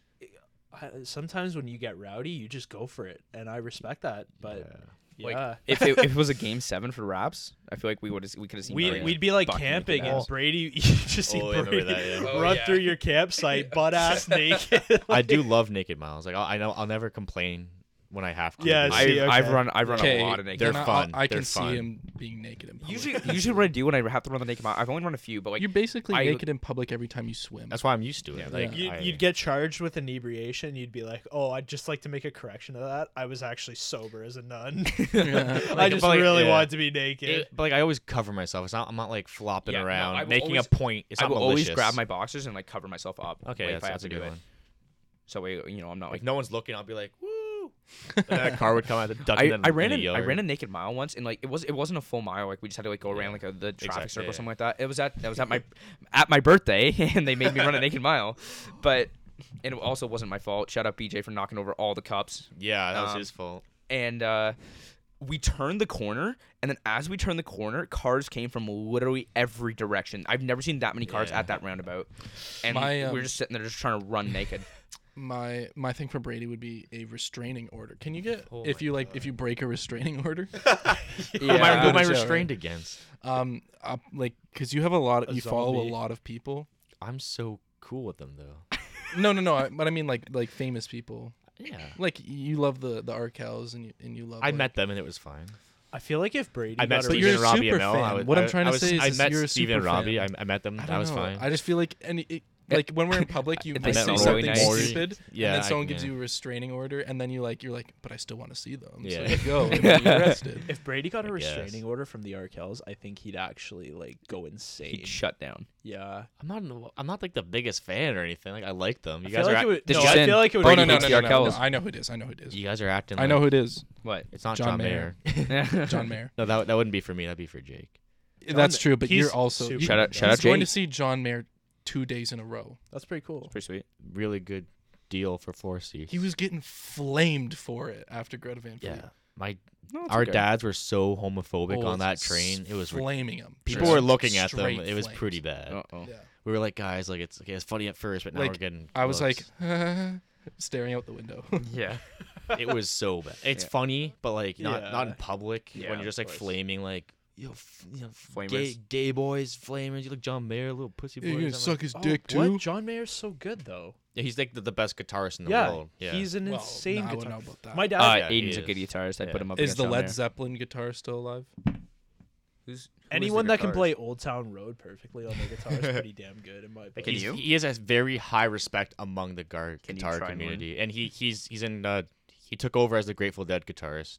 [SPEAKER 4] I, sometimes when you get rowdy, you just go for it, and I respect that. But yeah,
[SPEAKER 3] Like, if, it, if it was a game seven for Raps, I feel like we would we could have seen.
[SPEAKER 4] we
[SPEAKER 3] Murray
[SPEAKER 4] we'd be like
[SPEAKER 3] buck naked
[SPEAKER 4] camping,
[SPEAKER 3] ass.
[SPEAKER 4] and Brady, *laughs* you just see
[SPEAKER 1] Oh, I remember
[SPEAKER 4] Brady
[SPEAKER 1] that,
[SPEAKER 4] *laughs*
[SPEAKER 1] yeah.
[SPEAKER 3] Oh,
[SPEAKER 4] run
[SPEAKER 3] yeah.
[SPEAKER 4] through
[SPEAKER 1] *laughs*
[SPEAKER 4] your campsite, butt ass naked. *laughs*
[SPEAKER 1] I do love naked miles. Like I, I know I'll never complain when I have to.
[SPEAKER 4] Yeah,
[SPEAKER 1] but
[SPEAKER 4] I see,
[SPEAKER 3] I've, I've
[SPEAKER 4] okay.
[SPEAKER 3] run I've run
[SPEAKER 2] Okay.
[SPEAKER 3] a lot of naked.
[SPEAKER 1] They're
[SPEAKER 2] *laughs* then I-
[SPEAKER 1] fun.
[SPEAKER 2] I, I can
[SPEAKER 1] They're
[SPEAKER 2] see
[SPEAKER 1] fun.
[SPEAKER 2] him being naked in public.
[SPEAKER 3] Usually, usually what I do when I have to run the naked mile, I've only run a few, but like
[SPEAKER 2] you're basically
[SPEAKER 3] I-
[SPEAKER 2] naked in public every time you swim.
[SPEAKER 1] that's why I'm used to it.
[SPEAKER 3] Yeah.
[SPEAKER 1] like
[SPEAKER 4] You,
[SPEAKER 1] I,
[SPEAKER 4] you'd get charged with inebriation. You'd be like, "Oh, I'd just like to make a correction to that. I was actually sober as
[SPEAKER 1] *laughs*
[SPEAKER 4] a nun. *laughs*
[SPEAKER 2] Yeah.
[SPEAKER 4] I just
[SPEAKER 1] but,
[SPEAKER 4] really
[SPEAKER 1] yeah.
[SPEAKER 4] wanted to be naked."
[SPEAKER 1] It- but like I always cover myself. It's not I'm not like flopping
[SPEAKER 3] Yeah, no,
[SPEAKER 1] around
[SPEAKER 3] I will
[SPEAKER 1] making
[SPEAKER 3] always-
[SPEAKER 1] a point. It's
[SPEAKER 3] I
[SPEAKER 1] not
[SPEAKER 3] will always
[SPEAKER 1] malicious.
[SPEAKER 3] grab my boxers and like cover myself up.
[SPEAKER 1] Okay,
[SPEAKER 3] like,
[SPEAKER 1] that's,
[SPEAKER 3] if I have
[SPEAKER 1] that's
[SPEAKER 3] to
[SPEAKER 1] a
[SPEAKER 3] do
[SPEAKER 1] good
[SPEAKER 3] it.
[SPEAKER 1] one.
[SPEAKER 3] So we, you know, I'm not
[SPEAKER 1] Like
[SPEAKER 3] like.
[SPEAKER 1] no one's looking, I'll be like,
[SPEAKER 3] *laughs*
[SPEAKER 1] woo. And then a car would come out of the duck.
[SPEAKER 3] I, I ran
[SPEAKER 1] in, the
[SPEAKER 3] a, I
[SPEAKER 1] yard.
[SPEAKER 3] ran a naked mile once and like it was it wasn't a full mile like we just had to like go around like a, the traffic
[SPEAKER 1] Exactly,
[SPEAKER 3] circle
[SPEAKER 1] yeah,
[SPEAKER 3] or something like that it was at that was
[SPEAKER 1] *laughs*
[SPEAKER 3] at my at my birthday *laughs* and they made me run a naked mile but and it also wasn't my fault shout out BJ for knocking over all the cups
[SPEAKER 1] Yeah, that was
[SPEAKER 3] Um,
[SPEAKER 1] his fault.
[SPEAKER 3] and uh, we turned the corner, and then as we turned the corner, cars came from literally every direction. I've never seen that many cars
[SPEAKER 1] Yeah.
[SPEAKER 3] at that roundabout, and
[SPEAKER 2] My, um,
[SPEAKER 3] we were just sitting there just trying to run
[SPEAKER 1] *laughs*
[SPEAKER 3] naked. *laughs*
[SPEAKER 2] my my thing for Brady would be a restraining order. Can you get
[SPEAKER 1] Oh
[SPEAKER 2] if
[SPEAKER 1] my
[SPEAKER 2] you like if you break a restraining *laughs* order?
[SPEAKER 1] Who am I, who am I
[SPEAKER 2] Yeah.
[SPEAKER 1] restrained against?
[SPEAKER 2] um, uh, like because you have a lot,
[SPEAKER 4] A
[SPEAKER 2] you follow a
[SPEAKER 4] zombie.
[SPEAKER 2] lot of people.
[SPEAKER 1] I'm so cool with them though.
[SPEAKER 2] No, no, no. I, but I mean like like famous people.
[SPEAKER 1] Yeah.
[SPEAKER 2] Like you love the the Arkells and you and you love.
[SPEAKER 1] I
[SPEAKER 2] like-
[SPEAKER 1] met them and it was fine.
[SPEAKER 4] I feel like if Brady,
[SPEAKER 1] I met
[SPEAKER 4] got a
[SPEAKER 2] but
[SPEAKER 1] Stephen
[SPEAKER 2] you're
[SPEAKER 1] and
[SPEAKER 2] a
[SPEAKER 1] Robbie
[SPEAKER 2] super
[SPEAKER 1] ML. I
[SPEAKER 2] fan.
[SPEAKER 1] was,
[SPEAKER 2] What I'm
[SPEAKER 1] I-
[SPEAKER 2] trying
[SPEAKER 1] I
[SPEAKER 2] to
[SPEAKER 1] was,
[SPEAKER 2] say is
[SPEAKER 1] I
[SPEAKER 2] this,
[SPEAKER 1] met
[SPEAKER 2] you're a
[SPEAKER 1] Stephen and
[SPEAKER 2] super
[SPEAKER 1] Robbie. I,
[SPEAKER 2] fan.
[SPEAKER 1] I met them.
[SPEAKER 2] I
[SPEAKER 1] That
[SPEAKER 2] don't
[SPEAKER 1] was
[SPEAKER 2] know.
[SPEAKER 1] fine. Eh,
[SPEAKER 2] I just feel like any it, like when we're
[SPEAKER 1] *laughs*
[SPEAKER 2] in public, you
[SPEAKER 3] I
[SPEAKER 2] might
[SPEAKER 3] met
[SPEAKER 2] see
[SPEAKER 3] really
[SPEAKER 2] something
[SPEAKER 3] nice-
[SPEAKER 2] stupid,
[SPEAKER 1] Yeah,
[SPEAKER 2] and then
[SPEAKER 1] I-
[SPEAKER 2] someone gives
[SPEAKER 1] yeah.
[SPEAKER 2] you a restraining order, and then you like you're like, but I still want to see them.
[SPEAKER 1] Yeah.
[SPEAKER 2] So you
[SPEAKER 1] *laughs*
[SPEAKER 2] go and then you get arrested.
[SPEAKER 4] If Brady got a
[SPEAKER 1] I guess.
[SPEAKER 4] restraining order from the Arkells, I think he'd actually like go insane.
[SPEAKER 3] He'd shut down.
[SPEAKER 4] yeah.
[SPEAKER 1] I'm not. in the- I'm not like the biggest fan or anything. Like I like them. You
[SPEAKER 4] I
[SPEAKER 1] guys
[SPEAKER 4] feel
[SPEAKER 1] are.
[SPEAKER 4] like it
[SPEAKER 1] act-
[SPEAKER 4] would,
[SPEAKER 3] This
[SPEAKER 4] no,
[SPEAKER 3] is
[SPEAKER 4] I
[SPEAKER 3] in-
[SPEAKER 4] feel like it would
[SPEAKER 2] Oh
[SPEAKER 3] Brady
[SPEAKER 2] no no
[SPEAKER 3] hates
[SPEAKER 2] no,
[SPEAKER 3] the
[SPEAKER 2] no, no, no,
[SPEAKER 3] Arkells.
[SPEAKER 2] I know who it is. I know who it is.
[SPEAKER 1] you guys are acting.
[SPEAKER 2] I know
[SPEAKER 1] like-
[SPEAKER 2] who it
[SPEAKER 1] *laughs*
[SPEAKER 2] is.
[SPEAKER 3] What?
[SPEAKER 1] It's not
[SPEAKER 2] John
[SPEAKER 1] John, Mayer.
[SPEAKER 2] Mayer. John Mayer.
[SPEAKER 1] no, that that wouldn't be for me. That'd be for Jake.
[SPEAKER 2] That's true, but
[SPEAKER 4] He's
[SPEAKER 2] you're also
[SPEAKER 4] super
[SPEAKER 2] you,
[SPEAKER 3] Shout out-
[SPEAKER 4] nice.
[SPEAKER 3] shout out
[SPEAKER 2] he's going
[SPEAKER 3] Jake.
[SPEAKER 2] to see John Mayer two days in a row.
[SPEAKER 4] That's pretty cool.
[SPEAKER 3] *laughs* Pretty sweet.
[SPEAKER 1] Really good deal for four C.
[SPEAKER 2] He was getting flamed for it after Greta Van Fleet.
[SPEAKER 1] Yeah. My
[SPEAKER 3] No, it's
[SPEAKER 1] our
[SPEAKER 3] okay.
[SPEAKER 1] dads were so homophobic
[SPEAKER 2] Oh,
[SPEAKER 1] on that train. It was. Re-
[SPEAKER 2] flaming him.
[SPEAKER 1] people
[SPEAKER 2] Just
[SPEAKER 1] were looking at them.
[SPEAKER 2] straight
[SPEAKER 1] It was
[SPEAKER 2] flames.
[SPEAKER 1] pretty bad.
[SPEAKER 3] Uh-oh.
[SPEAKER 2] Yeah.
[SPEAKER 1] We were like, guys, like it's okay, it's funny at first, but now
[SPEAKER 2] Like,
[SPEAKER 1] we're getting.
[SPEAKER 2] I was like
[SPEAKER 1] looks.
[SPEAKER 2] *laughs* staring out the window.
[SPEAKER 3] *laughs* Yeah.
[SPEAKER 1] it was so bad. It's
[SPEAKER 3] Yeah.
[SPEAKER 1] funny, but like not not in
[SPEAKER 4] Yeah.
[SPEAKER 1] public
[SPEAKER 3] Yeah,
[SPEAKER 1] when you're just
[SPEAKER 3] of
[SPEAKER 1] like
[SPEAKER 3] course.
[SPEAKER 1] flaming like you know, f- you know f- gay,
[SPEAKER 3] Flamers.
[SPEAKER 1] gay boys, flamers. You look John Mayer, little pussy boys.
[SPEAKER 2] You're gonna
[SPEAKER 1] I'm like,
[SPEAKER 2] suck his
[SPEAKER 4] Oh,
[SPEAKER 2] dick
[SPEAKER 4] what?
[SPEAKER 2] too.
[SPEAKER 4] John Mayer's so good though.
[SPEAKER 1] Yeah, he's like the, the best guitarist in the
[SPEAKER 4] yeah,
[SPEAKER 1] world. Yeah,
[SPEAKER 4] he's an
[SPEAKER 2] Well,
[SPEAKER 4] insane
[SPEAKER 2] no, I wouldn't
[SPEAKER 4] guitar.
[SPEAKER 2] know about that.
[SPEAKER 4] My dad.
[SPEAKER 3] Uh,
[SPEAKER 1] yeah, he
[SPEAKER 3] Aiden's a good
[SPEAKER 1] is.
[SPEAKER 3] guitarist. I
[SPEAKER 1] Yeah.
[SPEAKER 3] put him up.
[SPEAKER 2] is
[SPEAKER 3] against
[SPEAKER 2] the
[SPEAKER 3] on
[SPEAKER 2] Led
[SPEAKER 3] there.
[SPEAKER 2] Zeppelin guitar still alive?
[SPEAKER 3] Who's- who is the
[SPEAKER 4] anyone that can
[SPEAKER 3] guitarist?
[SPEAKER 4] play Old Town Road perfectly on
[SPEAKER 1] *laughs*
[SPEAKER 4] their guitar is pretty damn good in my
[SPEAKER 3] Can
[SPEAKER 1] He's-
[SPEAKER 4] opinion.
[SPEAKER 3] you?
[SPEAKER 1] He has a very high respect among the gar-
[SPEAKER 3] Can you
[SPEAKER 1] guitar
[SPEAKER 3] try and learn?
[SPEAKER 1] community, and he he's he's in uh, he took over as the Grateful Dead guitarist,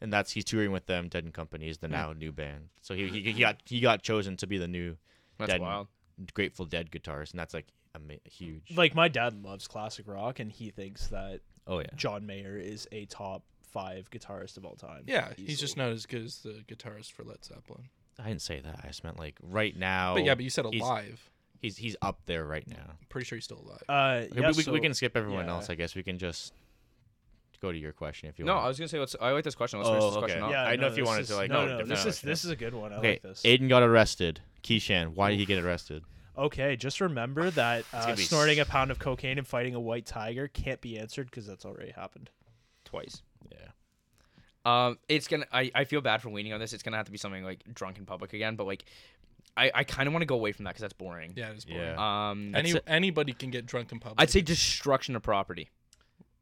[SPEAKER 1] and that's he's touring with them. Dead and Company is the
[SPEAKER 3] Hmm.
[SPEAKER 1] now new band, so he, he he got he got chosen to be the new
[SPEAKER 3] That's
[SPEAKER 1] Dead-
[SPEAKER 3] wild.
[SPEAKER 1] Grateful Dead guitarist, and that's like ama- huge.
[SPEAKER 4] Like my dad loves classic rock, and he thinks that
[SPEAKER 1] oh yeah,
[SPEAKER 4] John Mayer is a top five guitarist of all time.
[SPEAKER 2] Yeah, he's just
[SPEAKER 4] easily.
[SPEAKER 2] not as good as the guitarist for Led Zeppelin.
[SPEAKER 1] I didn't say that. I just meant like right now.
[SPEAKER 2] But yeah, but you said
[SPEAKER 1] he's-
[SPEAKER 2] alive.
[SPEAKER 1] he's he's up there right now.
[SPEAKER 2] I'm pretty sure he's still alive.
[SPEAKER 4] Uh,
[SPEAKER 1] Okay,
[SPEAKER 4] yeah,
[SPEAKER 1] we, we-
[SPEAKER 4] so
[SPEAKER 1] we can skip everyone
[SPEAKER 4] yeah.
[SPEAKER 1] else. I guess we can just go to your question if you
[SPEAKER 3] No, I
[SPEAKER 1] want.
[SPEAKER 3] was gonna say. Let's, I like this question. Let's finish
[SPEAKER 1] Oh,
[SPEAKER 3] this question
[SPEAKER 1] okay.
[SPEAKER 3] up.
[SPEAKER 1] I didn't know if you
[SPEAKER 4] this
[SPEAKER 1] wanted
[SPEAKER 4] is-
[SPEAKER 1] to, like,
[SPEAKER 4] no,
[SPEAKER 1] go
[SPEAKER 4] no,
[SPEAKER 1] different
[SPEAKER 4] this is
[SPEAKER 1] direction.
[SPEAKER 4] this is a good one. I
[SPEAKER 1] okay,
[SPEAKER 4] like this.
[SPEAKER 1] Aiden got arrested. Keyshan, why did he get arrested?
[SPEAKER 4] okay, just
[SPEAKER 3] *sighs*
[SPEAKER 4] remember that uh,
[SPEAKER 1] gonna be
[SPEAKER 4] snorting a
[SPEAKER 1] s-
[SPEAKER 4] pound of cocaine and fighting a white tiger can't be answered because that's already happened.
[SPEAKER 3] Twice.
[SPEAKER 1] Yeah.
[SPEAKER 3] Um, it's gonna. I, I feel bad for leaning on this. It's gonna have to be something like drunk in public again. But like, I, I kind of want to go away from that because that's boring.
[SPEAKER 2] yeah, it's boring.
[SPEAKER 1] Yeah.
[SPEAKER 3] Um,
[SPEAKER 2] Any, anybody can get drunk in public.
[SPEAKER 3] I'd say destruction of property.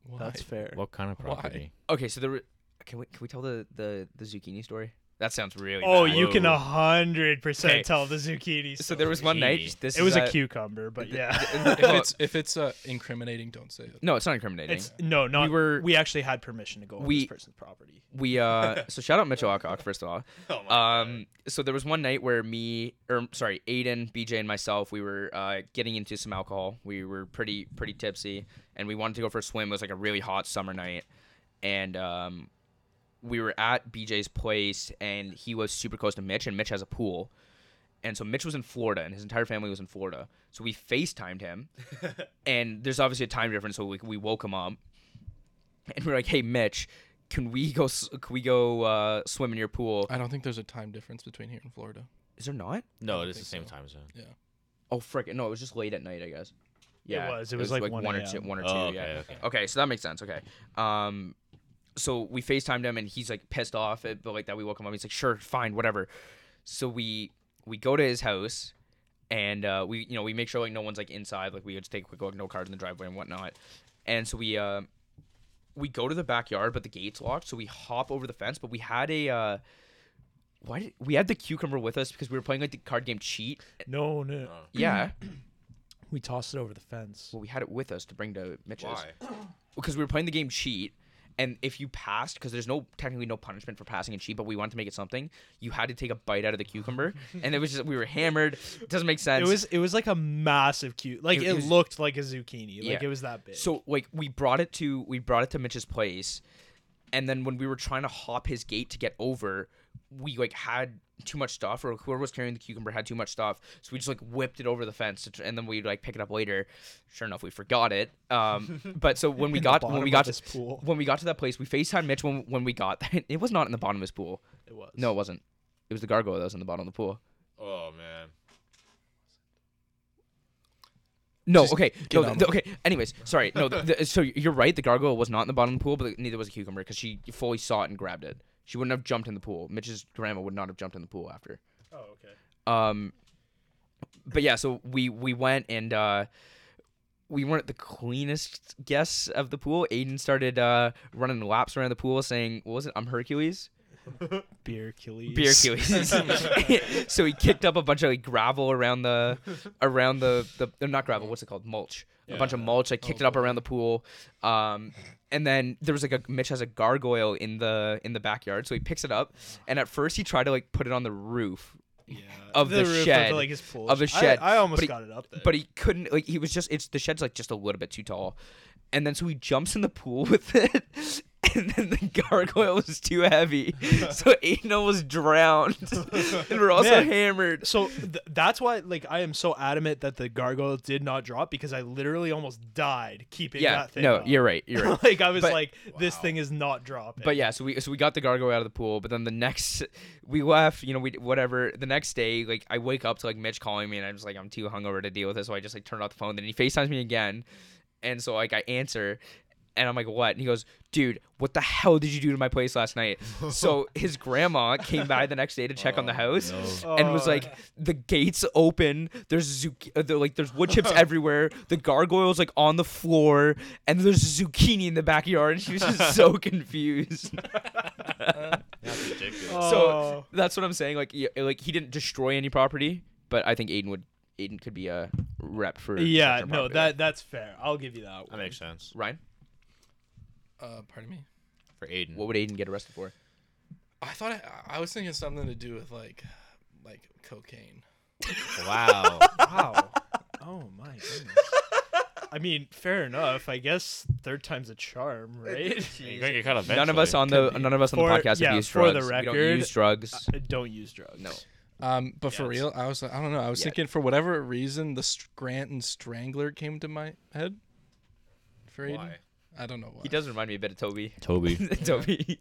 [SPEAKER 2] Why?
[SPEAKER 4] That's fair.
[SPEAKER 1] What kind of
[SPEAKER 2] Why?
[SPEAKER 1] property?
[SPEAKER 3] Okay, so the re- can we can we tell the the the zucchini story? That sounds really.
[SPEAKER 4] Oh,
[SPEAKER 3] bad.
[SPEAKER 4] you can
[SPEAKER 1] Whoa.
[SPEAKER 4] a hundred
[SPEAKER 3] Okay.
[SPEAKER 4] percent tell the zucchini.
[SPEAKER 3] So there was one night.
[SPEAKER 1] Zucchini.
[SPEAKER 3] This
[SPEAKER 4] It was
[SPEAKER 3] is
[SPEAKER 4] a
[SPEAKER 3] at-
[SPEAKER 4] cucumber, but *laughs* yeah.
[SPEAKER 2] if it's if it's uh, incriminating, don't say it.
[SPEAKER 3] No, it's not incriminating.
[SPEAKER 4] It's no, not we,
[SPEAKER 3] were-
[SPEAKER 4] actually had permission to go on
[SPEAKER 3] We-
[SPEAKER 4] this person's property.
[SPEAKER 3] we
[SPEAKER 4] *laughs*
[SPEAKER 3] uh so shout out Mitchell Alcock first of all. um so there was one night where me or sorry, Aiden, BJ and myself, we were uh getting into some alcohol. We were pretty pretty tipsy and we wanted to go for a swim. It was like a really hot summer night and um we were at BJ's place and he was super close to Mitch and Mitch has a pool. And so Mitch was in Florida and his entire family was in Florida. So we FaceTimed him and there's obviously a time difference so we, we woke him up and we're like, "Hey, Mitch, can we go? s- Can we go uh, swim in your pool?
[SPEAKER 2] I don't think there's a time difference between here and Florida.
[SPEAKER 3] Is there not?
[SPEAKER 1] No,
[SPEAKER 2] I
[SPEAKER 1] it is the
[SPEAKER 2] think
[SPEAKER 1] same
[SPEAKER 2] so.
[SPEAKER 1] time zone.
[SPEAKER 2] Yeah.
[SPEAKER 3] Oh, frick! No, it was just late at night, I guess.
[SPEAKER 4] was. It was like 1
[SPEAKER 3] one or
[SPEAKER 4] a.m..
[SPEAKER 3] two, one or two.
[SPEAKER 1] Oh,
[SPEAKER 3] yeah.
[SPEAKER 1] okay, okay.
[SPEAKER 3] Okay, so that makes sense. Okay. Um, so we FaceTimed him, and he's like pissed off, at, but like that we woke him up. He's like, sure, fine, whatever. So we we go to his house, and uh, we you know we make sure like no one's like inside. Like we just take a quick look, no cars in the driveway and whatnot. And so we uh, we go to the backyard, but the gate's locked. So we hop over the fence, but we had a. Uh, why did, we had the cucumber with us because we were playing like the card game cheat.
[SPEAKER 4] No, no.
[SPEAKER 3] Yeah,
[SPEAKER 4] We tossed it over the fence.
[SPEAKER 3] Oh. well, we had it with us to bring to Mitch's *clears throat* because we were playing the game cheat and if you passed because there's no technically no punishment for passing a cheat but we wanted to make it something you had to take a bite out of the cucumber and it was just we were hammered it doesn't make sense
[SPEAKER 4] It was it was like a massive cute like
[SPEAKER 3] It
[SPEAKER 4] it,
[SPEAKER 3] was-
[SPEAKER 4] looked like a zucchini.
[SPEAKER 3] Yeah.
[SPEAKER 4] Like it was that big.
[SPEAKER 3] so like we brought it to we brought it to mitch's place and then when we were trying to hop his gate to get over we like had too much stuff or whoever was carrying the cucumber had too much stuff so we just like whipped it over the fence to tr- and then we'd like pick it up later sure enough we forgot it
[SPEAKER 4] *laughs*
[SPEAKER 3] um but so when we
[SPEAKER 4] the
[SPEAKER 3] got when
[SPEAKER 4] bottom
[SPEAKER 3] we
[SPEAKER 4] of
[SPEAKER 3] got
[SPEAKER 4] this
[SPEAKER 3] to
[SPEAKER 4] pool.
[SPEAKER 3] when we got to that place we facetime mitch when, when we got *laughs* there it was not in the bottom of his pool
[SPEAKER 4] it was.
[SPEAKER 3] no it wasn't it was the gargoyle that was in the bottom of the pool
[SPEAKER 1] Oh man.
[SPEAKER 3] No,
[SPEAKER 2] Just
[SPEAKER 3] okay,
[SPEAKER 2] get
[SPEAKER 3] no,
[SPEAKER 2] on
[SPEAKER 3] the-
[SPEAKER 2] with
[SPEAKER 3] okay. Anyways, sorry. No, the, the, so you're right. The gargoyle was not in the bottom of the pool, but neither was a cucumber because she fully saw it and grabbed it. She wouldn't have jumped in the pool. Mitch's grandma would not have jumped in the pool after.
[SPEAKER 4] Oh, okay.
[SPEAKER 3] Um, but yeah, so we we went and uh, we weren't the cleanest guests of the pool. Aiden started uh, running laps around the pool, saying, "What was it? I'm Hercules."
[SPEAKER 4] Beer Achilles.
[SPEAKER 3] beer Achilles. *laughs* so he kicked up a bunch of like gravel around the around the the no, not gravel. What's it called? Mulch. A bunch of mulch. I kicked it up around the pool. Um, and then there was like a Mitch has a gargoyle in the in the backyard, so he picks it up. And at first he tried to like put it on the roof of the,
[SPEAKER 4] roof
[SPEAKER 3] shed.
[SPEAKER 4] Of, like his pool.
[SPEAKER 3] of the shed.
[SPEAKER 4] I, I almost
[SPEAKER 3] But he-
[SPEAKER 4] got it up there.
[SPEAKER 3] but he couldn't like he was just it's the shed's like just a little bit too tall. And then so he jumps in the pool *laughs* with it. And then the gargoyle was too heavy. So Aiden almost drowned. *laughs* and we're also
[SPEAKER 4] Man.
[SPEAKER 3] hammered.
[SPEAKER 4] so th- that's why like I am so adamant that the gargoyle did not drop because I literally almost died keeping
[SPEAKER 3] Yeah,
[SPEAKER 4] that thing.
[SPEAKER 3] no,
[SPEAKER 4] up. *laughs*
[SPEAKER 3] you're right. You're right.
[SPEAKER 4] like I was
[SPEAKER 3] But-
[SPEAKER 4] like this thing is not dropping.
[SPEAKER 3] But yeah, so we so we got the gargoyle out of the pool, but then the next *laughs* we left, you know, we whatever. The next day, like I wake up to like Mitch calling me, and I'm just like I'm too hungover to deal with this, so I just like turned off the phone. Then he Facetimes me again, and so like I answer, And I'm like, what? And he goes, dude, what the hell did you do to my place last night? so his grandma came by the next day to check on the house and was
[SPEAKER 4] Oh.
[SPEAKER 3] like, the gates open. There's zuc- uh, there- like there's wood chips everywhere. The gargoyles like on the floor, and there's zucchini in the backyard. And she was just so confused.
[SPEAKER 1] *laughs* That's ridiculous.
[SPEAKER 3] *laughs* So that's what I'm saying. Like, y- like he didn't destroy any property, but I think Aiden would. Aiden could be a rep for.
[SPEAKER 4] yeah,
[SPEAKER 3] destruction of
[SPEAKER 4] no,
[SPEAKER 3] property.
[SPEAKER 4] that that's fair. I'll give you that.
[SPEAKER 1] That
[SPEAKER 4] One.
[SPEAKER 1] makes sense
[SPEAKER 3] Ryan.
[SPEAKER 2] Uh, pardon me.
[SPEAKER 1] for Aiden.
[SPEAKER 3] What would Aiden get arrested for?
[SPEAKER 2] I thought I, I was thinking something to do with like, like cocaine.
[SPEAKER 1] *laughs* Wow.
[SPEAKER 4] Wow. oh my goodness. I mean, fair enough. I guess third time's a charm, right?
[SPEAKER 1] you got your cut eventually.
[SPEAKER 3] None of us on the none of us on the
[SPEAKER 4] For-
[SPEAKER 3] podcast
[SPEAKER 4] yeah,
[SPEAKER 3] abuse
[SPEAKER 4] for the
[SPEAKER 3] drugs. we don't
[SPEAKER 4] record, Uh,
[SPEAKER 3] use drugs.
[SPEAKER 4] *laughs* I don't use drugs.
[SPEAKER 3] No.
[SPEAKER 2] Um, but for
[SPEAKER 4] Yes.
[SPEAKER 2] real, I was I don't know. I was
[SPEAKER 3] Yeah.
[SPEAKER 2] thinking for whatever reason the Scranton Strangler came to my head. For Aiden,
[SPEAKER 1] Why?
[SPEAKER 2] I don't know why.
[SPEAKER 3] He does remind me a bit of Toby.
[SPEAKER 1] Toby.
[SPEAKER 3] *laughs* Toby.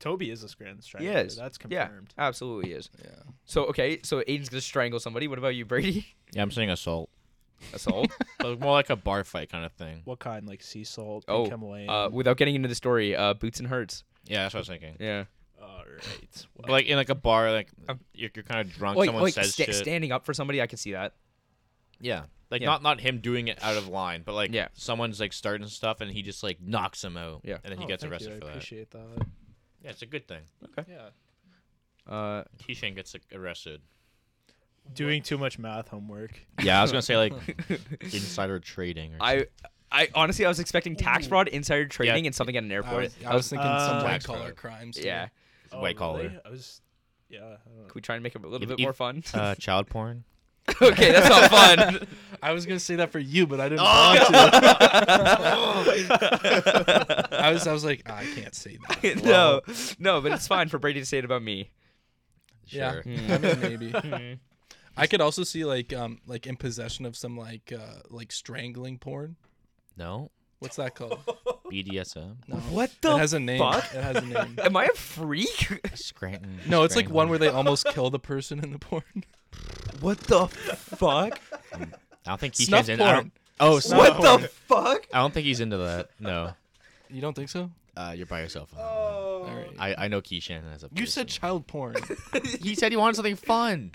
[SPEAKER 4] Toby is a grand strangler.
[SPEAKER 3] Yes.
[SPEAKER 4] That's
[SPEAKER 3] Yeah,
[SPEAKER 4] confirmed.
[SPEAKER 3] absolutely is.
[SPEAKER 2] Yeah.
[SPEAKER 3] So okay, so Aiden's gonna strangle somebody. What about you, Brady?
[SPEAKER 1] Yeah, I'm saying assault.
[SPEAKER 3] *laughs* Assault.
[SPEAKER 1] But more like a bar fight kind of thing.
[SPEAKER 4] What kind? Like sea salt,
[SPEAKER 3] Oh,
[SPEAKER 4] pink
[SPEAKER 3] *laughs*
[SPEAKER 4] Himalayan?
[SPEAKER 3] uh, without getting into the story, uh, Boots and Hurts.
[SPEAKER 1] Yeah, that's what I was thinking.
[SPEAKER 3] Yeah.
[SPEAKER 4] All right.
[SPEAKER 1] But, Like in like a bar, like
[SPEAKER 3] Um,
[SPEAKER 1] you're, you're kind of drunk.
[SPEAKER 3] Like,
[SPEAKER 1] someone
[SPEAKER 3] like
[SPEAKER 1] says
[SPEAKER 3] sta-
[SPEAKER 1] shit.
[SPEAKER 3] standing up for somebody, I can see that.
[SPEAKER 1] Yeah. Like
[SPEAKER 3] Yeah.
[SPEAKER 1] not not him doing it out of line, but like
[SPEAKER 3] Yeah.
[SPEAKER 1] someone's like starting stuff and he just like knocks him out.
[SPEAKER 3] Yeah.
[SPEAKER 1] And then he gets arrested for
[SPEAKER 4] Oh, I
[SPEAKER 1] that.
[SPEAKER 4] appreciate that.
[SPEAKER 1] Yeah, it's a good thing.
[SPEAKER 4] Yeah.
[SPEAKER 3] Uh,
[SPEAKER 1] Keyshan gets like, arrested.
[SPEAKER 4] Doing too much math homework.
[SPEAKER 1] Yeah, I was gonna say like *laughs* insider trading. Or
[SPEAKER 3] I, I honestly, I was expecting tax fraud, insider trading,
[SPEAKER 1] Yeah.
[SPEAKER 3] and something at an
[SPEAKER 2] I
[SPEAKER 3] airport.
[SPEAKER 2] was, I was thinking some
[SPEAKER 4] Uh,
[SPEAKER 2] white
[SPEAKER 1] Tax
[SPEAKER 2] collar
[SPEAKER 1] fraud.
[SPEAKER 2] crimes. too.
[SPEAKER 3] *laughs* yeah.
[SPEAKER 1] Oh, White collar. really?
[SPEAKER 4] I was. Yeah. I don't know.
[SPEAKER 3] Can we try and make it a little
[SPEAKER 1] If-
[SPEAKER 3] bit
[SPEAKER 1] if-
[SPEAKER 3] more fun?
[SPEAKER 1] uh, child porn.
[SPEAKER 3] *laughs* okay, that's not fun. *laughs*
[SPEAKER 2] I was gonna say that for you, but I
[SPEAKER 4] Oh!
[SPEAKER 2] didn't want to. I was I was like, "Ah, I can't say that.
[SPEAKER 3] no, no, but it's fine for Brady to say it about me.
[SPEAKER 2] Yeah,
[SPEAKER 1] Sure.
[SPEAKER 3] *laughs*
[SPEAKER 2] I mean maybe. I could also see like um like in possession of some like uh like strangling porn.
[SPEAKER 1] No.
[SPEAKER 2] What's that called?
[SPEAKER 1] BDSM.
[SPEAKER 2] No.
[SPEAKER 3] What
[SPEAKER 2] It
[SPEAKER 3] the
[SPEAKER 2] has a name.
[SPEAKER 3] fuck?
[SPEAKER 2] It has a name.
[SPEAKER 3] Am I a freak?
[SPEAKER 1] *laughs* Scranton.
[SPEAKER 2] No, it's like one
[SPEAKER 3] *laughs*
[SPEAKER 2] where they almost kill the person in the porn.
[SPEAKER 3] what the fuck?
[SPEAKER 1] I don't think
[SPEAKER 2] Snuff
[SPEAKER 1] Keyshan's in. I
[SPEAKER 2] porn.
[SPEAKER 1] don't, oh, snuff
[SPEAKER 3] what
[SPEAKER 4] *laughs*
[SPEAKER 1] porn.
[SPEAKER 3] the fuck?
[SPEAKER 1] I don't think he's into that. No.
[SPEAKER 2] You don't think so?
[SPEAKER 1] Uh, you're by yourself.
[SPEAKER 4] Oh.
[SPEAKER 2] All right.
[SPEAKER 1] I, I know Keyshan has a.
[SPEAKER 2] Uh, You said child porn.
[SPEAKER 1] *laughs* he said he wanted something
[SPEAKER 4] *laughs*
[SPEAKER 1] fun.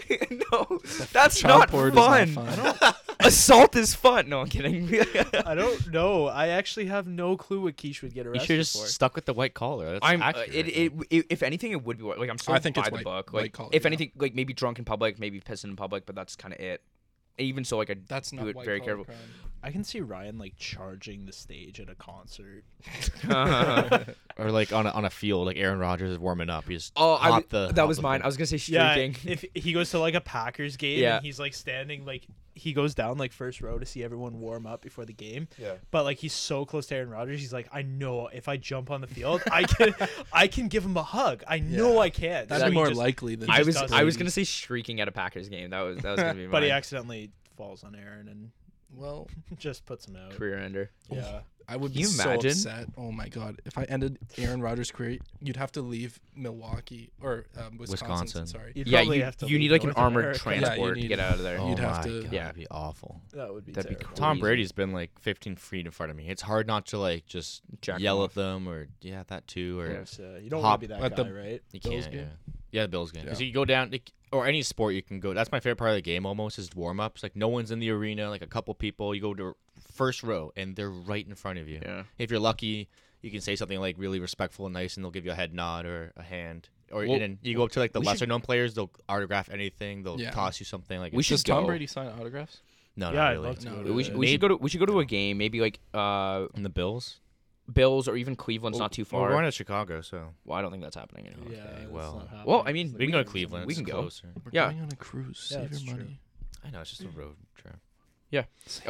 [SPEAKER 3] no, that's
[SPEAKER 2] Child
[SPEAKER 3] *laughs* not
[SPEAKER 2] porn
[SPEAKER 3] fun.
[SPEAKER 2] is not fun.
[SPEAKER 3] Assault is fun. No, I'm kidding. *laughs*
[SPEAKER 4] I don't know. I actually have no clue what Keish would get
[SPEAKER 1] You
[SPEAKER 4] arrested
[SPEAKER 1] should just
[SPEAKER 4] for.
[SPEAKER 1] stuck with the white collar. That's
[SPEAKER 3] I'm. uh,
[SPEAKER 1] accurate,
[SPEAKER 3] it,
[SPEAKER 1] I
[SPEAKER 3] it,
[SPEAKER 1] think.
[SPEAKER 3] it- If anything, it would be white- like I'm. So
[SPEAKER 2] I think
[SPEAKER 3] by
[SPEAKER 2] it's
[SPEAKER 3] the
[SPEAKER 2] white-
[SPEAKER 3] book.
[SPEAKER 2] white
[SPEAKER 3] Like,
[SPEAKER 2] collar,
[SPEAKER 3] if
[SPEAKER 2] yeah.
[SPEAKER 3] anything, like maybe drunk in public, maybe pissing in public, but that's kind of it. And even so, like I *laughs*
[SPEAKER 4] *laughs*
[SPEAKER 2] That's not
[SPEAKER 3] do it
[SPEAKER 2] white
[SPEAKER 3] very
[SPEAKER 2] collar
[SPEAKER 3] careful.
[SPEAKER 2] crime.
[SPEAKER 4] I can see Ryan like charging the stage at a concert.
[SPEAKER 1] or like on a, on a field, like Aaron Rodgers is warming up. He's
[SPEAKER 3] oh, I,
[SPEAKER 1] hop
[SPEAKER 3] w-
[SPEAKER 1] the
[SPEAKER 3] that
[SPEAKER 1] hop
[SPEAKER 3] was
[SPEAKER 1] the
[SPEAKER 3] mine.
[SPEAKER 1] thing.
[SPEAKER 3] I was gonna say
[SPEAKER 4] Yeah,
[SPEAKER 3] streaking. *laughs*
[SPEAKER 4] if he goes to like a Packers game
[SPEAKER 3] Yeah.
[SPEAKER 4] and he's like standing like he goes down like first row to see everyone warm up before the game. Yeah. But like he's so close to Aaron Rodgers, he's like, I know if I jump on the field, I can I can give him a hug. I know
[SPEAKER 2] Yeah.
[SPEAKER 4] I can.
[SPEAKER 2] That'd
[SPEAKER 4] So
[SPEAKER 2] be
[SPEAKER 4] he
[SPEAKER 2] more
[SPEAKER 4] just-
[SPEAKER 2] likely than
[SPEAKER 4] he
[SPEAKER 3] I
[SPEAKER 4] just
[SPEAKER 3] was.
[SPEAKER 4] does
[SPEAKER 3] I
[SPEAKER 4] it.
[SPEAKER 3] was gonna say streaking at a Packers game. That was. That
[SPEAKER 4] *laughs*
[SPEAKER 3] was gonna be.
[SPEAKER 4] But he
[SPEAKER 3] mine.
[SPEAKER 4] accidentally falls on Aaron and *laughs*
[SPEAKER 3] *laughs*
[SPEAKER 2] well.
[SPEAKER 4] just puts him out.
[SPEAKER 3] career ender.
[SPEAKER 4] Yeah.
[SPEAKER 2] I would
[SPEAKER 3] Can
[SPEAKER 2] be
[SPEAKER 3] you imagine?
[SPEAKER 2] so upset. Oh my god! If I ended Aaron Rodgers' career, you'd have to leave Milwaukee or um, Wisconsin,
[SPEAKER 1] Wisconsin.
[SPEAKER 2] Sorry,
[SPEAKER 4] You'd
[SPEAKER 3] yeah,
[SPEAKER 4] probably
[SPEAKER 3] you,
[SPEAKER 4] have to
[SPEAKER 3] you
[SPEAKER 4] leave
[SPEAKER 3] need like an
[SPEAKER 4] North
[SPEAKER 3] armored
[SPEAKER 4] America.
[SPEAKER 2] you
[SPEAKER 3] transport to
[SPEAKER 2] need-
[SPEAKER 3] get out of there.
[SPEAKER 1] Oh
[SPEAKER 2] You'd have
[SPEAKER 1] my
[SPEAKER 2] to-
[SPEAKER 1] God,
[SPEAKER 3] Yeah.
[SPEAKER 1] that'd be awful.
[SPEAKER 4] *laughs* That would be
[SPEAKER 3] That'd be
[SPEAKER 4] terrible.
[SPEAKER 3] cool.
[SPEAKER 1] Tom
[SPEAKER 3] Crazy.
[SPEAKER 1] Brady's been like 15 feet in front of me. It's hard not to like just
[SPEAKER 3] Jack him
[SPEAKER 1] yell
[SPEAKER 3] off.
[SPEAKER 1] at them or yeah, that too or
[SPEAKER 3] Yeah.
[SPEAKER 4] So you don't want
[SPEAKER 1] Hop
[SPEAKER 4] to be that
[SPEAKER 2] at
[SPEAKER 4] guy,
[SPEAKER 2] the-
[SPEAKER 4] right?
[SPEAKER 1] you
[SPEAKER 2] Bills
[SPEAKER 1] can't. Yeah,
[SPEAKER 2] game?
[SPEAKER 1] yeah, the Bills game. 'Cause
[SPEAKER 2] Yeah.
[SPEAKER 1] you go down like, or any sport you can go. That's my favorite part of the game almost is warm ups. Like no one's in the arena. Like a couple people. You go to first row and they're right in front of you.
[SPEAKER 3] Yeah.
[SPEAKER 1] If you're lucky, you can say something like really respectful and nice, and they'll give you a head nod or a hand. Or
[SPEAKER 3] Well,
[SPEAKER 1] and then you go up to like the
[SPEAKER 3] we should-
[SPEAKER 1] lesser known players, they'll autograph anything. They'll
[SPEAKER 2] Yeah.
[SPEAKER 1] toss you something. Like
[SPEAKER 3] We
[SPEAKER 1] it's
[SPEAKER 3] should
[SPEAKER 2] Does Tom
[SPEAKER 3] go.
[SPEAKER 2] Brady sign autographs?
[SPEAKER 1] no,
[SPEAKER 4] yeah,
[SPEAKER 1] not
[SPEAKER 4] I'd
[SPEAKER 1] really.
[SPEAKER 4] love to.
[SPEAKER 2] No,
[SPEAKER 4] go to
[SPEAKER 3] We
[SPEAKER 4] that.
[SPEAKER 3] should, we should go to we should go to a game maybe like uh
[SPEAKER 1] And the Bills.
[SPEAKER 3] Bills or even Cleveland's not too
[SPEAKER 1] Well, we're
[SPEAKER 3] far.
[SPEAKER 1] going to Chicago, so
[SPEAKER 3] well, I don't think that's happening anymore.
[SPEAKER 4] Yeah, that's
[SPEAKER 1] well.
[SPEAKER 4] not happening.
[SPEAKER 3] Well, I
[SPEAKER 4] It's
[SPEAKER 3] mean,
[SPEAKER 4] like-
[SPEAKER 1] we can go to Cleveland.
[SPEAKER 3] we
[SPEAKER 1] it's
[SPEAKER 3] can go.
[SPEAKER 1] closer.
[SPEAKER 2] We're
[SPEAKER 3] Yeah.
[SPEAKER 2] going on a cruise.
[SPEAKER 4] Yeah,
[SPEAKER 2] Save
[SPEAKER 4] that's
[SPEAKER 2] your
[SPEAKER 4] true.
[SPEAKER 2] money.
[SPEAKER 1] I know it's just a road trip.
[SPEAKER 3] It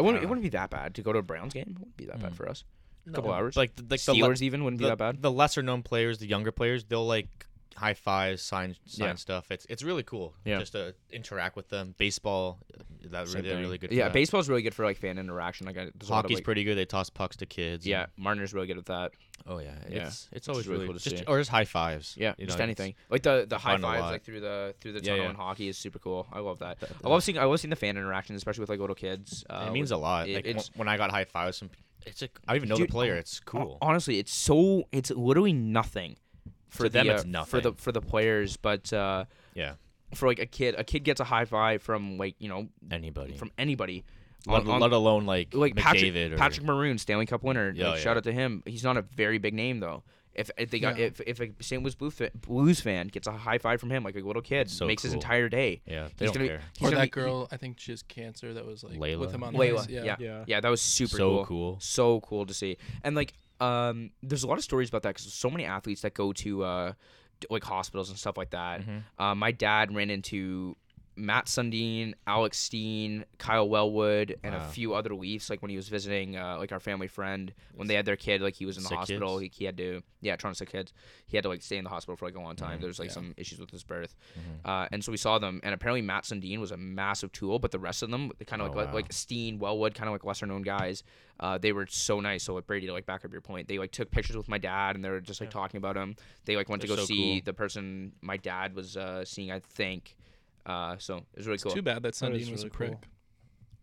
[SPEAKER 3] wouldn't, it
[SPEAKER 1] Yeah.
[SPEAKER 3] wouldn't be that bad to go to a Browns game. It wouldn't be that bad
[SPEAKER 1] Mm.
[SPEAKER 3] for us. A
[SPEAKER 4] No.
[SPEAKER 3] couple hours.
[SPEAKER 1] Like th- like the le-
[SPEAKER 3] Steelers even wouldn't be
[SPEAKER 1] the,
[SPEAKER 3] that bad.
[SPEAKER 1] the lesser known players, the younger players, they'll like high fives, sign sign
[SPEAKER 3] Yeah.
[SPEAKER 1] stuff. It's it's really cool.
[SPEAKER 3] Yeah.
[SPEAKER 1] Just to interact with them. Baseball, that
[SPEAKER 3] Same
[SPEAKER 1] really, they're
[SPEAKER 3] thing.
[SPEAKER 1] really good. For
[SPEAKER 3] Yeah,
[SPEAKER 1] that.
[SPEAKER 3] baseball's really good for like fan interaction. Like I, there's a lot of,
[SPEAKER 1] Hockey's
[SPEAKER 3] like-
[SPEAKER 1] pretty good. They toss pucks to kids.
[SPEAKER 3] Yeah,
[SPEAKER 1] and-
[SPEAKER 3] Marner's really good at that.
[SPEAKER 1] oh yeah.
[SPEAKER 3] Yeah.
[SPEAKER 1] It's it's always
[SPEAKER 3] really
[SPEAKER 1] really,
[SPEAKER 3] cool
[SPEAKER 1] cool.
[SPEAKER 3] to
[SPEAKER 1] Just
[SPEAKER 3] see.
[SPEAKER 1] or just high fives.
[SPEAKER 3] Yeah,
[SPEAKER 1] you know,
[SPEAKER 3] just
[SPEAKER 1] it's-
[SPEAKER 3] anything. Like the the high
[SPEAKER 1] fun a
[SPEAKER 3] fives
[SPEAKER 1] lot.
[SPEAKER 3] like through the through the
[SPEAKER 1] Yeah,
[SPEAKER 3] tunnel
[SPEAKER 1] yeah.
[SPEAKER 3] in hockey is super cool. I love that. I love seeing I love seeing the fan interaction, especially with like little kids. Uh,
[SPEAKER 1] It um, means a
[SPEAKER 3] with-
[SPEAKER 1] lot.
[SPEAKER 3] it-
[SPEAKER 1] like
[SPEAKER 3] it's-
[SPEAKER 1] when- when I got high fives from It's a. I don't even know
[SPEAKER 3] Dude,
[SPEAKER 1] the player. It's cool.
[SPEAKER 3] Honestly, it's so it's literally nothing for
[SPEAKER 1] To
[SPEAKER 3] the,
[SPEAKER 1] them,
[SPEAKER 3] uh,
[SPEAKER 1] it's
[SPEAKER 3] for the
[SPEAKER 1] nothing.
[SPEAKER 3] for the players, but uh,
[SPEAKER 1] yeah.
[SPEAKER 3] for like a kid, a kid gets a high five from like you know
[SPEAKER 1] Anybody.
[SPEAKER 3] from anybody.
[SPEAKER 1] let,
[SPEAKER 3] on- on-
[SPEAKER 1] let alone like
[SPEAKER 3] like
[SPEAKER 1] McDavid
[SPEAKER 3] Patrick
[SPEAKER 1] or
[SPEAKER 3] Patrick Maroon, Stanley Cup winner.
[SPEAKER 1] Yeah,
[SPEAKER 3] like,
[SPEAKER 1] yeah.
[SPEAKER 3] Shout out to him. He's not a very big name though. If, if they got
[SPEAKER 2] Yeah.
[SPEAKER 3] if, if a St. Louis Blue fa- Blues fan gets a high five from him, like a little kid,
[SPEAKER 1] so
[SPEAKER 3] makes his
[SPEAKER 1] cool.
[SPEAKER 3] entire day.
[SPEAKER 1] Yeah, they
[SPEAKER 3] he's
[SPEAKER 1] don't
[SPEAKER 3] gonna,
[SPEAKER 1] care.
[SPEAKER 3] He's
[SPEAKER 2] Or
[SPEAKER 3] gonna
[SPEAKER 2] that
[SPEAKER 3] be-
[SPEAKER 2] girl, I think she has cancer that was like
[SPEAKER 1] Layla?
[SPEAKER 2] with him on the
[SPEAKER 3] Layla,
[SPEAKER 2] ice.
[SPEAKER 3] yeah.
[SPEAKER 2] Yeah.
[SPEAKER 3] yeah,
[SPEAKER 4] Yeah.
[SPEAKER 3] that was super
[SPEAKER 1] so
[SPEAKER 3] cool.
[SPEAKER 1] cool.
[SPEAKER 3] so cool to see and like um there's a lot of stories about that because so many athletes that go to uh d- like hospitals and stuff like that
[SPEAKER 1] Mm-hmm.
[SPEAKER 3] uh, my dad ran into matt sundin alex steen kyle wellwood and a
[SPEAKER 1] Wow.
[SPEAKER 3] few other leafs like when he was visiting uh, like our family friend when they had their kid like he was in the
[SPEAKER 1] Sick
[SPEAKER 3] hospital
[SPEAKER 1] kids?
[SPEAKER 3] he, he had to yeah trying to sick kids he had to like stay in the hospital for like a long
[SPEAKER 1] Mm-hmm.
[SPEAKER 3] time there's like
[SPEAKER 2] Yeah.
[SPEAKER 3] some issues with his birth uh, and so we saw them and apparently matt sundin was a massive tool but the rest of them they kind of
[SPEAKER 1] Oh,
[SPEAKER 3] like
[SPEAKER 1] wow.
[SPEAKER 3] like Steen, Wellwood, kind of like lesser known guys. Uh, they were so nice. So like Brady, to like back up your point, they like took pictures with my dad and they were just like talking about him. They like went to
[SPEAKER 1] They're
[SPEAKER 3] go
[SPEAKER 1] so
[SPEAKER 3] see
[SPEAKER 1] cool.
[SPEAKER 3] the person my dad was uh, seeing, I think. Uh, so it was really cool.
[SPEAKER 2] Too bad that Sundin
[SPEAKER 4] is
[SPEAKER 2] was a
[SPEAKER 4] really
[SPEAKER 2] prick.
[SPEAKER 4] cool.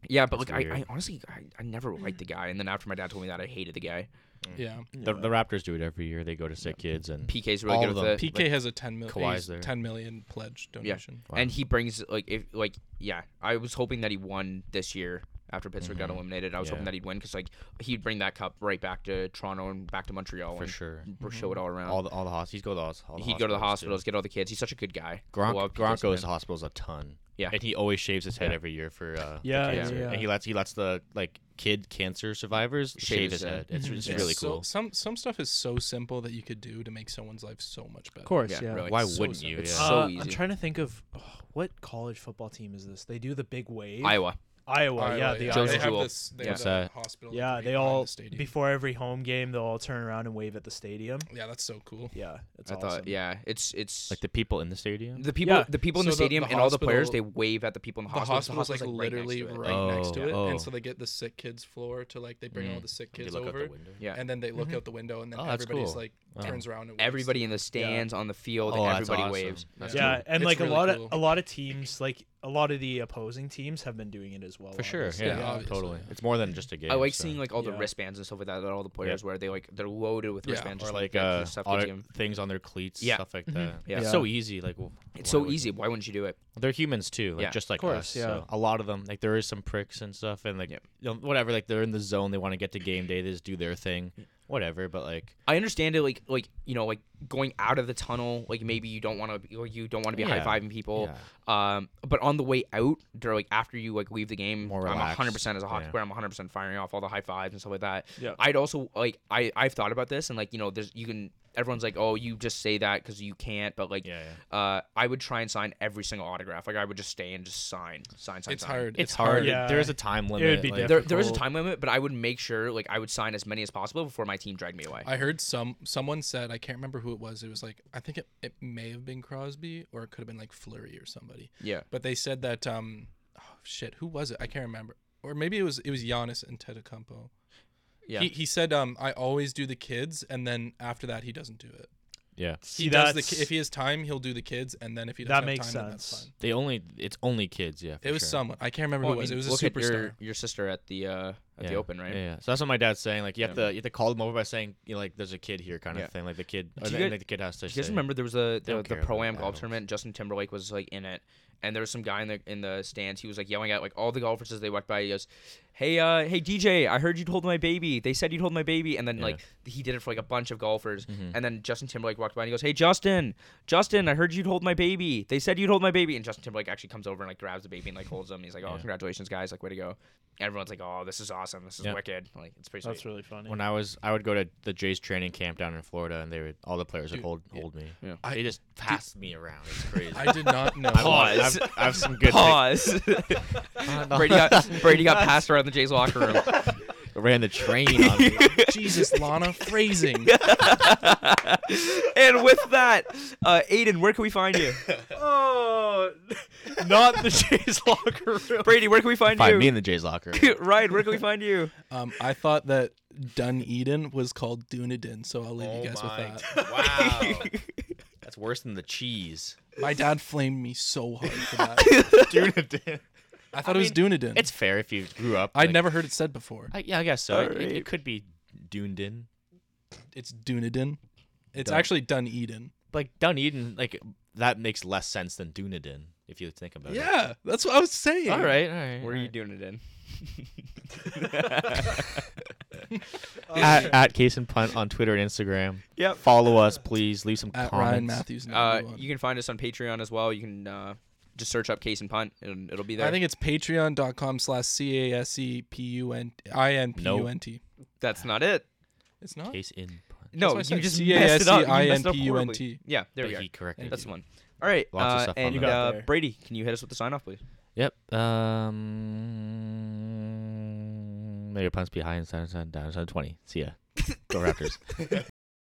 [SPEAKER 3] Yeah, but
[SPEAKER 1] That's
[SPEAKER 3] like I, I
[SPEAKER 1] weird.
[SPEAKER 3] honestly I, I never liked the guy, and then after my dad told me that, I hated the guy.
[SPEAKER 1] Mm.
[SPEAKER 2] Yeah.
[SPEAKER 1] The, the Raptors do it every year. They go to sick kids and
[SPEAKER 3] PK's really
[SPEAKER 1] All
[SPEAKER 3] good
[SPEAKER 1] of
[SPEAKER 3] with
[SPEAKER 1] them.
[SPEAKER 3] it.
[SPEAKER 2] PK
[SPEAKER 3] like-
[SPEAKER 2] has a 10 mil-
[SPEAKER 1] Kawhi's
[SPEAKER 2] he's
[SPEAKER 1] there.
[SPEAKER 2] 10 million pledge donation.
[SPEAKER 1] Wow.
[SPEAKER 3] and he brings like if like yeah, I was hoping that he won this year after Pittsburgh got eliminated. I was hoping
[SPEAKER 1] Mm-hmm. Yeah.
[SPEAKER 3] that he'd win because like he'd bring that cup right back to Toronto and back to Montreal
[SPEAKER 1] for
[SPEAKER 3] and
[SPEAKER 1] sure.
[SPEAKER 3] br- show it all around.
[SPEAKER 1] All the all the hospitals. He'd go to the, hos- all the
[SPEAKER 3] He'd go to the
[SPEAKER 1] hospitals,
[SPEAKER 3] hospitals, get all the kids. He's such a good guy.
[SPEAKER 1] too. Gronk,
[SPEAKER 3] Love
[SPEAKER 1] Gronk
[SPEAKER 3] Jason
[SPEAKER 1] goes to
[SPEAKER 3] Mann.
[SPEAKER 1] hospitals a ton.
[SPEAKER 3] Yeah.
[SPEAKER 1] and he always shaves his head
[SPEAKER 3] Yeah.
[SPEAKER 1] every year for uh, the
[SPEAKER 4] Yeah, yeah,
[SPEAKER 1] cancer.
[SPEAKER 4] yeah.
[SPEAKER 1] And he lets he lets the like kid cancer survivors shave, his head. It's,
[SPEAKER 3] *laughs*
[SPEAKER 1] it's really
[SPEAKER 2] so,
[SPEAKER 1] cool.
[SPEAKER 2] Some some stuff is so simple that you could do to make someone's life so much better.
[SPEAKER 4] Of course,
[SPEAKER 3] Yeah,
[SPEAKER 4] yeah.
[SPEAKER 3] really.
[SPEAKER 1] Why
[SPEAKER 2] so
[SPEAKER 1] wouldn't
[SPEAKER 2] simple.
[SPEAKER 1] you?
[SPEAKER 3] It's
[SPEAKER 1] Yeah.
[SPEAKER 3] so-
[SPEAKER 4] Uh,
[SPEAKER 3] easy.
[SPEAKER 4] I'm trying to think of oh, what college football team is this? They do the big wave.
[SPEAKER 3] Iowa.
[SPEAKER 4] Iowa, yeah, the
[SPEAKER 3] yeah.
[SPEAKER 4] Iowa.
[SPEAKER 3] Josie
[SPEAKER 2] they have
[SPEAKER 3] Jewell.
[SPEAKER 2] this they
[SPEAKER 3] Yeah.
[SPEAKER 2] have
[SPEAKER 1] What's
[SPEAKER 2] that
[SPEAKER 1] that?
[SPEAKER 2] hospital.
[SPEAKER 4] Yeah,
[SPEAKER 2] right
[SPEAKER 4] they
[SPEAKER 2] behind
[SPEAKER 4] all
[SPEAKER 2] the stadium.
[SPEAKER 4] before every home game they'll all turn around and wave at the stadium.
[SPEAKER 2] Yeah, that's so cool.
[SPEAKER 4] Yeah, it's
[SPEAKER 3] I
[SPEAKER 4] awesome.
[SPEAKER 3] thought, yeah, it's it's
[SPEAKER 1] like the people in the stadium.
[SPEAKER 3] the people
[SPEAKER 4] Yeah.
[SPEAKER 3] the people in
[SPEAKER 2] So
[SPEAKER 3] the
[SPEAKER 2] the-
[SPEAKER 3] stadium
[SPEAKER 2] the
[SPEAKER 3] and all the players. They
[SPEAKER 2] hospital-
[SPEAKER 3] wave at the people in the
[SPEAKER 2] The
[SPEAKER 3] hospital.
[SPEAKER 2] hospital's like literally
[SPEAKER 3] next to it.
[SPEAKER 2] right next to
[SPEAKER 1] Oh,
[SPEAKER 2] it,
[SPEAKER 1] oh. Mm.
[SPEAKER 2] and so they get the sick kids floor to like they bring all the sick
[SPEAKER 1] They
[SPEAKER 2] kids
[SPEAKER 1] look out
[SPEAKER 2] over,
[SPEAKER 1] the window.
[SPEAKER 3] Yeah,
[SPEAKER 2] and then they look out the window, and then
[SPEAKER 1] Oh, that's
[SPEAKER 2] everybody's
[SPEAKER 1] cool.
[SPEAKER 2] like
[SPEAKER 1] Wow.
[SPEAKER 2] turns around and waves.
[SPEAKER 3] everybody in the stands on the field.
[SPEAKER 1] Oh, that's
[SPEAKER 3] everybody
[SPEAKER 1] awesome.
[SPEAKER 3] waves.
[SPEAKER 1] That's
[SPEAKER 4] yeah,
[SPEAKER 2] cool.
[SPEAKER 4] and
[SPEAKER 2] It's
[SPEAKER 4] like
[SPEAKER 2] really
[SPEAKER 4] a lot
[SPEAKER 2] cool.
[SPEAKER 4] of a lot of teams, like a lot of the opposing teams, have been doing it as well.
[SPEAKER 1] For sure.
[SPEAKER 4] obviously.
[SPEAKER 1] Yeah,
[SPEAKER 2] Yeah, obviously,
[SPEAKER 1] totally.
[SPEAKER 2] yeah.
[SPEAKER 1] It's more than just a game.
[SPEAKER 3] I like
[SPEAKER 1] so.
[SPEAKER 3] seeing like all the
[SPEAKER 4] Yeah.
[SPEAKER 3] wristbands and stuff like that that all the players wear. They like they're loaded with
[SPEAKER 2] Yeah,
[SPEAKER 3] wristbands.
[SPEAKER 1] or
[SPEAKER 3] just
[SPEAKER 1] like
[SPEAKER 3] that, 'cause
[SPEAKER 1] uh,
[SPEAKER 3] it's stuff
[SPEAKER 1] all
[SPEAKER 3] that
[SPEAKER 1] the
[SPEAKER 3] you-
[SPEAKER 1] things on their cleats,
[SPEAKER 3] Yeah.
[SPEAKER 1] stuff like that.
[SPEAKER 3] Yeah.
[SPEAKER 1] It's
[SPEAKER 4] Yeah.
[SPEAKER 1] so easy. Like w-
[SPEAKER 3] It's
[SPEAKER 1] why
[SPEAKER 3] so
[SPEAKER 1] wouldn't
[SPEAKER 3] easy.
[SPEAKER 1] you?
[SPEAKER 3] Why wouldn't you do it?
[SPEAKER 1] They're humans too, like
[SPEAKER 3] Yeah.
[SPEAKER 1] just like
[SPEAKER 4] course,
[SPEAKER 1] us.
[SPEAKER 4] yeah.
[SPEAKER 1] So a lot of them, like there is some pricks and stuff, and like
[SPEAKER 3] Yep.
[SPEAKER 1] you know, whatever. Like they're in the zone. They want to get to game day. They just do their thing, whatever. But like
[SPEAKER 3] I understand it, like like you know, like going out of the tunnel. Like maybe you don't want to, or you don't want to be
[SPEAKER 1] Yeah.
[SPEAKER 3] high fiving people. Um, but on the way out, they're like after you like leave the game,
[SPEAKER 1] More
[SPEAKER 3] I'm
[SPEAKER 1] relaxed.
[SPEAKER 3] 100 percent as a hockey
[SPEAKER 1] Yeah.
[SPEAKER 3] player. I'm 100 percent firing off all the high fives and stuff like that.
[SPEAKER 4] Yeah.
[SPEAKER 3] I'd also like I I've thought about this and like you know there's you can everyone's like oh you just say that because you can't but like
[SPEAKER 1] yeah, yeah.
[SPEAKER 3] uh I would try and sign every single autograph like I would just stay and just sign sign sign.
[SPEAKER 2] It's
[SPEAKER 3] sign.
[SPEAKER 2] hard.
[SPEAKER 1] It's, hard.
[SPEAKER 4] Yeah.
[SPEAKER 1] There is a time limit.
[SPEAKER 4] be
[SPEAKER 1] like,
[SPEAKER 3] There, there is a
[SPEAKER 4] Difficult.
[SPEAKER 3] time limit, but I would make sure like I would sign as many as possible before my team dragged me away.
[SPEAKER 2] I heard some someone said I can't remember who it was. It was like I think it, it may have been Crosby or it could have been like Flurry or somebody.
[SPEAKER 3] yeah.
[SPEAKER 2] But they said that um oh shit, who was it? I can't remember. Or maybe it was it was Giannis and Tetacumpo.
[SPEAKER 3] Yeah.
[SPEAKER 2] He he said um I always do the kids and then after that he doesn't do it.
[SPEAKER 1] Yeah,
[SPEAKER 4] See,
[SPEAKER 2] He does the
[SPEAKER 4] that's-
[SPEAKER 2] ki- if he has time he'll do the kids and then if he doesn't
[SPEAKER 4] That
[SPEAKER 2] have
[SPEAKER 4] makes
[SPEAKER 2] time then that's
[SPEAKER 4] sense.
[SPEAKER 2] fine.
[SPEAKER 1] they only. It's only kids. Yeah, for
[SPEAKER 2] It was
[SPEAKER 1] sure.
[SPEAKER 2] someone I can't remember
[SPEAKER 3] Well,
[SPEAKER 2] who it was.
[SPEAKER 3] I mean,
[SPEAKER 2] it was a
[SPEAKER 3] look at
[SPEAKER 2] superstar.
[SPEAKER 3] *laughs* Your, your sister at the uh, at the
[SPEAKER 1] Yeah.
[SPEAKER 3] Open, right?
[SPEAKER 1] Yeah, yeah. So that's what my dad's saying. Like you have to you have to call them over by saying you know, like there's a kid here kind
[SPEAKER 3] Yeah.
[SPEAKER 1] of thing. Like the kid, or
[SPEAKER 3] Do you
[SPEAKER 1] the,
[SPEAKER 3] guys-
[SPEAKER 1] like the kid has to.
[SPEAKER 3] Do you guys
[SPEAKER 1] say-
[SPEAKER 3] remember there was a
[SPEAKER 1] They
[SPEAKER 3] the,
[SPEAKER 1] don't
[SPEAKER 3] the
[SPEAKER 1] care about
[SPEAKER 3] pro am
[SPEAKER 1] the
[SPEAKER 3] golf
[SPEAKER 1] adults.
[SPEAKER 3] tournament? Justin Timberlake was like in it, and there was some guy in the in the stands. He was like yelling at like all the golfers as they walked by. He goes, "Hey, uh, hey DJ, I heard you'd hold my baby. They said you'd hold my baby." And then
[SPEAKER 1] Yeah. Mm-hmm.
[SPEAKER 3] like he did it for like a bunch of golfers, and then Justin Timberlake walked by and he goes, "Hey Justin, Justin, I heard you'd hold my baby. They said you'd hold my baby." And Justin Timberlake actually comes over and like grabs the baby and like holds him. He's like, "Oh,
[SPEAKER 1] Yeah.
[SPEAKER 3] congratulations, guys! Like way to go." Everyone's like, "Oh, this is awesome. This is
[SPEAKER 1] Yeah.
[SPEAKER 3] wicked. Like it's pretty sweet."
[SPEAKER 4] That's really funny.
[SPEAKER 1] when I was I would go to the Jays training camp down in Florida, and they would all the players would hold hold me.
[SPEAKER 3] Yeah.
[SPEAKER 2] I-
[SPEAKER 1] they just passed me around.
[SPEAKER 2] *laughs*
[SPEAKER 1] It's crazy.
[SPEAKER 2] I did not know.
[SPEAKER 1] I want-
[SPEAKER 3] Pause.
[SPEAKER 1] I've- I have some
[SPEAKER 2] *laughs*
[SPEAKER 1] good.
[SPEAKER 3] *laughs* Pause.
[SPEAKER 1] *laughs*
[SPEAKER 3] Brady got Brady got passed around the Jays locker room.
[SPEAKER 1] Ran the train on me.
[SPEAKER 2] Jesus, Lana, phrasing.
[SPEAKER 3] and with that, uh, Aiden, where can we find
[SPEAKER 1] *laughs*
[SPEAKER 3] you?
[SPEAKER 4] oh, not the Jays locker room.
[SPEAKER 3] Brady, where can we find
[SPEAKER 1] Find
[SPEAKER 3] you?
[SPEAKER 1] me in the Jays locker.
[SPEAKER 3] *laughs* Ryan, where can we find you?
[SPEAKER 2] Um, I thought that Dunedin was called Dunedin, so I'll leave you guys with
[SPEAKER 1] *laughs*
[SPEAKER 2] that.
[SPEAKER 1] Oh Wow.
[SPEAKER 2] *laughs*
[SPEAKER 1] That's worse than the cheese.
[SPEAKER 2] My dad flamed me so hard for that.
[SPEAKER 1] Dude,
[SPEAKER 2] I thought it was Dunedin.
[SPEAKER 1] It's fair if you grew up.
[SPEAKER 2] I'd
[SPEAKER 1] like-
[SPEAKER 2] never heard it said before.
[SPEAKER 1] I, yeah, I guess so. It, it
[SPEAKER 4] Alright.
[SPEAKER 1] could be Dunedin,
[SPEAKER 2] It's Dunedin. It's
[SPEAKER 1] Dun-
[SPEAKER 2] actually Dunedin.
[SPEAKER 1] like Dunedin. Like that makes less sense than Dunedin if you think about it.
[SPEAKER 2] Yeah, that's what I was saying.
[SPEAKER 1] *laughs* All right. All right.
[SPEAKER 3] Where are you
[SPEAKER 1] doing?
[SPEAKER 3] doing it in?
[SPEAKER 1] *laughs* At, at Case and Punt on Twitter and Instagram.
[SPEAKER 3] *laughs* Yep.
[SPEAKER 1] Follow us, please. Leave some
[SPEAKER 2] At Ryan
[SPEAKER 1] comments.
[SPEAKER 2] Matthews. and
[SPEAKER 3] Uh,
[SPEAKER 2] everyone.
[SPEAKER 3] you can find us on Patreon as well. You can uh, just search up Case and Punt, and it'll be there.
[SPEAKER 2] I think it's patreon.com slash C A S E P U N I N P U N T.
[SPEAKER 3] that's not it.
[SPEAKER 2] It's not?
[SPEAKER 1] Case in Punt.
[SPEAKER 3] No,
[SPEAKER 2] what I
[SPEAKER 3] you
[SPEAKER 2] said,
[SPEAKER 3] just messed it up. You messed it up
[SPEAKER 2] C-A-S-E-I-N-P-U-N-T.
[SPEAKER 3] horribly. Yeah, there
[SPEAKER 1] But
[SPEAKER 3] we are.
[SPEAKER 1] he corrected
[SPEAKER 3] That's
[SPEAKER 1] you.
[SPEAKER 3] the one. All right,
[SPEAKER 1] Lots of
[SPEAKER 3] uh,
[SPEAKER 1] stuff on
[SPEAKER 3] and
[SPEAKER 1] You
[SPEAKER 4] got
[SPEAKER 3] uh,
[SPEAKER 4] there.
[SPEAKER 3] Brady, can you hit us with the sign off, please?
[SPEAKER 1] Yep. Um. May your punts be high inside, inside, down, inside 20. See ya. Go Raptors.